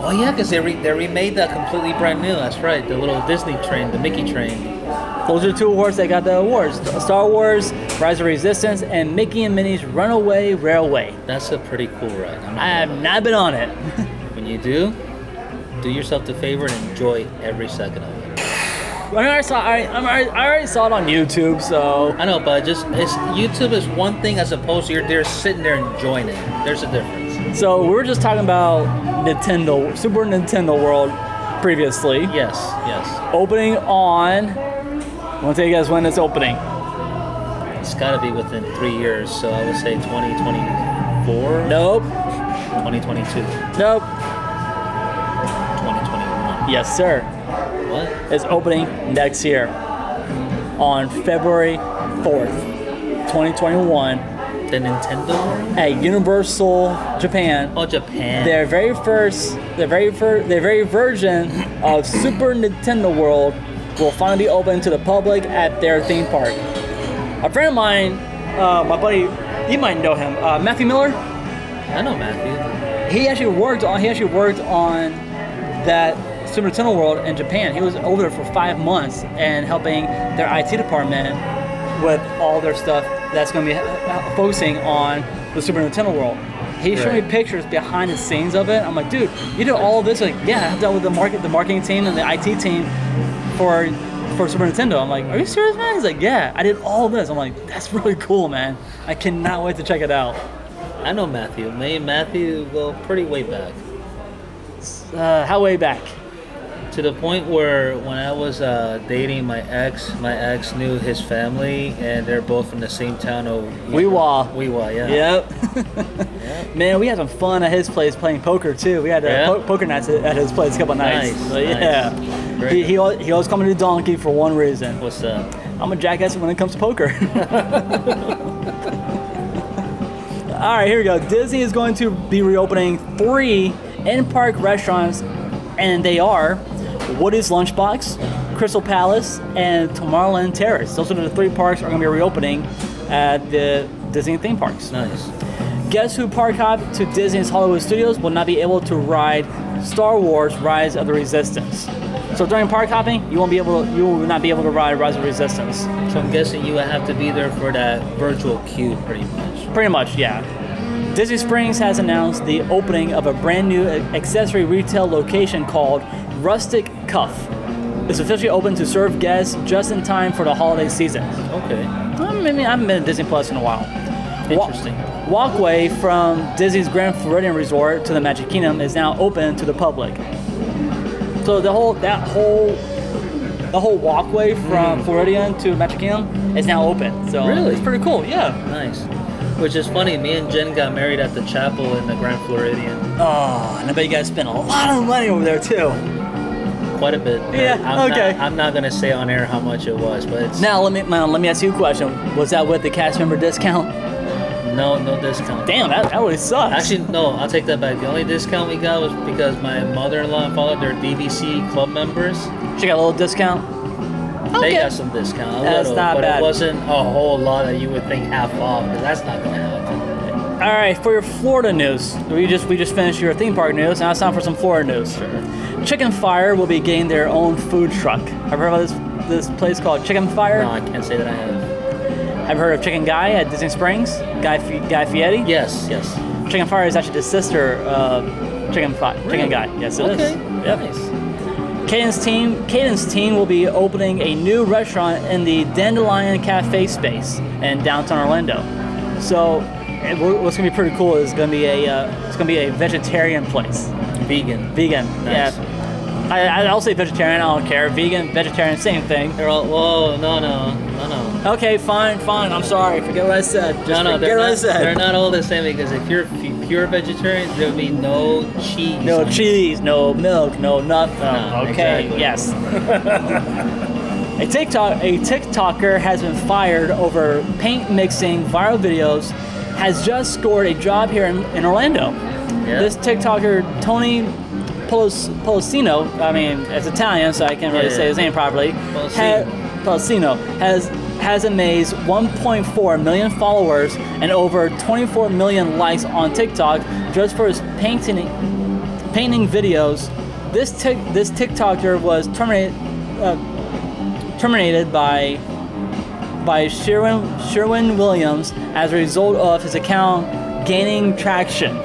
S2: oh yeah, because they re- they remade that completely brand new. That's right, the little Disney train, the Mickey train.
S1: Those are two awards that got the awards Star Wars, Rise of Resistance, and Mickey and Minnie's Runaway Railway.
S2: That's a pretty cool ride. I'm
S1: I
S2: not
S1: have not been on it.
S2: gonna- when you do, do yourself the favor and enjoy every second of it.
S1: I, mean, I, saw, I, I'm already- I already saw it on YouTube, so.
S2: I know, but just it's YouTube is one thing as opposed to you're there sitting there enjoying it. There's a difference.
S1: So we were just talking about Nintendo, Super Nintendo World previously.
S2: Yes, yes.
S1: Opening on. Want to take you guys when it's opening?
S2: It's got to be within three years, so I would say 2024.
S1: Nope.
S2: 2022,
S1: Nope.
S2: 2021.
S1: Yes, sir.
S2: What?
S1: It's opening next year on February 4th, 2021
S2: the Nintendo?
S1: at Universal Japan.
S2: Oh, Japan.
S1: Their very first, their very first, their very version of Super Nintendo World will finally be open to the public at their theme park. A friend of mine, uh, my buddy, you might know him, uh, Matthew Miller.
S2: I know Matthew.
S1: He actually worked on. He actually worked on that Super Nintendo World in Japan. He was over there for five months and helping their IT department with all their stuff that's going to be uh, focusing on the Super Nintendo World. He showed me
S2: Right.
S1: pictures behind the scenes of it. I'm like, dude, you did all of this? Like, yeah, I've dealt with the market, the marketing team, and the IT team for for Super Nintendo. I'm like, are you serious, man? He's like, yeah, I did all this. I'm like, that's really cool, man. I cannot wait to check it out.
S2: I know Matthew. Me and Matthew go pretty way back.
S1: Uh, how way back?
S2: To the point where when I was uh, dating my ex, my ex knew his family, and they're both from the same town of
S1: Weewaw.
S2: Weewaw, yeah.
S1: Yep. Man, we had some fun at his place playing poker too. We had uh,
S2: Yeah?
S1: po- poker nights at at his place a couple nights.
S2: Nice,
S1: So,
S2: nice.
S1: yeah.
S2: Very
S1: He,
S2: good.
S1: he, al- he always coming to Donkey for one reason.
S2: What's up?
S1: I'm a jackass when it comes to poker. All right, here we go. Disney is going to be reopening three in-park restaurants, and they are Woody's Lunchbox, Crystal Palace, and Tomorrowland Terrace. Those are the three parks that are going to be reopening at the Disney theme parks.
S2: Nice.
S1: Guess who park hop to Disney's Hollywood Studios will not be able to ride Star Wars: Rise of the Resistance. So during park hopping, you won't be able you will not be able to ride Rise of the Resistance.
S2: So I'm guessing you would have to be there for that virtual queue, pretty much.
S1: Pretty much, yeah. Disney Springs has announced the opening of a brand new accessory retail location called Rustic Cuff. It's officially open to serve guests just in time for the holiday season.
S2: Okay.
S1: I mean, I haven't been to Disney Plus in a while. Wa-
S2: Interesting.
S1: walkway from Disney's Grand Floridian Resort to the Magic Kingdom is now open to the public. So the whole that whole the whole walkway from Floridian to Magic Kingdom is now open. So
S2: Really?
S1: it's pretty cool. Yeah.
S2: Nice. Which is funny. Me and Jen got married at the chapel in the Grand Floridian.
S1: Oh, and I bet you guys spent a lot of money over there too.
S2: Quite a bit.
S1: Yeah,
S2: I'm
S1: okay.
S2: Not, I'm not gonna say on air how much it was, but it's
S1: Now let me now, let me ask you a question. Was that with the cast member discount?
S2: no, no discount.
S1: Damn, that that would suck.
S2: Actually, no. I'll take that back. The only discount we got was because my mother-in-law and father, they're DVC club members.
S1: she got a little discount.
S2: They
S1: Okay.
S2: got some discount. A
S1: That's
S2: little,
S1: not
S2: but
S1: bad.
S2: it wasn't a whole lot that you would think half off. 'cause that's not gonna happen.
S1: All right, for your Florida news, we just we just finished your theme park news. Now it's time for some Florida news. Chicken Fire will be getting their own food truck. Have you heard about this this place called Chicken Fire?
S2: No, I can't say that I have.
S1: Have you heard of Chicken Guy at Disney Springs? Guy Fi- Guy Fieri.
S2: Yes, yes.
S1: Chicken Fire is actually the sister of Chicken Fi- Chicken Guy. Yes, it is.
S2: Okay.
S1: Yep.
S2: Nice.
S1: Cadence Team Cadence Team will be opening a new restaurant in the Dandelion Cafe space in downtown Orlando. So, it- wh- what's gonna be pretty cool is gonna be a uh, it's gonna be a vegetarian place,
S2: Vegan.
S1: vegan.
S2: Nice.
S1: Yeah, I, I- I'll say vegetarian. I don't care. Vegan, vegetarian, same thing.
S2: They're all, whoa, no, no, no, no.
S1: Okay, fine, fine. I'm sorry. Forget what I said. Just
S2: no, no,
S1: forget
S2: they're
S1: what I
S2: not, they're
S1: said.
S2: not all the same because if you're f- pure vegetarian, there'll be no cheese.
S1: No
S2: on it.
S1: cheese, no milk, no nothing.
S2: No,
S1: okay,
S2: exactly.
S1: yes. a TikTok a TikToker has been fired over paint mixing viral videos. Has just scored a job here in, in Orlando.
S2: Yeah.
S1: This TikToker Tony Polos, Polosino, I mean, it's Italian, so I can't really
S2: Yeah.
S1: say his name properly.
S2: Polosino.
S1: ha- Polosino has has amazed 1.4 million followers and over 24 million likes on TikTok just for his painting painting videos. This tic, this TikToker was terminated uh, terminated by by Sherwin Sherwin Williams as a result of his account gaining traction.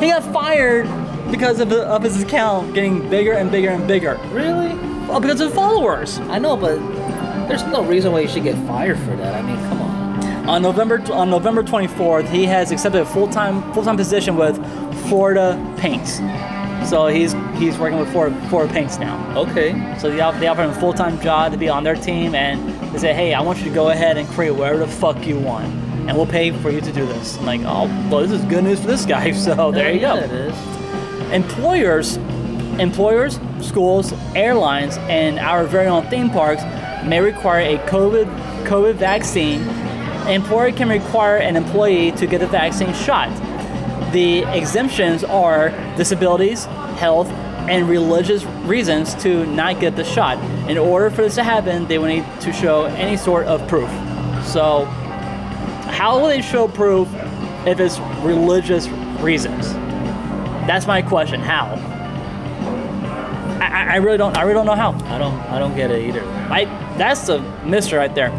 S1: He got fired because of, the, of his account getting bigger and bigger and bigger.
S2: Really?
S1: Well, because of followers.
S2: I know, but there's no reason why you should get fired for that. I mean, come on.
S1: On November on November 24th, he has accepted a full-time full-time position with Florida Paints. So he's he's working with Florida, Florida Paints now.
S2: Okay.
S1: So they offer, they offer him a full-time job to be on their team, and they say, "Hey, I want you to go ahead and create whatever the fuck you want, and we'll pay for you to do this." I'm like, "Oh, well, this is good news for this guy." So there you
S2: Yeah,
S1: go.
S2: It is.
S1: Employers, employers, schools, airlines, and our very own theme parks may require a COVID COVID vaccine employer can require an employee to get the vaccine shot. The exemptions are disabilities, health, and religious reasons to not get the shot. In order for this to happen, they will need to show any sort of proof. So, how will they show proof if it's religious reasons? That's my question. How? I, I- I really don't. I really don't know how.
S2: I don't. I don't get it either.
S1: I, that's the mystery right there.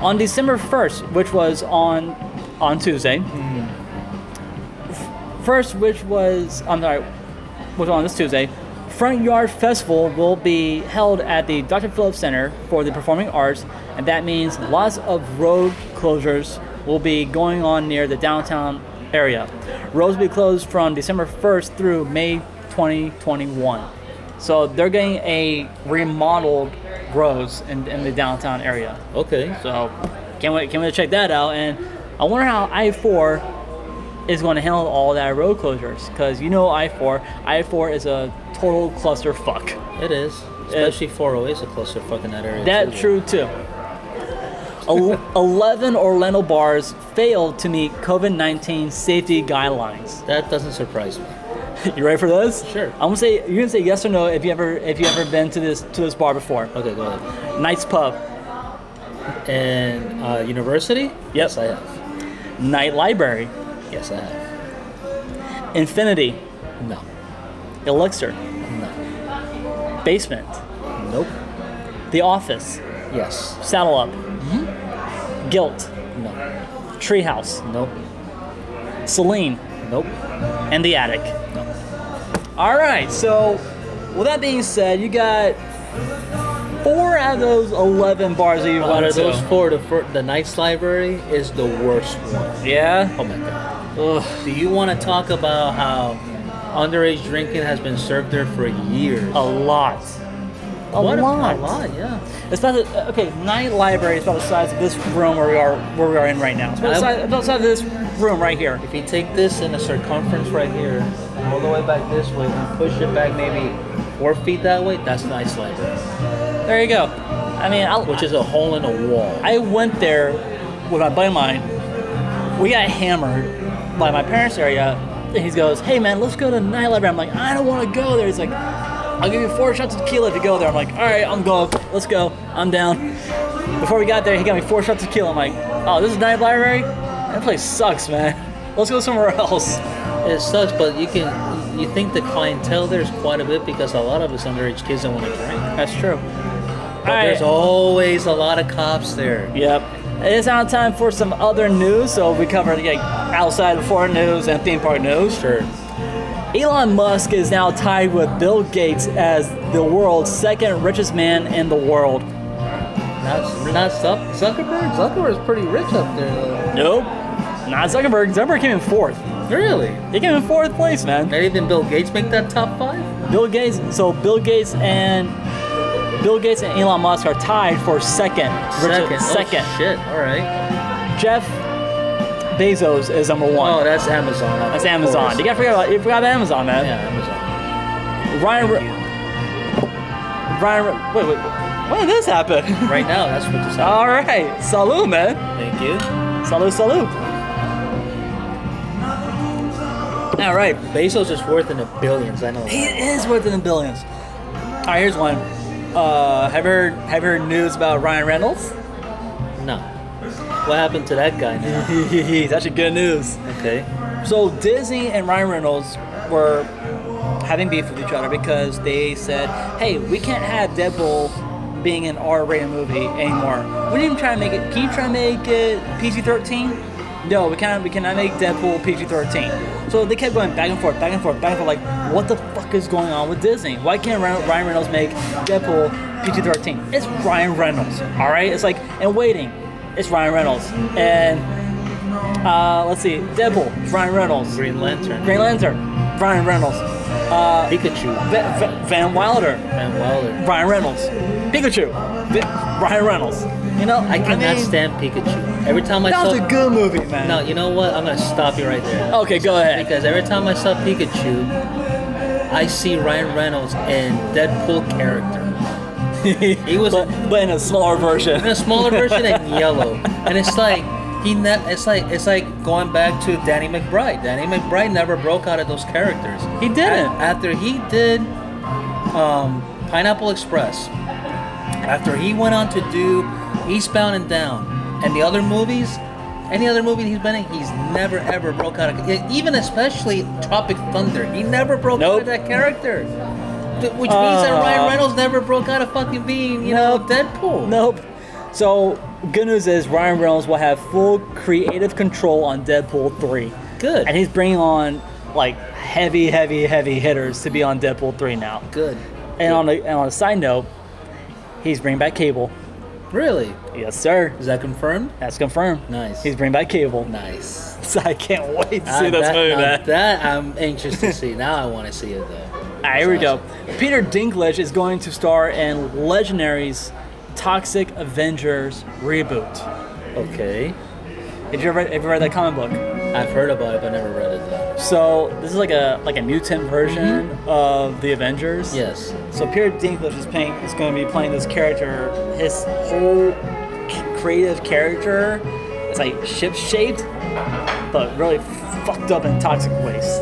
S1: On December 1st, which was on on Tuesday,
S2: Mm-hmm.
S1: f- first, which was I'm sorry, was on this Tuesday, Front Yard Festival will be held at the Dr. Phillips Center for the Performing Arts, and that means lots of road closures will be going on near the downtown area. Roads will be closed from December 1st through May 2021. So they're getting a remodeled roads in, in the downtown area.
S2: Okay. So
S1: So can't wait, can't wait to check that out. And I wonder how I four is going to handle all that road closures because you know I four, I four is a total clusterfuck.
S2: it is. Especially 408 is a closer fucking that area.
S1: That
S2: too.
S1: true too. El- Eleven Orlando bars failed to meet COVID nineteen safety guidelines.
S2: That doesn't surprise me.
S1: You ready for this?
S2: Sure.
S1: I'm gonna say you're gonna say yes or no if you ever if you ever been to this to this bar before.
S2: Okay, go ahead.
S1: Nice pub.
S2: And uh, university? Yes, I have.
S1: Night Library,
S2: Yes, I have.
S1: Infinity,
S2: No.
S1: Elixir,
S2: No.
S1: Basement,
S2: Nope.
S1: The Office,
S2: Yes.
S1: Saddle Up, Guilt,
S2: No.
S1: Treehouse,
S2: Nope.
S1: Celine,
S2: Nope.
S1: and The Attic. All right, so with that being said, you got four out of those 11 bars that you
S2: Out
S1: went
S2: of those
S1: to.
S2: four, the, fir- the Knights Library is the worst one.
S1: Yeah?
S2: Oh my god. Ugh. Do you want to talk about how underage drinking has been served there for years?
S1: A lot. A
S2: What
S1: lot.
S2: A lot, yeah.
S1: It's about the, uh, okay. Night library is about the size of this room where we are where we are in right now. It's about the
S2: I-
S1: size, about the size of this room right here.
S2: If you take this in a circumference right here, all the way back this way, and push it back maybe four feet that way, that's Knights Library,
S1: There you go. I mean, I,
S2: which is a hole in a wall.
S1: I went there with my buddy of mine. We got hammered by my parents' area. And he goes, hey man, let's go to Night Library. I'm like, I don't want to go there. He's like, I'll give you four shots of tequila if you go there. I'm like, all right, I'm going. Let's go. I'm down. Before we got there, he got me four shots of tequila. I'm like, oh, this is Night Library? That place sucks, man. Let's go somewhere else.
S2: It sucks, but you can you think the clientele there's quite a bit because a lot of us underage kids don't want to drink.
S1: That's true.
S2: But there's always a lot of cops there.
S1: Yep. It is now time for some other news. So we covered like, outside of foreign news and theme park news.
S2: Sure.
S1: Elon Musk is now tied with Bill Gates as the world's second richest man in the world.
S2: Not, not Zuck- Zuckerberg. Zuckerberg's pretty rich up there.
S1: Nope. Not Zuckerberg. Zuckerberg came in fourth.
S2: Though. Really?
S1: He came in fourth place, man.
S2: Not even Bill Gates make that top five?
S1: Bill Gates. So Bill Gates and Bill Gates and Elon Musk are tied for second.
S2: Second. Oh, shit. All right.
S1: Jeff Bezos is number one.
S2: Oh, that's Amazon. of
S1: That's
S2: course.
S1: Amazon. You got forget about you forgot about Amazon, man.
S2: Yeah, Amazon.
S1: Ryan. Re- Ryan. Re- wait, wait. When did this happen?
S2: Right now, that's what this
S1: All right. Salute, man.
S2: Thank you.
S1: Salute, salute. All right.
S2: Bezos is worth in the billions. I know.
S1: He is worth in the billions. All right, here's one. Uh, have you heard, have you heard news about Ryan Reynolds?
S2: No. What happened to that guy now?
S1: it's actually good news.
S2: Okay.
S1: So Disney and Ryan Reynolds were having beef with each other because they said, "Hey, we can't have Deadpool being an R-rated movie anymore. We didn't even try to make it. Can you try to make it PG-13? No, we can't. We cannot make Deadpool PG-13." So they kept going back and forth, back and forth, back and forth. Like, what the fuck is going on with Disney? Why can't Ryan Ryan Reynolds make Deadpool PG-13? It's Ryan Reynolds, all right? It's like and waiting. It's Ryan Reynolds and. Uh, let's see. Deadpool, Ryan Reynolds.
S2: Green Lantern.
S1: Green Lantern, Ryan Reynolds.
S2: Pikachu.
S1: Va- Va- Van Wilder,
S2: Van Wilder.
S1: Ryan Reynolds. Pikachu, Va- Ryan Reynolds. You know,
S2: I cannot
S1: mean,
S2: stand Pikachu. Every time I
S1: That
S2: saw
S1: was a good Oh, movie, man.
S2: No, you know what? I'm gonna stop you right there.
S1: Okay, go ahead.
S2: Because every time I saw Pikachu, I see Ryan Reynolds in Deadpool character. he was
S1: but, but in a smaller version.
S2: in a smaller version and yellow, and it's like He ne- it's like it's like going back to Danny McBride. Danny McBride never broke out of those characters.
S1: He didn't.
S2: A- after he did um, Pineapple Express, after he went on to do Eastbound and Down, and the other movies, any other movie he's been in, he's never ever broke out of. e- Even especially Tropic Thunder, he never broke out
S1: Nope.
S2: of that character. Th- Which means that
S1: Uh.
S2: Ryan Reynolds never broke out of fucking being, you know,
S1: Nope.
S2: Deadpool.
S1: Nope. So, good news is Ryan Reynolds will have full creative control on Deadpool 3.
S2: Good.
S1: And he's bringing on, like, heavy, heavy, heavy hitters to be on Deadpool 3 now.
S2: Good.
S1: And on a, and on a side note, he's bringing back Cable.
S2: Really?
S1: Yes, sir.
S2: Is that confirmed?
S1: That's confirmed.
S2: Nice.
S1: He's bringing back Cable.
S2: Nice.
S1: So I can't wait to see
S2: Uh,
S1: this
S2: that,
S1: movie,
S2: now
S1: man.
S2: that I'm anxious to see. Now I want to see it though.
S1: Alright, here we go. Peter Dinklage is going to star in Legendary's Toxic Avengers reboot.
S2: Okay.
S1: Have you ever have you read that comic book?
S2: I've heard about it, but never read it though.
S1: So this is like a like a mutant version
S2: Mm-hmm.
S1: of the Avengers.
S2: Yes.
S1: So Peter Dinklage is playing is going to be playing this character. His whole c- creative character is like ship shaped, but really fucked up in toxic waste.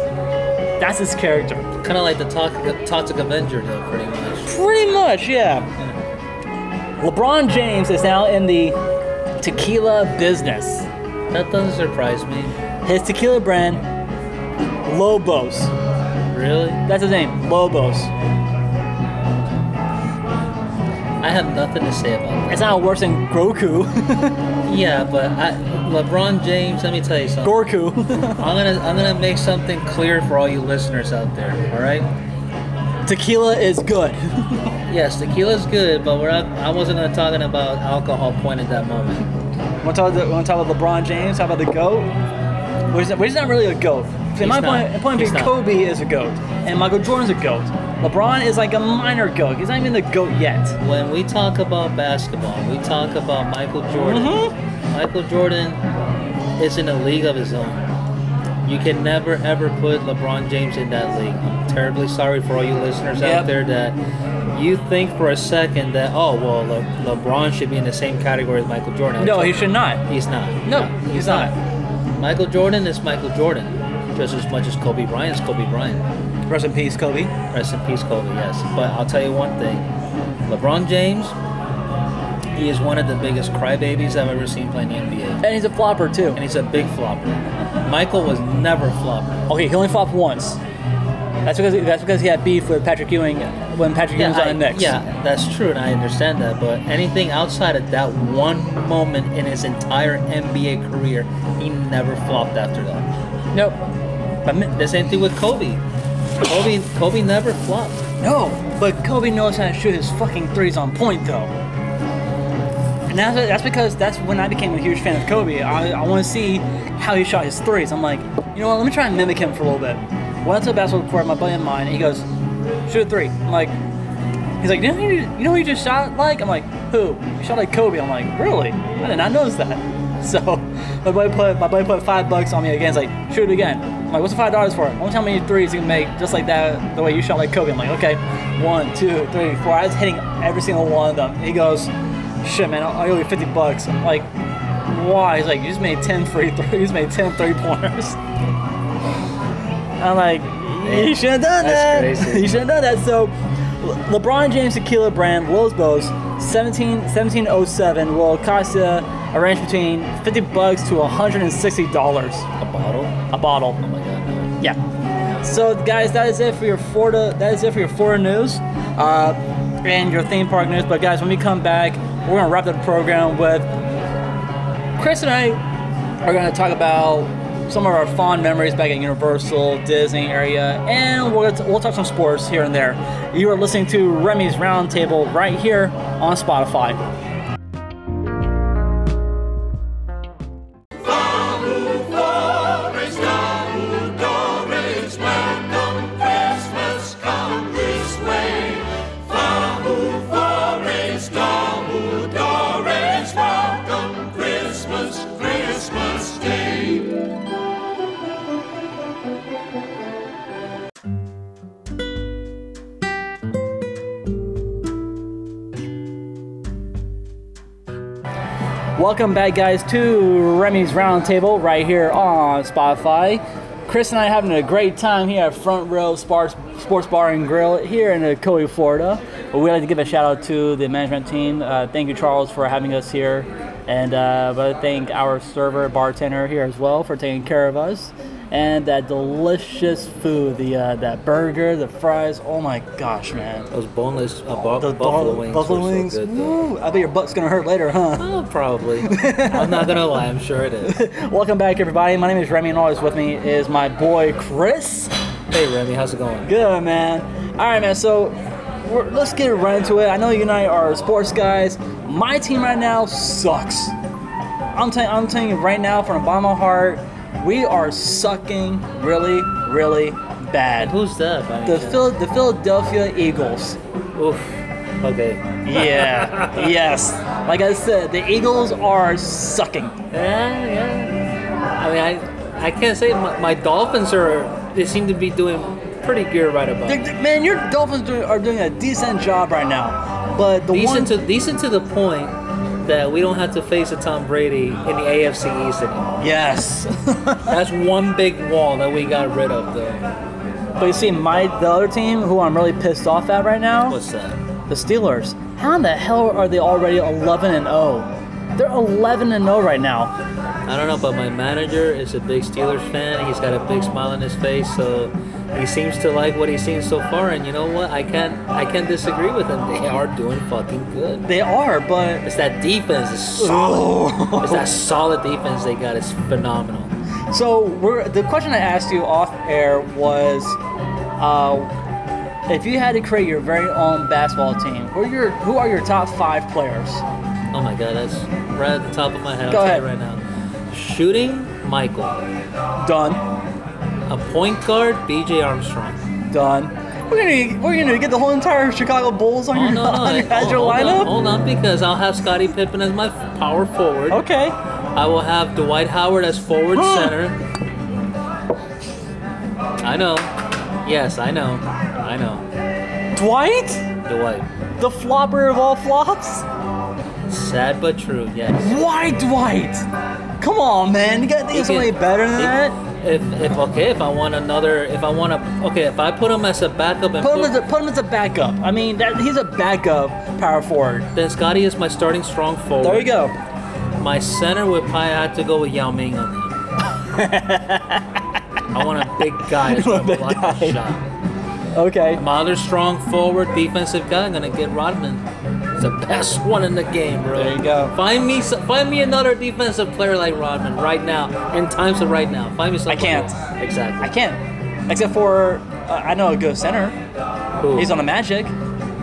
S1: That's his character.
S2: Kind of like the toxic, toxic Avenger though, pretty much.
S1: Pretty much, yeah. LeBron James is now in the tequila business.
S2: That doesn't surprise me.
S1: His tequila brand, Lobos.
S2: Really?
S1: That's his name, Lobos.
S2: I have nothing to say about
S1: It's not worse than Groku.
S2: that. Yeah, but I, LeBron James. Let me tell you something.
S1: Gorku.
S2: I'm gonna I'm gonna make something clear for all you listeners out there. All right.
S1: Tequila is good.
S2: Yes, tequila's good, but we're not, I wasn't gonna talking about alcohol point at that moment.
S1: Want to talk about, want to talk about LeBron James? Talk about the goat? Well, he's not, well, he's not really a goat. In
S2: He's
S1: my
S2: not.
S1: point, point
S2: He's
S1: being,
S2: not.
S1: Kobe is a goat, and Michael Jordan's a goat. LeBron is like a minor goat. He's not even the goat yet.
S2: When we talk about basketball, we talk about Michael Jordan.
S1: Mm-hmm.
S2: Michael Jordan is in a league of his own. You can never ever put LeBron James in that league. I'm terribly sorry for all you listeners
S1: Yep.
S2: out there that you think for a second that oh well Le- LeBron should be in the same category as Michael Jordan.
S1: No, he should not.
S2: he's not.
S1: No, he's, not.
S2: Michael Jordan is Michael Jordan, just as much as Kobe Bryant is Kobe Bryant.
S1: Rest in peace, Kobe.
S2: Rest in peace, Kobe. Yes, but I'll tell you one thing: LeBron James, he is one of the biggest crybabies I've ever seen playing the NBA,
S1: And he's a flopper too.
S2: and he's a big flopper. Michael was never a flopper.
S1: Okay, he only flopped once. That's because that's because he had beef with Patrick Ewing when Patrick Ewing was on
S2: I-
S1: the Knicks.
S2: yeah, that's true, and I understand that. But anything outside of that one moment in his entire NBA career, he never flopped after that.
S1: Nope. But mi-
S2: The same thing with Kobe. Kobe, Kobe never flopped.
S1: No, but Kobe knows how to shoot his fucking threes on point, though. And that's, that's because that's when I became a huge fan of Kobe. I, I want to see how he shot his threes. I'm like, you know what? Let me try and mimic him for a little bit. Went to the basketball court, my buddy of mine, and he goes, shoot a three. I'm like, he's like, didn't you, you know who you just shot like? I'm like, who? You shot like Kobe. I'm like, really? I did not notice that. So my buddy put my buddy put five bucks on me again. He's like, shoot it again. I'm like, what's the five dollars for? Won't tell me how many threes you can make just like that, the way you shot like Kobe. I'm like, okay, one, two, three, four. I was hitting every single one of them. He goes, shit, man, I owe you fifty bucks. I'm like, why? He's like, you just made ten free threes. You just made ten three pointers. I'm like, you shouldn't have done that.
S2: That's crazy.
S1: you shouldn't have done that. So, Le- LeBron James tequila brand Lobos 17 1707 will cost you a range between 50 bucks to 160 dollars
S2: A bottle? Oh
S1: a bottle.
S2: my God, no.
S1: Yeah. So guys, that is it for your Florida. That is it for your Florida news, uh, and your theme park news. But guys, when we come back, we're gonna wrap up the program with Chris and I are gonna talk about some of our fond memories back at Universal, Disney area, and we'll we'll talk some sports here and there. You are listening to Remy's Roundtable right here on Spotify. Welcome back, guys, to Remy's Roundtable right here on Spotify. Chris and I having a great time here at Front Row Sports, Sports Bar and Grill here in Ocoee, Florida. But we'd like to give a shout out to the management team. Uh, thank you, Charles, for having us here. And uh, but I thank our server, bartender here as well for taking care of us. And that delicious food, the uh, that burger, the fries. Oh my gosh, man!
S2: Those boneless uh, bu-
S1: The
S2: buffalo
S1: dog-
S2: wings.
S1: buffalo
S2: were so
S1: wings.
S2: good, though.
S1: Woo, I bet your butt's gonna hurt later, huh?
S2: Oh, probably. I'm not gonna lie. I'm sure it is.
S1: Welcome back, everybody. My name is Remy, and always with me is my boy Chris.
S2: Hey, Remy, how's it going?
S1: Good man. All right, man. So we're, let's get right into it. I know you and I are sports guys. My team right now sucks. I'm telling, I'm telling you right now, from the bottom of my heart, we are sucking really, really bad.
S2: Who's that? by any
S1: The
S2: chance?
S1: Phil, the Philadelphia Eagles.
S2: Oof. Okay.
S1: Yeah. yes. Like I said, the Eagles are sucking.
S2: Yeah, yeah. I mean, I I can't say my, my Dolphins are. They seem to be doing pretty good right about.
S1: They-
S2: now.
S1: they- Man, your Dolphins do- are doing a decent job right now. But the one,
S2: Decent to decent to the point that we don't have to face a Tom Brady in the AFC East anymore.
S1: yes.
S2: That's one big wall that we got rid of, though.
S1: but you see, my the other team who I'm really pissed off at right now,
S2: What's that?
S1: the Steelers. How in the hell are they already 11 and 0? They're 11 and 0 right now.
S2: I don't know, but my manager is a big Steelers fan. He's got a big smile on his face, so he seems to like what he's seen so far. And you know what? I can't I can't disagree with him. They are doing fucking good.
S1: They are, but
S2: It's that defense. It's solid.
S1: Oh.
S2: It's that solid defense they got. It's phenomenal.
S1: so we're the question I asked you off air was, uh, if you had to create your very own basketball team, who are your who are your top five players?
S2: Oh my god, that's right at the top of my head.
S1: Go
S2: I'll tell you
S1: ahead.
S2: right now. Shooting Michael.
S1: Done,
S2: A point guard BJ Armstrong.
S1: done. We're gonna we're gonna get the whole entire Chicago Bulls on
S2: Oh
S1: your,
S2: no, no,
S1: on your,
S2: no. Oh,
S1: as your
S2: hold on,
S1: lineup.
S2: hold on, because I'll have Scottie Pippen as my f- power forward.
S1: Okay.
S2: I will have Dwight Howard as forward center. I know. Yes, I know. I know.
S1: Dwight?
S2: Dwight.
S1: The flopper of all flops?
S2: Sad but true. Yes.
S1: Why Dwight? Come on, man. You gotta think of
S2: He
S1: somebody
S2: can-
S1: better than
S2: he-
S1: that.
S2: If, if okay, if I want another, if I want to, okay, if I put him as a backup and
S1: Put him,
S2: put,
S1: as a, put him as a backup. I mean, that, he's a backup power forward.
S2: then Scotty is my starting strong forward.
S1: There you go.
S2: My center would probably have to go with Yao Ming on him. I want a big guy that's
S1: want a
S2: gonna
S1: big
S2: block
S1: guy.
S2: the shot.
S1: Okay.
S2: My other strong forward defensive guy, I'm gonna get Rodman. He's the best one in the game, bro.
S1: There you go.
S2: Find me, some- find me another defensive player like Rodman right now. In times of right now, find me somebody.
S1: can't.
S2: else. Exactly.
S1: I can't. Except for, uh, I know a good center.
S2: Who?
S1: He's on the Magic.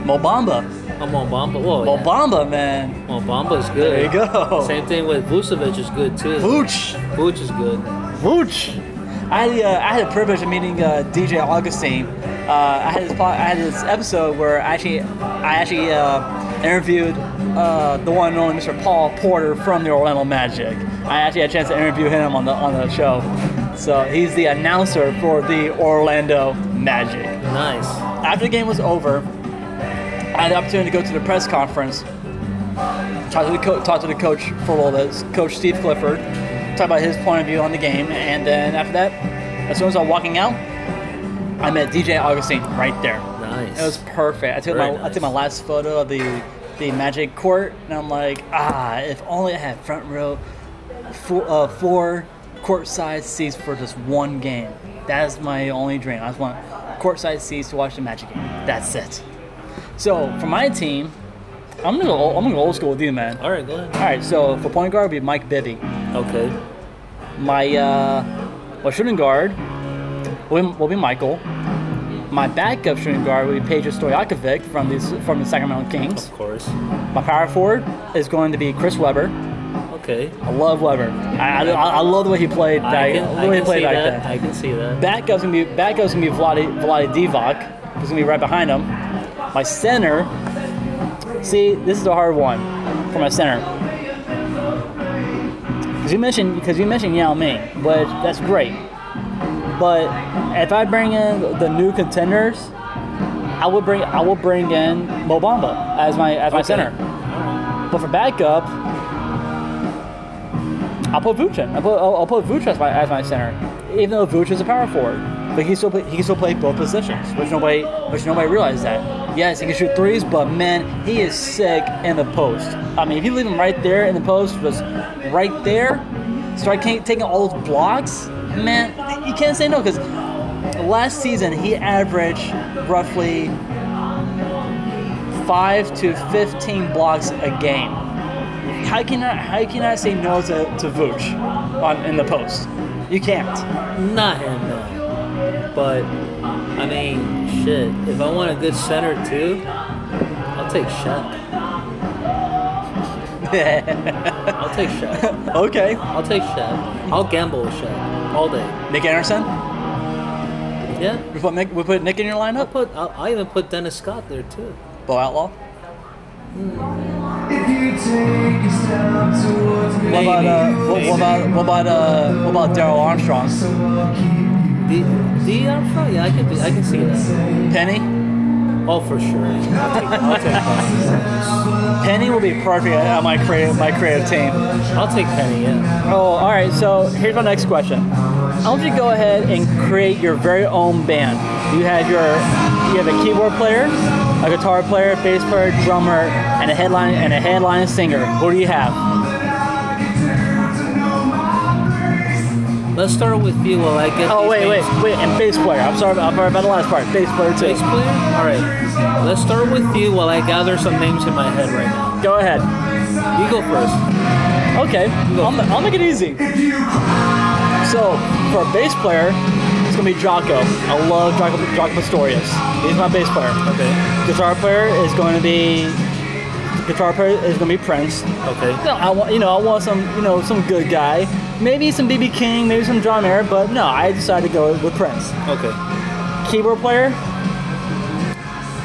S1: Mobamba.
S2: I'm on Bamba. Whoa. yeah.
S1: Mobamba, man.
S2: Well, Bamba's good.
S1: There you go.
S2: Same thing with Vucevic is good too.
S1: Vooch.
S2: Vuce is good.
S1: Vooch. I had, the, uh, I had the privilege of meeting uh, DJ Augustine. Uh, I had this po- I had this episode where I actually I actually uh, interviewed uh, the one and only Mr. Paul Porter from the Orlando Magic. I actually had a chance to interview him on the on the show. So he's the announcer for the Orlando Magic
S2: Nice.
S1: after the game was over, I had the opportunity to go to the press conference, talk to the, co- talk to the coach for a little bit, Coach Steve Clifford, talk about his point of view on the game, and then after that, as soon as I'm walking out, I met DJ Augustine right there.
S2: Nice.
S1: It was perfect. I took
S2: Very
S1: my I
S2: nice.
S1: took my last photo of the the Magic Court, and I'm like, ah, if only I had front row, four, uh, four courtside seats for just one game. That is my only dream. I just want courtside seats to watch the Magic game. That's it. So for my team, I'm gonna go, I'm gonna go old school with you, man.
S2: All right, go ahead.
S1: All right, so for point guard, it'd be Mike Bibby.
S2: Okay.
S1: My uh, my shooting guard will, will be Michael. My backup shooting guard will be Peja Stojakovic from the from the Sacramento Kings.
S2: Of course.
S1: My power forward is going to be Chris Webber.
S2: Okay.
S1: I love Webber. I, I, I love the way he played. That,
S2: I can,
S1: the
S2: I
S1: way he
S2: can see
S1: played like
S2: that.
S1: that.
S2: I can see that.
S1: Backup's gonna be backup's gonna be Vladi, Vladi Divac. He's gonna be right behind him. My center. See, this is a hard one for my center. Because you mentioned because you mentioned Yao Ming, but that's great. But if I bring in the new contenders, I would bring I will bring in Mobamba as my as my
S2: Okay.
S1: center. But for backup, I'll put Vucin. I'll put, I'll, I'll put Vucin as my, as my center, even though Vucin's a power forward. But he still play, he can still play both positions, which nobody which nobody realized that. Yes, he can shoot threes, but man, he is sick in the post. I mean, if you leave him right there in the post, just right there, start ca- taking all those blocks, man, you can't say no because last season he averaged roughly five to fifteen blocks a game how can I, how can I say no to, to Vooch on in the post? You can't.
S2: Not him, no. But, I mean, shit. If I want a good center, too, I'll take Shaq. I'll take Shaq.
S1: okay.
S2: I'll take Shaq. I'll gamble with Shaq all day.
S1: Nick Anderson.
S2: Yeah?
S1: We put Nick, we put Nick in your
S2: I'll
S1: lineup.
S2: put. I'll, I'll even put Dennis Scott there, too.
S1: Bo Outlaw. What
S2: Maybe.
S1: about uh, what, what about what about uh, what about Daryl Armstrong?
S2: D, D Armstrong? Yeah, I can, be, I can see that.
S1: Penny.
S2: Oh, for sure. I'll take, I'll take Penny.
S1: Penny will be perfect on my creative my creative team.
S2: I'll take Penny, yeah.
S1: Oh, all right. So here's my next question. I want you to go ahead and create your very own band. You have your you have a keyboard player, a guitar player, bass player, drummer, and a headline and a headline singer. Who do you have?
S2: Let's start with you while I get
S1: Oh
S2: these
S1: wait, wait,
S2: names
S1: wait, and bass player. I'm sorry, I'm sorry about the last part. Bass player
S2: Bass
S1: too.
S2: player? All right. Let's start with you while I gather some names in my head right now.
S1: Go ahead.
S2: You go first.
S1: Okay, I'll, I'll make it easy. So for a bass player, it's gonna be Jocko. I love Jocko, Jocko Pastorius. He's my bass player.
S2: Okay.
S1: Guitar player is going to be guitar player is going to be Prince.
S2: Okay.
S1: No, I want you know I want some you know some good guy. Maybe some BB King, maybe some John Mayer, but no, I decided to go with Prince.
S2: Okay.
S1: Keyboard player.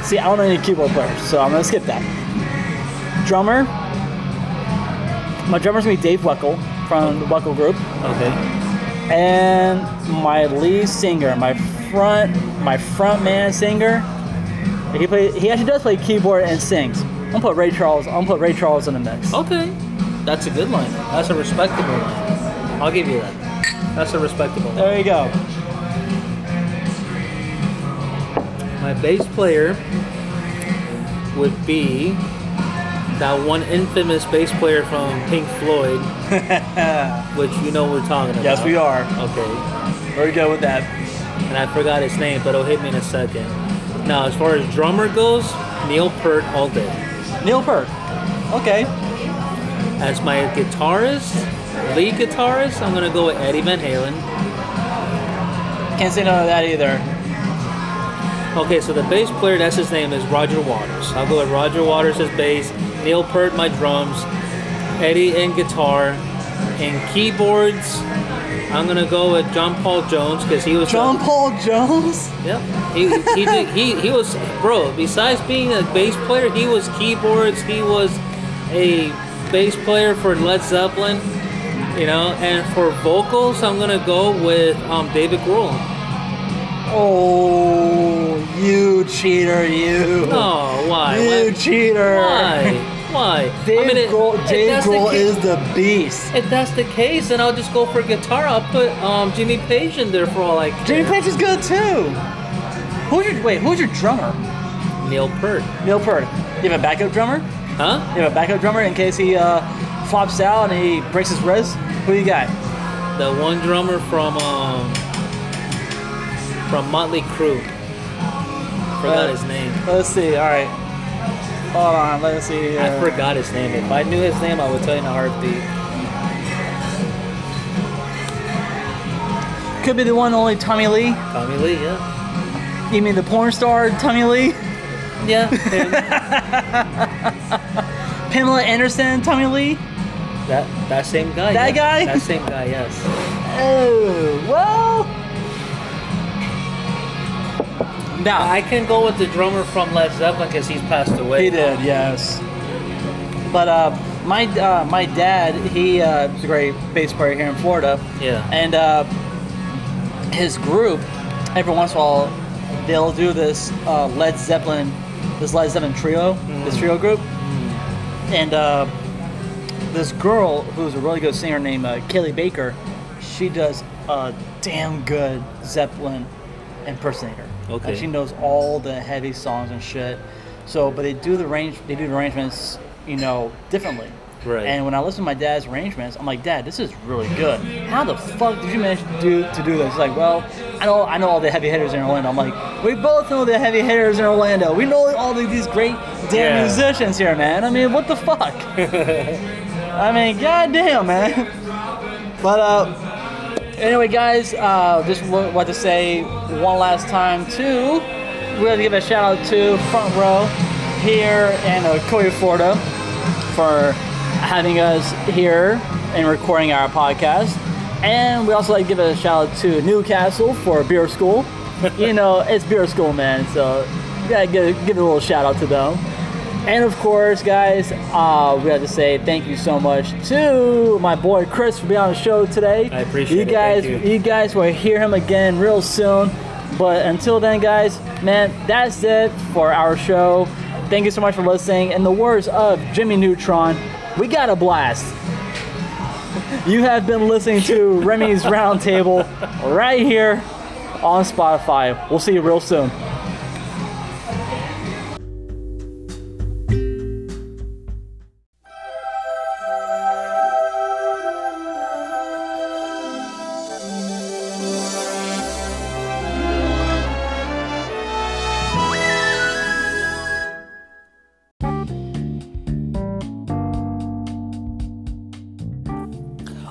S1: See, I don't know any keyboard players, so I'm gonna skip that. Drummer. My drummer's gonna be Dave Weckl from the Weckl Group,
S2: Okay.
S1: and my lead singer, my front, my front man singer. He play, He actually does play keyboard and sings. I'm gonna put Ray Charles. I'm gonna put Ray Charles in the mix.
S2: Okay. That's a good line. That's a respectable line. I'll give you that. That's a respectable line.
S1: There you go.
S2: My bass player would be that one infamous bass player from Pink Floyd, which you know we're talking about.
S1: Yes, we are.
S2: Okay.
S1: Very good with that.
S2: And I forgot his name, but it'll hit me in a second. Now, as far as drummer goes, Neil Peart all day.
S1: Neil Peart. Okay.
S2: As my guitarist, lead guitarist, I'm gonna go with Eddie Van Halen.
S1: Can't say none of that either.
S2: Okay, so the bass player, that's his name, is Roger Waters. I'll go with Roger Waters as bass, Neil Peart my drums, Eddie in guitar, and keyboards. I'm gonna go with John Paul Jones because he was
S1: John Paul Jones?
S2: Yep. He he, did, he he was bro. Besides being a bass player, he was keyboards. He was a bass player for Led Zeppelin. You know, and for vocals, I'm gonna go with um, David Grohl.
S1: Oh, you cheater, you.
S2: Oh, why?
S1: you
S2: Why-
S1: cheater.
S2: Why? Why?
S1: Dave
S2: it-
S1: Grohl,
S2: if
S1: Dave
S2: that's the
S1: Grohl
S2: ca-
S1: is the beast.
S2: If that's the case, then I'll just go for guitar. I'll put um, Jimmy Page in there for all I care.
S1: Jimmy Page is good too. Who's your wait? Who's your drummer?
S2: Neil Peart.
S1: Neil Peart. You have a backup drummer?
S2: Huh?
S1: You have a backup drummer in case he uh, flops out and he breaks his wrist. Who you got?
S2: The one drummer from um, from Motley Crue. Forgot
S1: Uh,
S2: his name.
S1: Let's see. All right. Hold on. Let's see.
S2: I
S1: uh,
S2: forgot his name. If I knew his name, I would tell you in a heartbeat.
S1: Could be the one and only Tommy Lee.
S2: Tommy Lee, yeah.
S1: You mean the porn star Tommy Lee?
S2: Yeah. him.
S1: Pamela Anderson, Tommy Lee?
S2: that that same guy.
S1: That guy?
S2: yeah. That same guy. Yes.
S1: Oh, well. Now,
S2: I can go with the drummer from Led Zeppelin because he's passed away.
S1: he did, yes. But uh, my uh, my dad, he uh, was a great bass player here in Florida,
S2: Yeah.
S1: and uh, his group, every once in a while, they'll do this uh, Led
S2: Mm.
S1: Zeppelin, this Led Zeppelin trio, this trio group, and uh, this girl who's a really good singer named uh, Kelly Baker, she does a damn good Zeppelin impersonator. Like,
S2: Okay.
S1: she knows all the heavy songs and shit. So, but they do the range, they do the arrangements, you know, differently.
S2: Right.
S1: And when I listen to my dad's arrangements, I'm like, Dad, this is really good. How the fuck did you manage to do to do this? He's like, well, I know I know all the heavy hitters in Orlando. I'm like, we both know the heavy hitters in Orlando. We know all the- these great damn
S2: Yeah.
S1: musicians here, man. I mean, what the fuck? I mean, goddamn, man. But uh, anyway, guys, uh, just wa- want to say one last time too. We're gonna give a shout out to Front Row here in uh, Coya Florida for having us here and recording our podcast. And we also like to give a shout out to Newcastle for beer school. you know, it's beer school, man. So gotta give, give a little shout out to them. And of course, guys, uh, we have to say thank you so much to my boy Chris for being on the show today.
S2: I appreciate
S1: you
S2: it.
S1: guys.
S2: Thank you.
S1: you guys will hear him again real soon. But until then, guys, man, that's it for our show. Thank you so much for listening. In the words of Jimmy Neutron, we got a blast. You have been listening to Remy's Roundtable right here on Spotify. We'll see you real soon.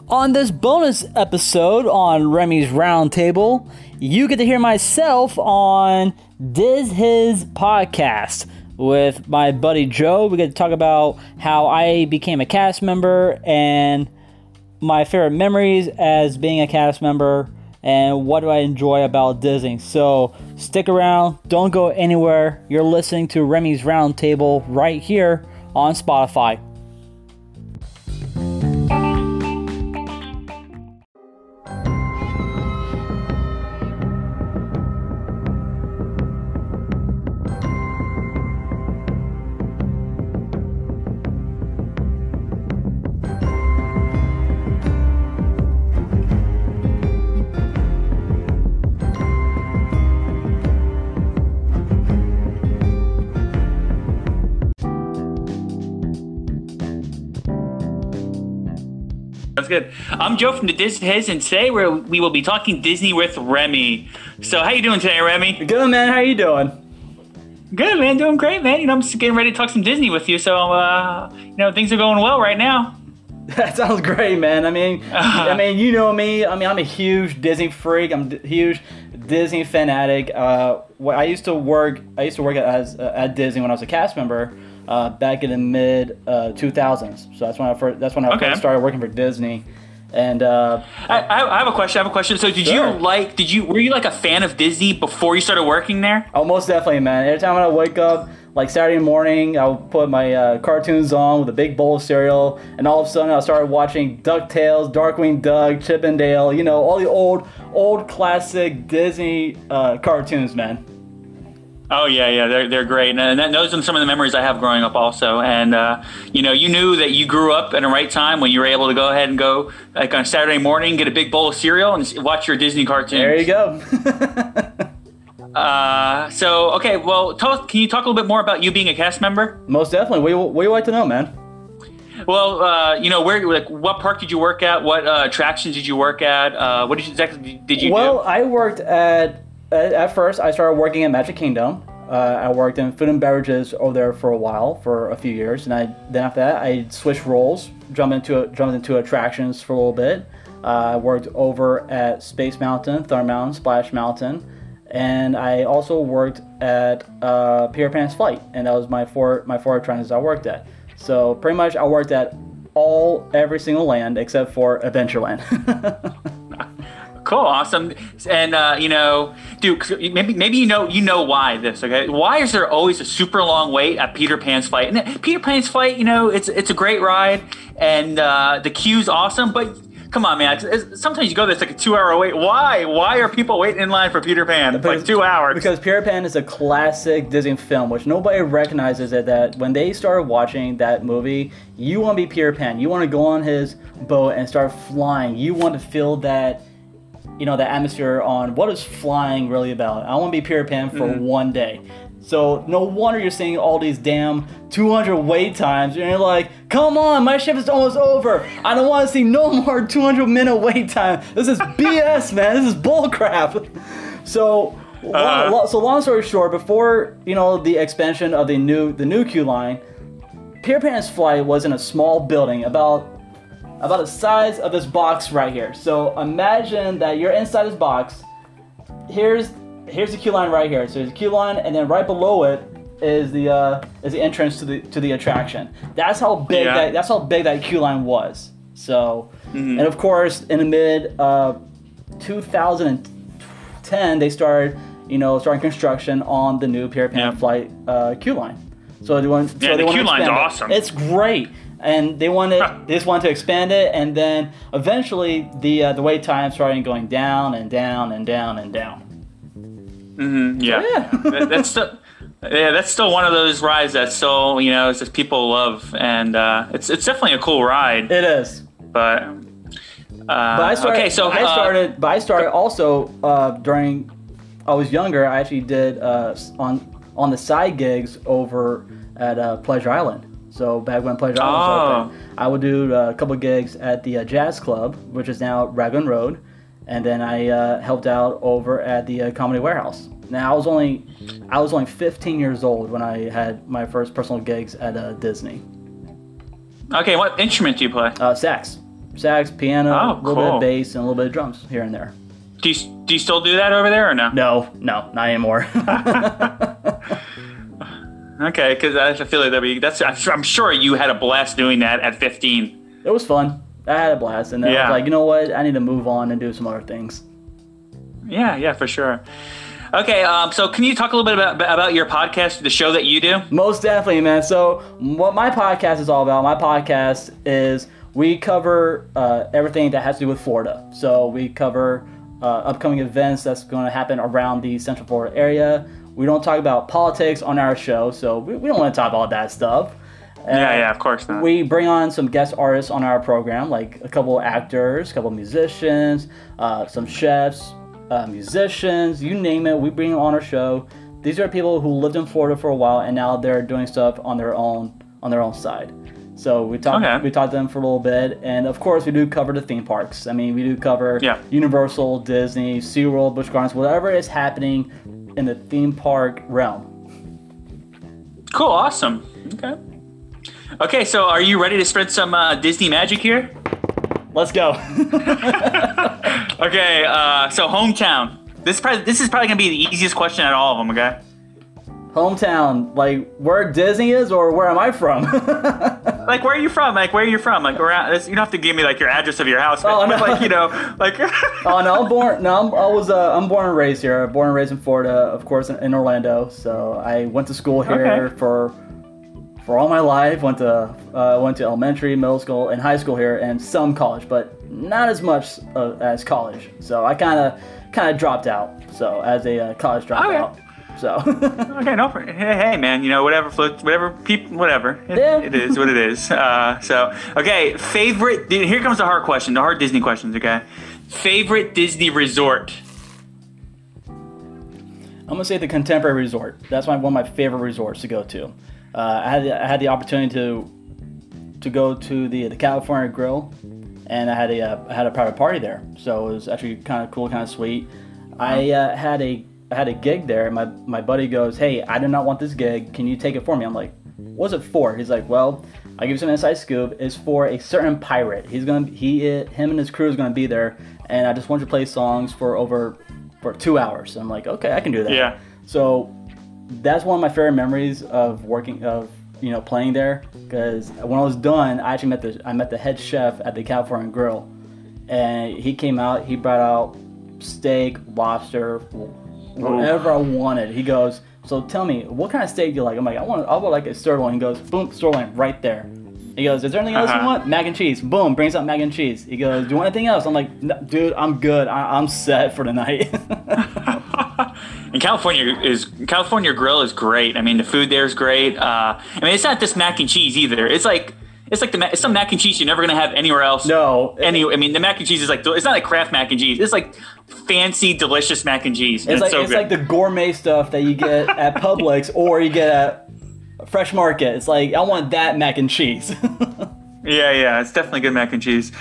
S1: On this bonus episode on Remy's Roundtable, you get to hear myself on Diz His podcast with my buddy Joe. We get to talk about how I became a cast member and my favorite memories as being a cast member and what do I enjoy about Disney. So stick around, don't go anywhere. You're listening to Remy's Roundtable right here on Spotify.
S8: That's good. I'm Joe from the Disney His, and today we're, we will be talking Disney with Remy. So how you doing today, Remy?
S1: Good man, how you doing?
S8: Good, man. Doing great, man. You know, I'm just getting ready to talk some Disney with you. So, uh, you know, things are going well right now.
S1: That sounds great, man. I mean, I mean, you know me. I mean, I'm a huge Disney freak. I'm a huge Disney fanatic. Uh, wh- I used to work. I used to work as uh, at Disney when I was a cast member uh, back in the mid uh, 2000s. So that's when I first. That's when I
S8: Okay.
S1: first started working for Disney. And uh,
S8: I, I, I have a question. I have a question. So, did
S1: Sure.
S8: you like? Did you were you like a fan of Disney before you started working there?
S1: oh, most definitely, man. Every time when I wake up, like Saturday morning, I'll put my uh, cartoons on with a big bowl of cereal, and all of a sudden I started watching DuckTales, Darkwing Duck, Chip and Dale, you know, all the old, old classic Disney uh, cartoons, man.
S8: Oh yeah, yeah, they're, they're great, and, and that, those are some of the memories I have growing up also. And uh, you know, you knew that you grew up in the right time when you were able to go ahead and go like on Saturday morning, get a big bowl of cereal, and s- watch your Disney cartoons.
S1: There you go.
S8: Uh, so okay, well, tell, us- can you talk a little bit more about you being a cast member?
S1: most definitely. What do you- what do you like to know, man?
S8: Well, uh, you know, where like what park did you work at? What uh, attractions did you work at? Uh, what did you, exactly did you
S1: well,
S8: do?
S1: I worked at, at at first. I started working at Magic Kingdom. Uh, I worked in food and beverages over there for a while, for a few years, and I then after that I switched roles, jumped into jumped into attractions for a little bit. Uh, I worked over at Space Mountain, Thunder Mountain, Splash Mountain, and I also worked at uh, Peter Pan's Flight, and that was my four my four attractions I worked at. So pretty much I worked at all every single land except for Adventureland.
S8: Cool, awesome, and uh, you know, dude, 'cause maybe maybe you know you know why this. Okay, why is there always a super long wait at Peter Pan's flight? And Peter Pan's flight, you know, it's it's a great ride, and uh, the queue's awesome, but Come on, man. It's, it's, sometimes you go there, it's like a two-hour wait. Why? Why are people waiting in line for Peter Pan? Like two hours.
S1: Because Peter Pan is a classic Disney film, which nobody recognizes it that when they started watching that movie, you want to be Peter Pan. You want to go on his boat and start flying. You want to feel that, you know, that atmosphere on what is flying really about. I want to be Peter Pan for
S8: Mm-hmm.
S1: one day. So no wonder you're seeing all these damn 200 wait times. And you're like, come on, my shift is almost over. I don't want to see no more 200 minute wait time. This is BS, man. This is bullcrap. So lo- lo- so long story short, before you know the expansion of the new the new Q line, Peter Pan's flight was in a small building about about the size of this box right here. So imagine that you're inside this box. Here's here's the queue line right here. So there's a queue line, and then right below it is the uh, is the entrance to the to the attraction. That's how big
S8: Yeah.
S1: that that's how big that queue line was. So, and of course, in the mid uh, 2010, they started you know starting construction on the new Peter Pan
S8: Yeah.
S1: flight uh, queue line. So they want
S8: Yeah,
S1: so they
S8: the
S1: want
S8: queue
S1: to
S8: line's
S1: expand it.
S8: awesome.
S1: It's great, and they wanted
S8: Huh.
S1: they just wanted to expand it, and then eventually the uh, the wait time started going down and down and down and down.
S8: Mm-hmm. Yeah,
S1: Yeah.
S8: That- that's still, yeah, that's still one of those rides that still you know it's just people love, and uh, it's it's definitely a cool ride.
S1: It is.
S8: But, uh,
S1: But I started.
S8: okay, so
S1: I
S8: uh,
S1: started. but I started also uh, during. I was younger. I actually did uh, s- on on the side gigs over at uh, Pleasure Island. So back when Pleasure Island was
S8: Oh.
S1: open, I would do uh, a couple gigs at the uh, Jazz Club, which is now Raglan Road, and then I uh, helped out over at the uh, Comedy Warehouse. Now I was only I was only 15 years old when I had my first personal gigs at uh, Disney.
S8: Okay, what instrument do you play?
S1: Uh, sax, sax, piano,
S8: Oh,
S1: a little bit
S8: cool.
S1: of bass, and a little bit of drums here and there.
S8: Do you do you still do that over there or no?
S1: No, no, not anymore.
S8: Okay, because I feel like that be that's I'm sure, I'm sure you had a blast doing that at 15.
S1: it was fun. I had a blast, and then I
S8: Yeah.
S1: was like, you know what? I need to move on and do some other things.
S8: Yeah, yeah, for sure. Okay, um, so can you talk a little bit about about your podcast, the show that you do?
S1: Most definitely, man. So, what my podcast is all about, my podcast is we cover uh, everything that has to do with Florida. So, we cover uh, upcoming events that's going to happen around the Central Florida area. We don't talk about politics on our show, so we, we don't want to talk about that stuff.
S8: Yeah, yeah, of course not.
S1: We bring on some guest artists on our program, like a couple actors, a couple musicians, uh, some chefs, uh, musicians, you name it. We bring them on our show. These are people who lived in Florida for a while and now they're doing stuff on their own on their own side. So we talked
S8: Okay.
S1: we talked to them for a little bit, and of course we do cover the theme parks. I mean, we do cover
S8: Yeah.
S1: Universal, Disney, SeaWorld, Busch Gardens, whatever is happening in the theme park realm.
S8: Cool, awesome. Okay. Okay, so are you ready to spread some uh, Disney magic here?
S1: Let's go.
S8: Okay, uh, so hometown. This probably this is probably gonna be the easiest question out of all of them. Okay.
S1: Hometown, like where Disney is or where am I from?
S8: Like, where are you from? Like, where are you from? Like, around. This, you don't have to give me like your address of your house. But,
S1: Oh, no.
S8: but, like, you know, like.
S1: oh no, I'm born. No, I'm, I was. Uh, I'm born and raised here. Born and raised in Florida, of course, in, in Orlando. So I went to school here
S8: Okay.
S1: for for all my life. Went to uh, went to elementary, middle school, and high school here, and some college, but not as much uh, as college. So I kind of kind of dropped out. So as a uh, college dropout. So
S8: okay, no. pr- Hey, hey, man. You know, whatever floats, whatever people, whatever. It,
S1: Yeah.
S8: it is what it is. Uh, so, okay, favorite. dude, Here comes the hard question. The hard Disney questions. Okay. Favorite Disney resort.
S1: I'm gonna say the Contemporary Resort. That's my one of my favorite resorts to go to. Uh, I had the, I had the opportunity to to go to the the California Grill, and I had a uh, I had a private party there. So it was actually kind of cool, kind of sweet. I uh, had a I had a gig there, and my my buddy goes, "Hey, I do not want this gig. Can you take it for me?" I'm like, "What's it for?" He's like, "Well." I give you some inside scoop. It's for a certain pirate. He's gonna he him and his crew is gonna be there, and I just want you to play songs for over for two hours. And I'm like, okay, I can do that.
S8: Yeah.
S1: So that's one of my favorite memories of working of you know playing there because when I was done, I actually met the I met the head chef at the California Grill, and he came out. He brought out steak, lobster, whatever I wanted. He goes. So tell me, what kind of steak do you like? I'm like, I want, I would like a sirloin. He goes, boom, sirloin right there.
S7: He goes, "Is there anything else you
S8: Uh-huh.
S7: want?" Mac and cheese. Boom, brings up mac and cheese. He goes, "Do you want anything else?" I'm like, "No, "Dude, I'm good. I- I'm set for tonight."
S8: And California is California Grill is great. I mean, the food there is great. Uh, I mean, it's not just mac and cheese either. It's like it's like the ma- it's some mac and cheese you're never gonna have anywhere else.
S7: no,
S8: Any, I mean, the mac and cheese is like it's not like Kraft mac and cheese. It's like fancy, delicious mac and cheese. and
S7: It's,
S8: It's,
S7: like
S8: so
S7: it's
S8: good.
S7: like the gourmet stuff that you get at Publix or you get at Fresh Market. It's like I want that mac and cheese.
S8: yeah, yeah, it's definitely good mac and cheese.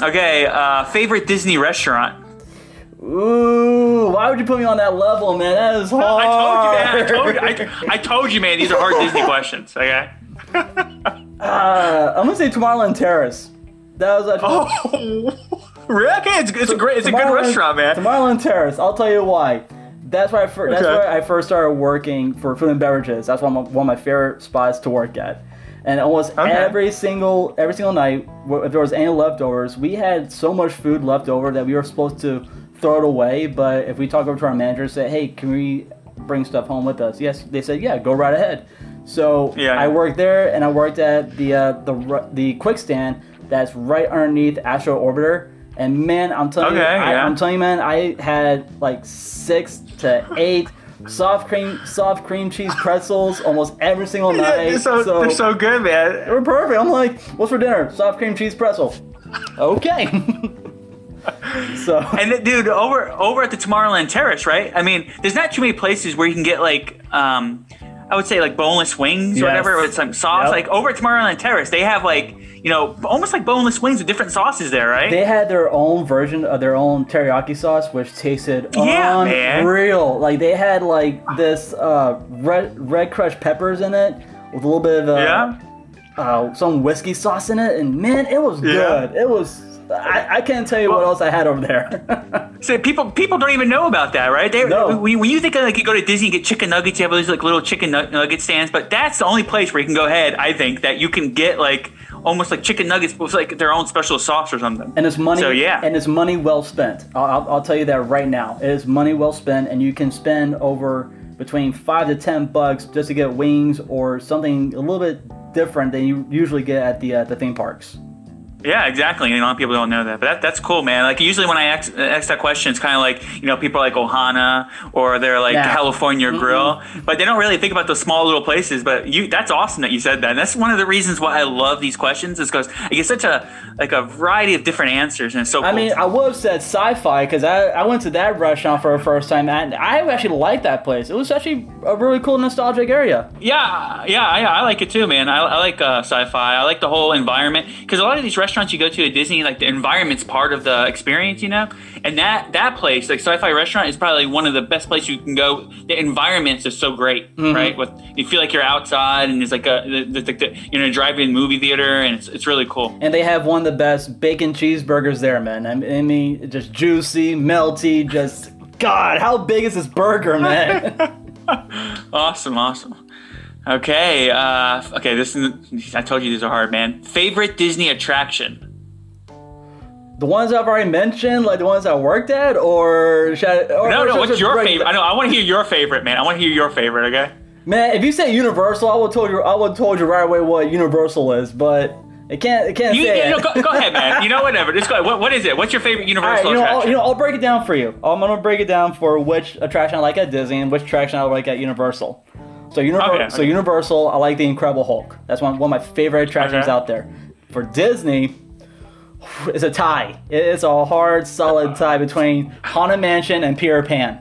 S8: Okay, uh, favorite Disney restaurant.
S7: Ooh, why would you put me on that level, man? That is hard.
S8: I told you, man. I told you, I, I told you, man. These are hard Disney questions. Okay.
S7: Uh, I'm gonna say Tomorrowland Terrace. That was a
S8: Oh, really? Okay, it's, it's a great, it's a good
S7: Tomorrowland-
S8: restaurant, man.
S7: Tomorrowland Terrace. I'll tell you why. That's where I first. That's
S8: Okay.
S7: where I first started working for food and beverages. That's one of, my, one of my favorite spots to work at. And almost
S8: Okay.
S7: every single every single night, wh- if there was any leftovers, we had so much food left over that we were supposed to throw it away. But if we talked over to our manager and said, "Hey, can we bring stuff home with us?" Yes, they said, "Yeah, go right ahead." So
S8: Yeah.
S7: I worked there, and I worked at the uh, the ru- the quick stand that's right underneath Astro Orbiter. And man, I'm telling you,
S8: Okay,
S7: I,
S8: yeah.
S7: I'm telling you, man, I had like six to eight soft cream soft cream cheese pretzels almost every single night.
S8: they're, so, they're so good, man.
S7: they were perfect. I'm like, what's for dinner? Soft cream cheese pretzel. Okay. so
S8: And th- dude, over over at the Tomorrowland Terrace, right? I mean, there's not too many places where you can get like, um, I would say like boneless wings
S7: Yes.
S8: or whatever with some sauce.
S7: Yep.
S8: Like over at Tomorrowland Terrace, they have like you know almost like boneless wings with different sauces there, right?
S7: they had their own version of their own teriyaki sauce, which tasted
S8: Yeah, man.
S7: unreal. Like they had like this uh, red red crushed peppers in it with a little bit of uh,
S8: yeah.
S7: uh, some whiskey sauce in it, and man, it was
S8: Yeah.
S7: good. It was. I, I can't tell you what else I had over there.
S8: So people people don't even know about that, right? They,
S7: No.
S8: we, when you think of like you go to Disney and get chicken nuggets, you have those like little chicken nug- nugget stands, but that's the only place where you can go ahead. I think that you can get like almost like chicken nuggets with like their own special sauce or something.
S7: and it's money.
S8: So, yeah.
S7: And it's money well spent. I'll, I'll, I'll tell you that right now. It is money well spent, and you can spend over between five to ten bucks just to get wings or something a little bit different than you usually get at the uh, the theme parks.
S8: Yeah, exactly. And a lot of people don't know that, but that, that's cool, man. Like usually when I ask, ask that question, it's kind of like you know people are like Ohana or they're like
S7: Yeah.
S8: California Grill, but they don't really think about those small little places. But you, that's awesome that you said that. And that's one of the reasons why I love these questions is because I get such a like a variety of different answers, and it's so. Cool.
S7: I mean, I would have said sci-fi because I, I went to that restaurant for the first time, and I actually liked that place. It was actually a really cool nostalgic area.
S8: Yeah, yeah, I, I like it too, man. I, I like uh, sci-fi. I like the whole environment because a lot of these restaurants you go to at Disney, like the environment's part of the experience, you know. And that that place, like sci-fi restaurant, is probably one of the best places you can go. The environment's just so great, right? With you feel like you're outside, and it's like a the, the, the, you know drive-in movie theater, and it's it's really cool.
S7: and they have one of the best bacon cheeseburgers there, man. I mean- I mean, just juicy, melty, just God, how big is this burger, man?
S8: Awesome, awesome. Okay, uh, okay. This is, I told you these are hard, man. Favorite Disney attraction?
S7: the ones I've already mentioned, like the ones I worked at, or, should I, or
S8: No,
S7: or
S8: no.
S7: should I
S8: What's
S7: just
S8: your
S7: break-
S8: favorite? I know. I want to hear your favorite, man. I want to hear your favorite. Okay.
S7: Man, if you say Universal, I would told you, I would told you right away what Universal is, but it can't, it can't
S8: You,
S7: say
S8: yeah,
S7: it.
S8: no, go, go ahead, man. You know, whatever. Just go. What, what is it? What's your favorite
S7: All right,
S8: Universal
S7: you know, I'll,
S8: attraction?
S7: you know, I'll break it down for you. Um, I'm gonna break it down for which attraction I like at Disney and which attraction I like at Universal. So, Univer-
S8: Okay,
S7: so
S8: okay.
S7: Universal, I like the Incredible Hulk. That's one, one of my favorite attractions
S8: Okay.
S7: out there. For Disney, it's a tie. It- It's a hard,
S8: Uh,
S7: solid tie between Haunted Mansion and Peter Pan.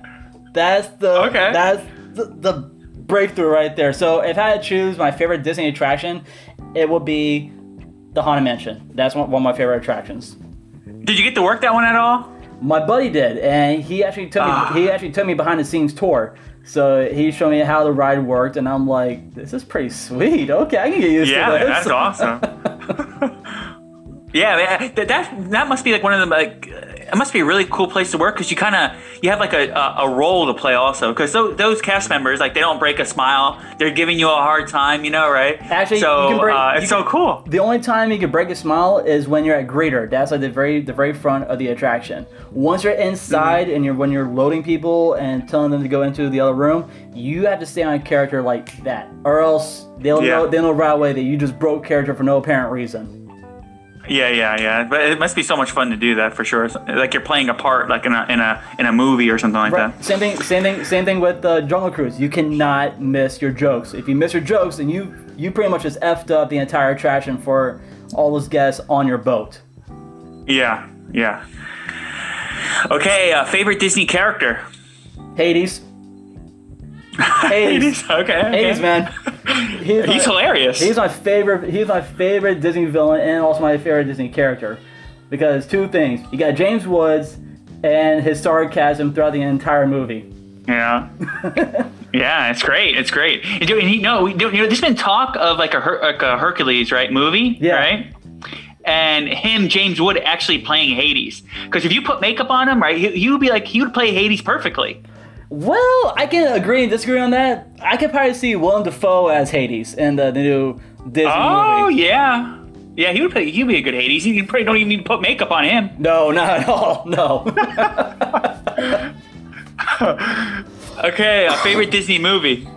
S7: That's the
S8: Okay.
S7: that's the, the breakthrough right there. So if I had to choose my favorite Disney attraction, it would be the Haunted Mansion. That's one, one of my favorite attractions.
S8: Did you get to work that one at all?
S7: My buddy did, and he actually took
S8: Ah.
S7: me, he actually took me behind the scenes tour. So he showed me how the ride worked, and I'm like, this is pretty sweet. Okay, I can get used
S8: Yeah,
S7: to
S8: man,
S7: this.
S8: that's awesome. yeah, man, that, that that must be like one of the like. uh, it must be a really cool place to work because you kind of you have like a, a, a role to play also because those cast members like they don't break a smile they're giving you a hard time you know right
S7: Actually,
S8: so
S7: you can break-
S8: uh,
S7: you
S8: it's so
S7: can-
S8: cool
S7: The only time you can break a smile is when you're at greeter. That's like the very the very front of the attraction. Once
S8: Mm-hmm.
S7: you're inside and you're when you're loading people and telling them to go into the other room, you have to stay on character like that, or else they'll
S8: Yeah.
S7: know they'll know right away that you just broke character for no apparent reason.
S8: yeah yeah yeah but it must be so much fun to do that for sure It's like you're playing a part like in a in a in a movie or something like
S7: Right.
S8: that
S7: Same thing. Same thing. Same thing with uh, Jungle Cruise. You cannot miss your jokes. If you miss your jokes, then you you pretty much just effed up the entire attraction for all those guests on your boat.
S8: yeah yeah okay uh, favorite Disney character
S7: Hades. Hades.
S8: okay, okay.
S7: Hades, man. He's,
S8: he's
S7: my,
S8: hilarious
S7: he's my favorite. He's my favorite Disney villain, and also my favorite Disney character, because two things: you got James Woods and his sarcasm throughout the entire movie.
S8: Yeah. yeah, it's great. It's great. And do- and he, no, we do, you know, there's been talk of like a, Her, like a Hercules, right, movie,
S7: Yeah.
S8: right? And him, James Wood, actually playing Hades. Because if you put makeup on him, right, he, he would be like, he would play Hades perfectly.
S7: Well, I can agree and disagree on that. I could probably see Willem Dafoe as Hades in the, the new Disney
S8: Oh,
S7: movie.
S8: yeah. Yeah, he would play, he'd be a good Hades. You probably don't even need to put makeup on him.
S7: No, not at all. No.
S8: Okay, a favorite Disney movie.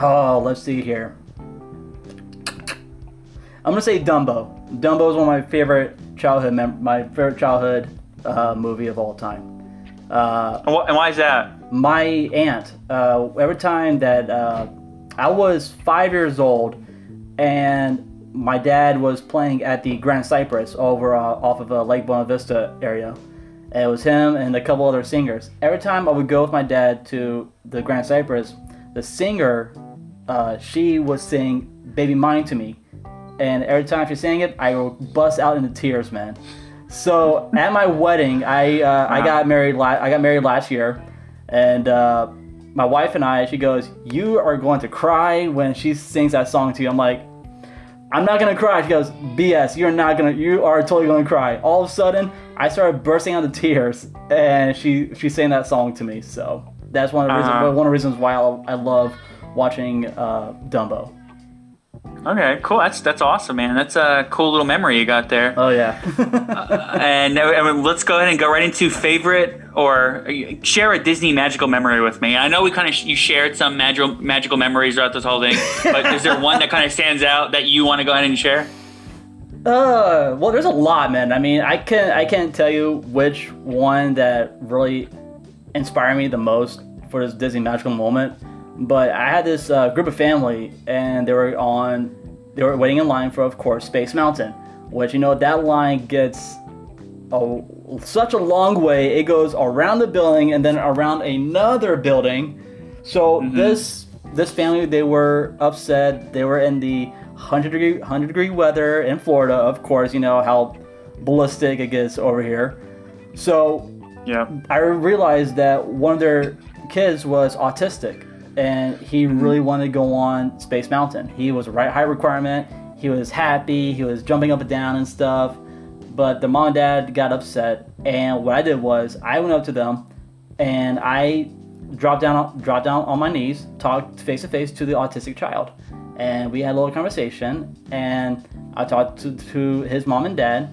S7: oh, let's see here. I'm gonna say Dumbo. Dumbo is one of my favorite childhood mem- my favorite childhood uh, movie of all time. Uh,
S8: And, wh- and why is that?
S7: my aunt uh, every time that uh, i was five years old and my dad was playing at the grand cypress over uh, off of uh, lake buena vista area and it was him and a couple other singers every time i would go with my dad to the grand cypress the singer uh, she would sing baby mine to me and every time she sang it i would bust out into tears man so at my wedding i uh, i got married la- i got married last year and uh, my wife and I, she goes, "You are going to cry when she sings that song to you." I'm like, "I'm not gonna cry." She goes, "BS, you're not gonna. You are totally gonna cry." All of a sudden, I started bursting out into tears, and she she sang that song to me. So that's one of the
S8: Uh-huh.
S7: reasons, one of the reasons why I, I love watching uh, Dumbo.
S8: Okay, cool. That's that's awesome, man. That's a cool little memory you got there.
S7: Oh yeah.
S8: And uh, I mean, let's go ahead and go right into favorite or share a Disney magical memory with me. I know we kind of you shared some magical magical memories throughout this whole thing, but is there one that kind of stands out that you want to go ahead and share?
S7: Uh, well, there's a lot, man. I mean, I can I can't tell you which one that really inspired me the most for this Disney magical moment, but I had this uh, group of family, and they were on they were waiting in line for, of course, Space Mountain, which you know that line gets a, such a long way. It goes around the building and then around another building. So this this family they were upset. They were in the 100 degree 100 degree weather in Florida. Of course, you know how ballistic it gets over here. So
S8: Yeah.
S7: I realized that one of their kids was autistic, and he really wanted to go on Space Mountain. He was a right high requirement. He was happy. He was jumping up and down and stuff. But the mom and dad got upset, and what I did was I went up to them, and I dropped down, dropped down on my knees, talked face to face to the autistic child, and we had a little conversation. And I talked to, to his mom and dad,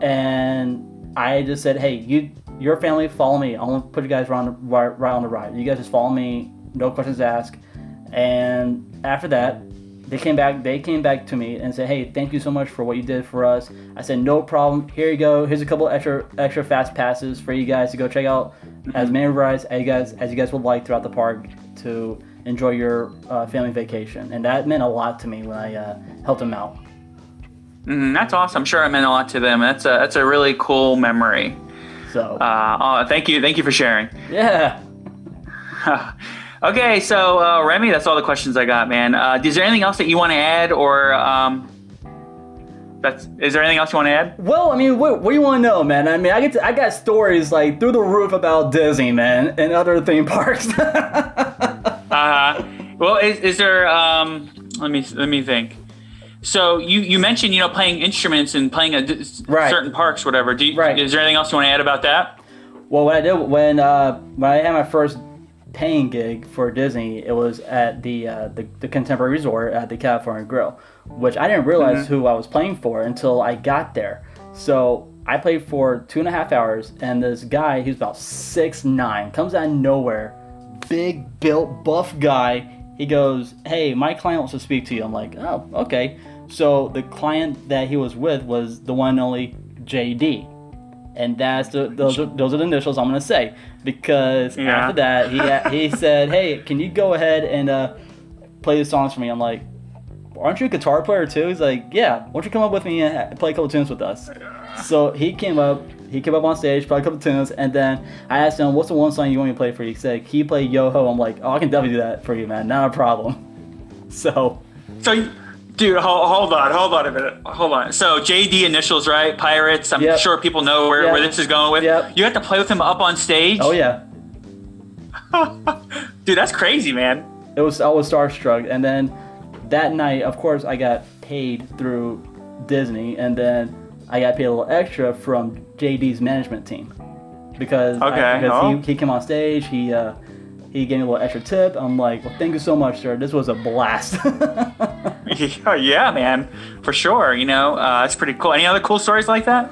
S7: and I just said, "Hey, you, your family, follow me. I'm gonna put you guys right on the, right, right on the ride. You guys just follow me, no questions asked." And after that, they came back. They came back to me and said, "Hey, thank you so much for what you did for us." I said, "No problem. Here you go. Here's a couple extra extra fast passes for you guys to go check out as many rides as you guys as you guys would like throughout the park to enjoy your uh, family vacation." And that meant a lot to me when I uh, helped them out.
S8: Mm, that's awesome. I'm sure I meant a lot to them. That's a that's a really cool memory.
S7: So
S8: Uh, oh, thank you, thank you for sharing.
S7: yeah.
S8: Okay, so uh, Remy, that's all the questions I got, man. Uh, is there anything else that you want to add, or um, that's is there anything else you want to add?
S7: Well, I mean, what, what do you want to know, man? I mean, I get to, I got stories like through the roof about Disney, man, and other theme parks. Uh-huh.
S8: Uh, well, is, is there? Um, let me let me think. So you, you mentioned you know playing instruments and playing a d-
S7: Right.
S8: certain parks whatever. Do you,
S7: Right.
S8: Is there anything else you want to add about that?
S7: Well, what I did when uh, when I had my first paying gig for Disney, it was at the uh, the, the Contemporary Resort at the California Grill, which I didn't realize who I was playing for until I got there. So I played for two and a half hours, and this guy who's about six nine comes out of nowhere, big built buff guy. He goes, "Hey, my client wants to speak to you." I'm like, "Oh, okay." So the client that he was with was the one and only JD and that's the, those are, those are the initials I'm gonna say because
S8: Yeah.
S7: after that he he said, "Hey, can you go ahead and uh, play the songs for me?" I'm like, "Aren't you a guitar player too?" He's like, "Yeah, why don't you come up with me and ha- play a couple tunes with us?" So he came up, he came up on stage, played a couple tunes, and then I asked him, "What's the one song you want me to play for you?" He said, "Can you play Yo Ho?" I'm like, "Oh, I can definitely do that for you, man. Not a problem." So
S8: So, you- dude, hold, hold on, hold on a minute, hold on. So JD initials right? Pirates. I'm
S7: Yep.
S8: sure people know where,
S7: Yep.
S8: where this is going with.
S7: Yep.
S8: You have to play with him up on stage.
S7: oh yeah.
S8: Dude, that's crazy, man.
S7: it was I was starstruck, and then that night, of course, I got paid through Disney, and then I got paid a little extra from JD's management team because I-
S8: Okay,
S7: because
S8: oh.
S7: he, he came on stage, he uh, he gave me a little extra tip. I'm like, well, thank you so much, sir. This was a blast.
S8: Oh, yeah, man, for sure. You know, uh, that's pretty cool. Any other cool stories like that?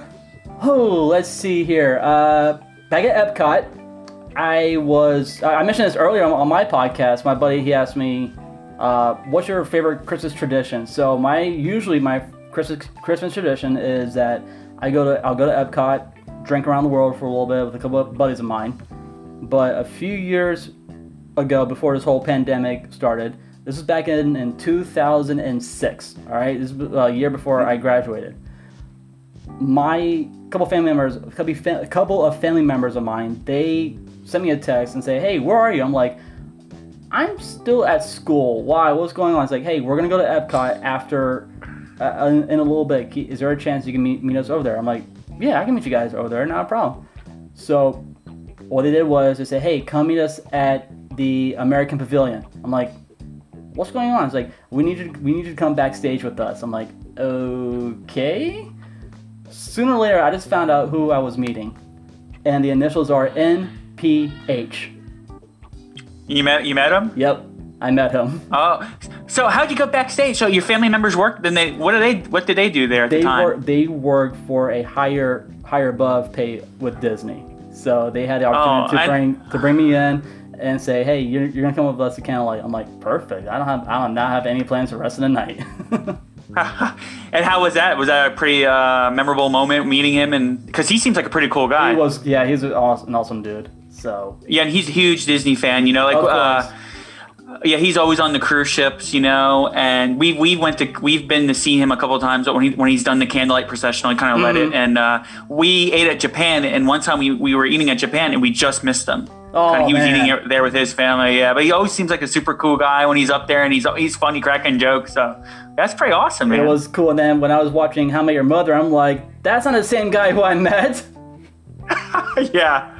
S7: Oh, let's see here. Uh, back at Epcot, I was. I I mentioned this earlier on, on my podcast. My buddy he asked me, uh, "What's your favorite Christmas tradition?" So my usually my Christmas Christmas tradition is that I go to I'll go to Epcot, drink around the world for a little bit with a couple of buddies of mine. But a few years ago, before this whole pandemic started, this was back in in 2006. All right, this is a year before I graduated my couple family members, a couple, fa- a couple of family members of mine, they sent me a text and say, "Hey, where are you?" I'm like, "I'm still at school. Why? What's going on?" It's like, "Hey, we're gonna go to Epcot after uh, in, in a little bit. Ke- Is there a chance you can meet, meet us over there?" I'm like, "Yeah, I can meet you guys over there. Not a problem." So what they did was they said, "Hey, come meet us at the American Pavilion." I'm like, "What's going on?" It's like, "We need you. We need you to come backstage with us." I'm like, "Okay." sooner or later, I just found out who I was meeting, and the initials are NPH.
S8: You met you met him?
S7: Yep, I met him.
S8: Oh, so how'd you go backstage? So your family members work? Then they what do they what did they do there at
S7: They
S8: the time?
S7: were they work for a higher higher above pay with Disney, so they had the opportunity
S8: Oh, I-
S7: to bring to bring me in and say, hey, you're, you're gonna come with us to Candlelight. I'm like, perfect. I don't have I don't not have any plans for the rest of the night.
S8: and how was that? Was that a pretty uh, memorable moment meeting him? And because he seems like a pretty cool guy.
S7: he was yeah, he's an awesome, an awesome dude. So
S8: Yeah, and he's a huge Disney fan. You know, like
S7: Of
S8: uh, yeah, he's always on the cruise ships. You know, and we we went to we've been to see him a couple times. But when he when he's done the candlelight procession, I kind of let
S7: Mm-hmm.
S8: it. And uh, we ate at Japan, and one time we, we were eating at Japan, and we just missed him.
S7: Oh,
S8: Kinda- he was
S7: man.
S8: eating it there with his family. Yeah, but he always seems like a super cool guy when he's up there, and he's he's funny, cracking jokes. So that's pretty awesome, man.
S7: it was cool. And then when I was watching How I Met Your Mother, I'm like, that's not the same guy who I met.
S8: yeah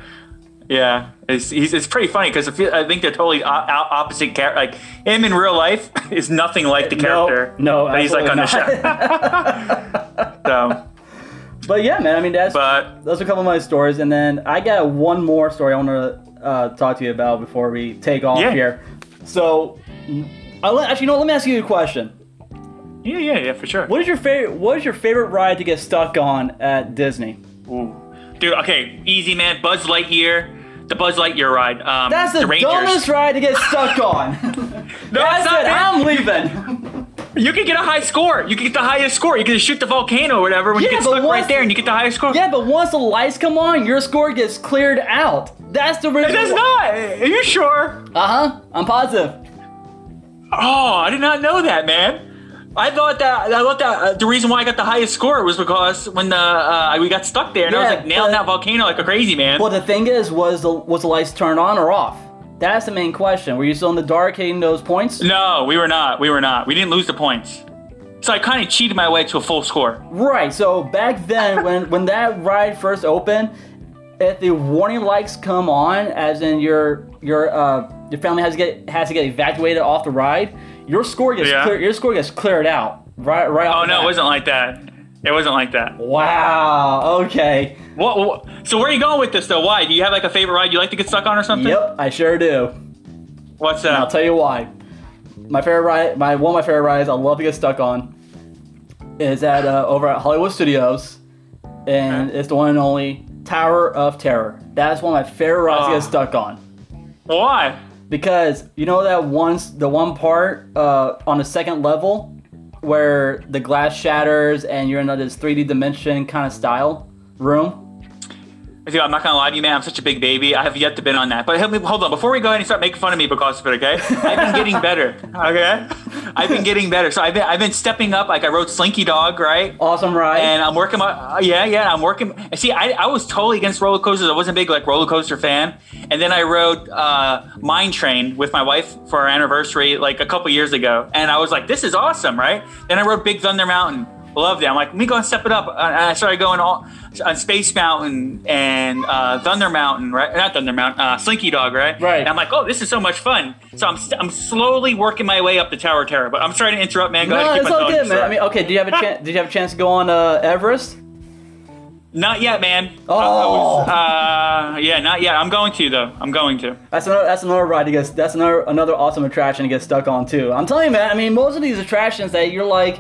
S8: yeah it's, he's, it's pretty funny because i think they're totally o- o- opposite char- like him in real life is nothing like the character
S7: no,
S8: that he's like on the
S7: absolutely
S8: show so
S7: But yeah, man, I mean that's
S8: but
S7: those are a couple of my stories, and then I got one more story I want to uh, talk to you about before we take off
S8: Yeah.
S7: here. So, I let, actually, you know, what, let me ask you a question.
S8: yeah yeah yeah for sure
S7: What is your favorite? What is your favorite ride to get stuck on at Disney?
S8: Ooh. dude okay easy man buzz lightyear the buzz lightyear ride um
S7: That's the,
S8: Rangers.
S7: dumbest ride to get stuck on.
S8: no,
S7: I
S8: it's not
S7: said
S8: bad.
S7: I'm leaving.
S8: you can get a high score you can get the highest score you can shoot the volcano or whatever when you
S7: Yeah,
S8: get
S7: but
S8: stuck
S7: once-
S8: right there and you get the highest score
S7: yeah, but once the lights come on, your score gets cleared out. That's the
S8: it
S7: reason.
S8: does not are you sure
S7: Uh huh. I'm positive.
S8: Oh, I did not know that, man. I thought that I thought that uh, the reason why I got the highest score was because when the uh, we got stuck there and I
S7: Yeah,
S8: was like nailing
S7: but-
S8: that volcano like a crazy man.
S7: Well, the thing is, was the was the lights turned on or off? That's the main question. Were you still in the dark, hitting those points?
S8: no, we were not. We were not. We didn't lose the points. So I kind of cheated my way to a full score.
S7: Right. So back then, when when that ride first opened, if the warning lights come on, as in your your uh, your family has to get has to get evacuated off the ride, your score gets
S8: Yeah.
S7: clear, your score gets cleared out. Right, right. off
S8: Oh
S7: the
S8: no,
S7: bat.
S8: it wasn't like that. It wasn't like that.
S7: Wow. Okay.
S8: What, what- So where are you going with this though? Why? Do you have like a favorite ride you like to get stuck on or something?
S7: Yep, I sure do.
S8: What's
S7: And I'll
S8: that?
S7: tell you why. My favorite ride, my one of my favorite rides I love to get stuck on is at uh, over at Hollywood Studios, and it's the one and only Tower of Terror. That's one of my favorite rides to
S8: Ah.
S7: get stuck on.
S8: Why?
S7: because you know that once the one part uh, on the second level where the glass shatters and you're in this 3D dimension kind of style room.
S8: Dude, I'm not gonna lie to you, man. I'm such a big baby. I have yet to been on that. But help me, hold on. Before we go ahead and start making fun of me because of it, okay? I've been getting better. Okay, I've been getting better. So I've been, I've been stepping up. Like I rode Slinky Dog, right?
S7: Awesome ride.
S8: And I'm working my uh, yeah yeah I'm working. See, I, I was totally against roller coasters. I wasn't a big like roller coaster fan. And then I rode uh, Mine Train with my wife for our anniversary like a couple years ago, and I was like, this is awesome, right? Then I rode Big Thunder Mountain. Loved it. I'm like, let me go and step it up. Uh, And I started going all on Space Mountain and uh, Thunder Mountain, right? Not Thunder Mountain, uh, Slinky Dog, right?
S7: Right.
S8: And I'm like, oh, this is so much fun. So I'm, st- I'm slowly working my way up the Tower of Terror. But I'm sorry to interrupt, man. Go
S7: no,
S8: ahead and
S7: it's
S8: keep on
S7: all
S8: going.
S7: good, man.
S8: Sorry.
S7: I mean, okay, did you have a chance? Did you have a chance to go on uh, Everest?
S8: Not yet, man.
S7: Oh.
S8: I- I was- uh, yeah, not yet. I'm going to though. I'm going to.
S7: That's another. That's another ride to get. That's another another awesome attraction to get stuck on too. I'm telling you, man. I mean, most of these attractions that you're like,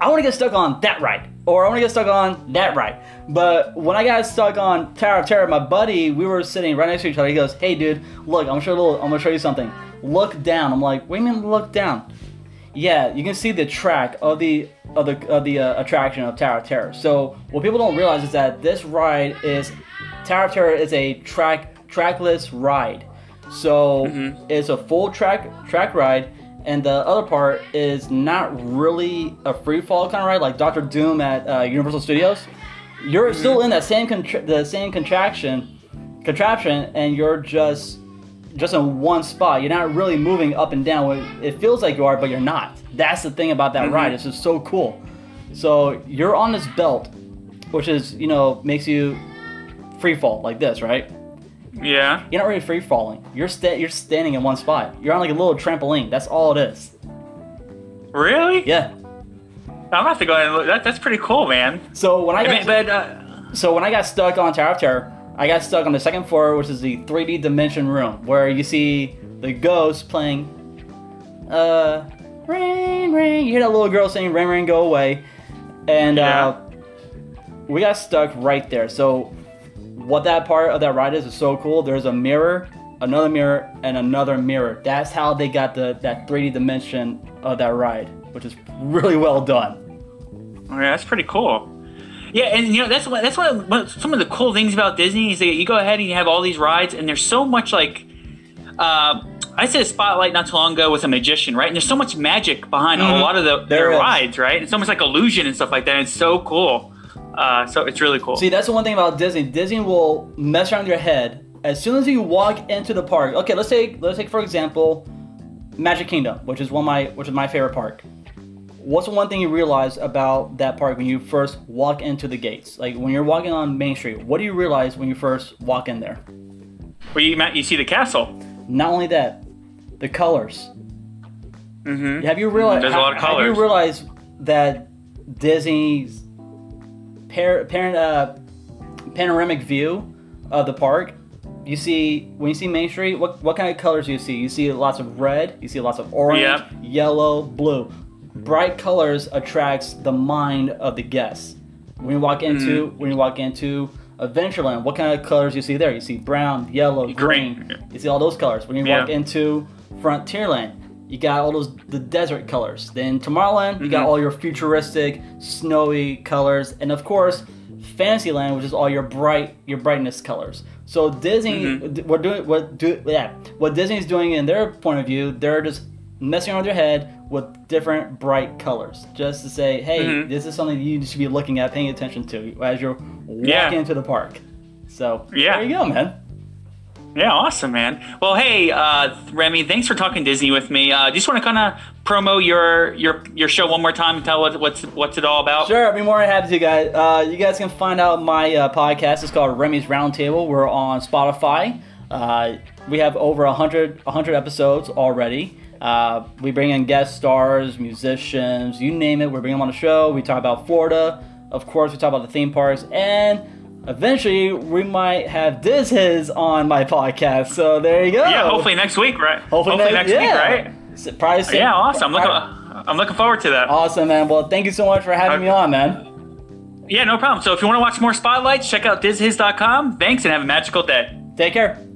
S7: I want to get stuck on that ride, or I want to get stuck on that ride. But when I got stuck on Tower of Terror, my buddy, we were sitting right next to each other. He goes, "Hey, dude, look, I'm gonna show you a little, I'm gonna show you something. Look down." I'm like, "What do you mean look down?" Yeah, you can see the track of the of the of the uh, attraction of Tower of Terror. So what people don't realize is that this ride is Tower of Terror is a track trackless ride. So it's a full track track ride, and the other part is not really a free fall kind of ride like Doctor Doom at uh, Universal Studios. You're still in that same contra- the same contraction contraption, and you're just just in one spot. You're not really moving up and down. It- It feels like you are, but you're not. That's the thing about
S8: Mm-hmm.
S7: that ride. It's just so cool. So you're on this belt, which is you know makes you free fall like this, right?
S8: Yeah.
S7: You're not really free falling. You're sta- you're standing in one spot. You're on like a little trampoline. That's all it is.
S8: Really?
S7: Yeah.
S8: I'm gonna have to go ahead and look. That, that's pretty cool, man.
S7: So when I
S8: I
S7: got
S8: mean, but uh,
S7: so when I got stuck on Tower of Terror, I got stuck on the second floor, which is the 3D dimension room where you see the ghost playing. Uh, rain, rain. You hear that little girl saying "rain, rain, go away," and uh, we got stuck right there. So what that part of that ride is is so cool. There's a mirror, another mirror, and another mirror. That's how they got the that 3D dimension of that ride, which is really well done.
S8: Oh, yeah, that's pretty cool. Yeah, and you know that's what that's what, what some of the cool things about Disney is that you go ahead and you have all these rides, and there's so much like. Uh, I said Spotlight not too long ago with a magician, right? And there's so much magic behind a lot of the,
S7: Mm-hmm. There
S8: their
S7: is.
S8: rides, right? It's almost like illusion and stuff like that. It's so cool. Uh, so it's really cool.
S7: See, that's the one thing about Disney. Disney will mess around your head as soon as you walk into the park. Okay, let's take let's take for example, Magic Kingdom, which is one of my which is my favorite park. What's the one thing you realize about that park when you first walk into the gates? Like when you're walking on Main Street, what do you realize when you first walk in there?
S8: Well, you, Matt, you see the castle.
S7: Not only that, the colors. Mm-hmm. Have you realized?
S8: There's a lot of
S7: Have
S8: colors.
S7: you realized that Disney's par- parent uh, panoramic view of the park? You see when you see Main Street, what what kind of colors do you see? You see lots of red. You see lots of orange,
S8: Yep.
S7: yellow, blue. Bright colors attracts the mind of the guest. When you walk into
S8: Mm-hmm.
S7: when you walk into Adventureland, what kind of colors you see there? You see brown, yellow,
S8: Green.
S7: green. You see all those colors. When you
S8: Yeah.
S7: walk into Frontierland, you got all those the desert colors. Then Tomorrowland, you
S8: Mm-hmm.
S7: got all your futuristic, snowy colors, and of course, Fantasyland, which is all your bright your brightness colors. So Disney,
S8: Mm-hmm.
S7: we're doing what do yeah what Disney's doing in their point of view, they're just messing around with their head with different bright colors, just to say, hey,
S8: Mm-hmm.
S7: this is something you should be looking at, paying attention to as you're walking
S8: Yeah.
S7: into the park. So
S8: Yeah.
S7: there you go, man.
S8: Yeah, awesome, man. Well, hey, uh, Remy, thanks for talking Disney with me. Uh, just want to kind of promo your your your show one more time and tell what, what's what's it all about.
S7: Sure, I'd be more than happy to, guys. Uh, you guys can find out my uh, podcast. It's called Remy's Roundtable. We're on Spotify. Uh, we have over 100, 100 episodes already. Uh, we bring in guest stars, musicians, you name it. We bring them on the show. We talk about Florida. Of course, we talk about the theme parks. And eventually, we might have Diz His on my podcast. So there you go.
S8: Yeah, hopefully next week, right? Hopefully, next, week, right?
S7: right? Probably same-
S8: Yeah, awesome. I'm looking,
S7: probably-
S8: I'm looking forward to that.
S7: Awesome, man. Well, thank you so much for
S8: Uh,
S7: having me on, man.
S8: Yeah, no problem. So if you want to watch more spotlights, check out dizhis.com. Thanks and have a magical day.
S7: Take care.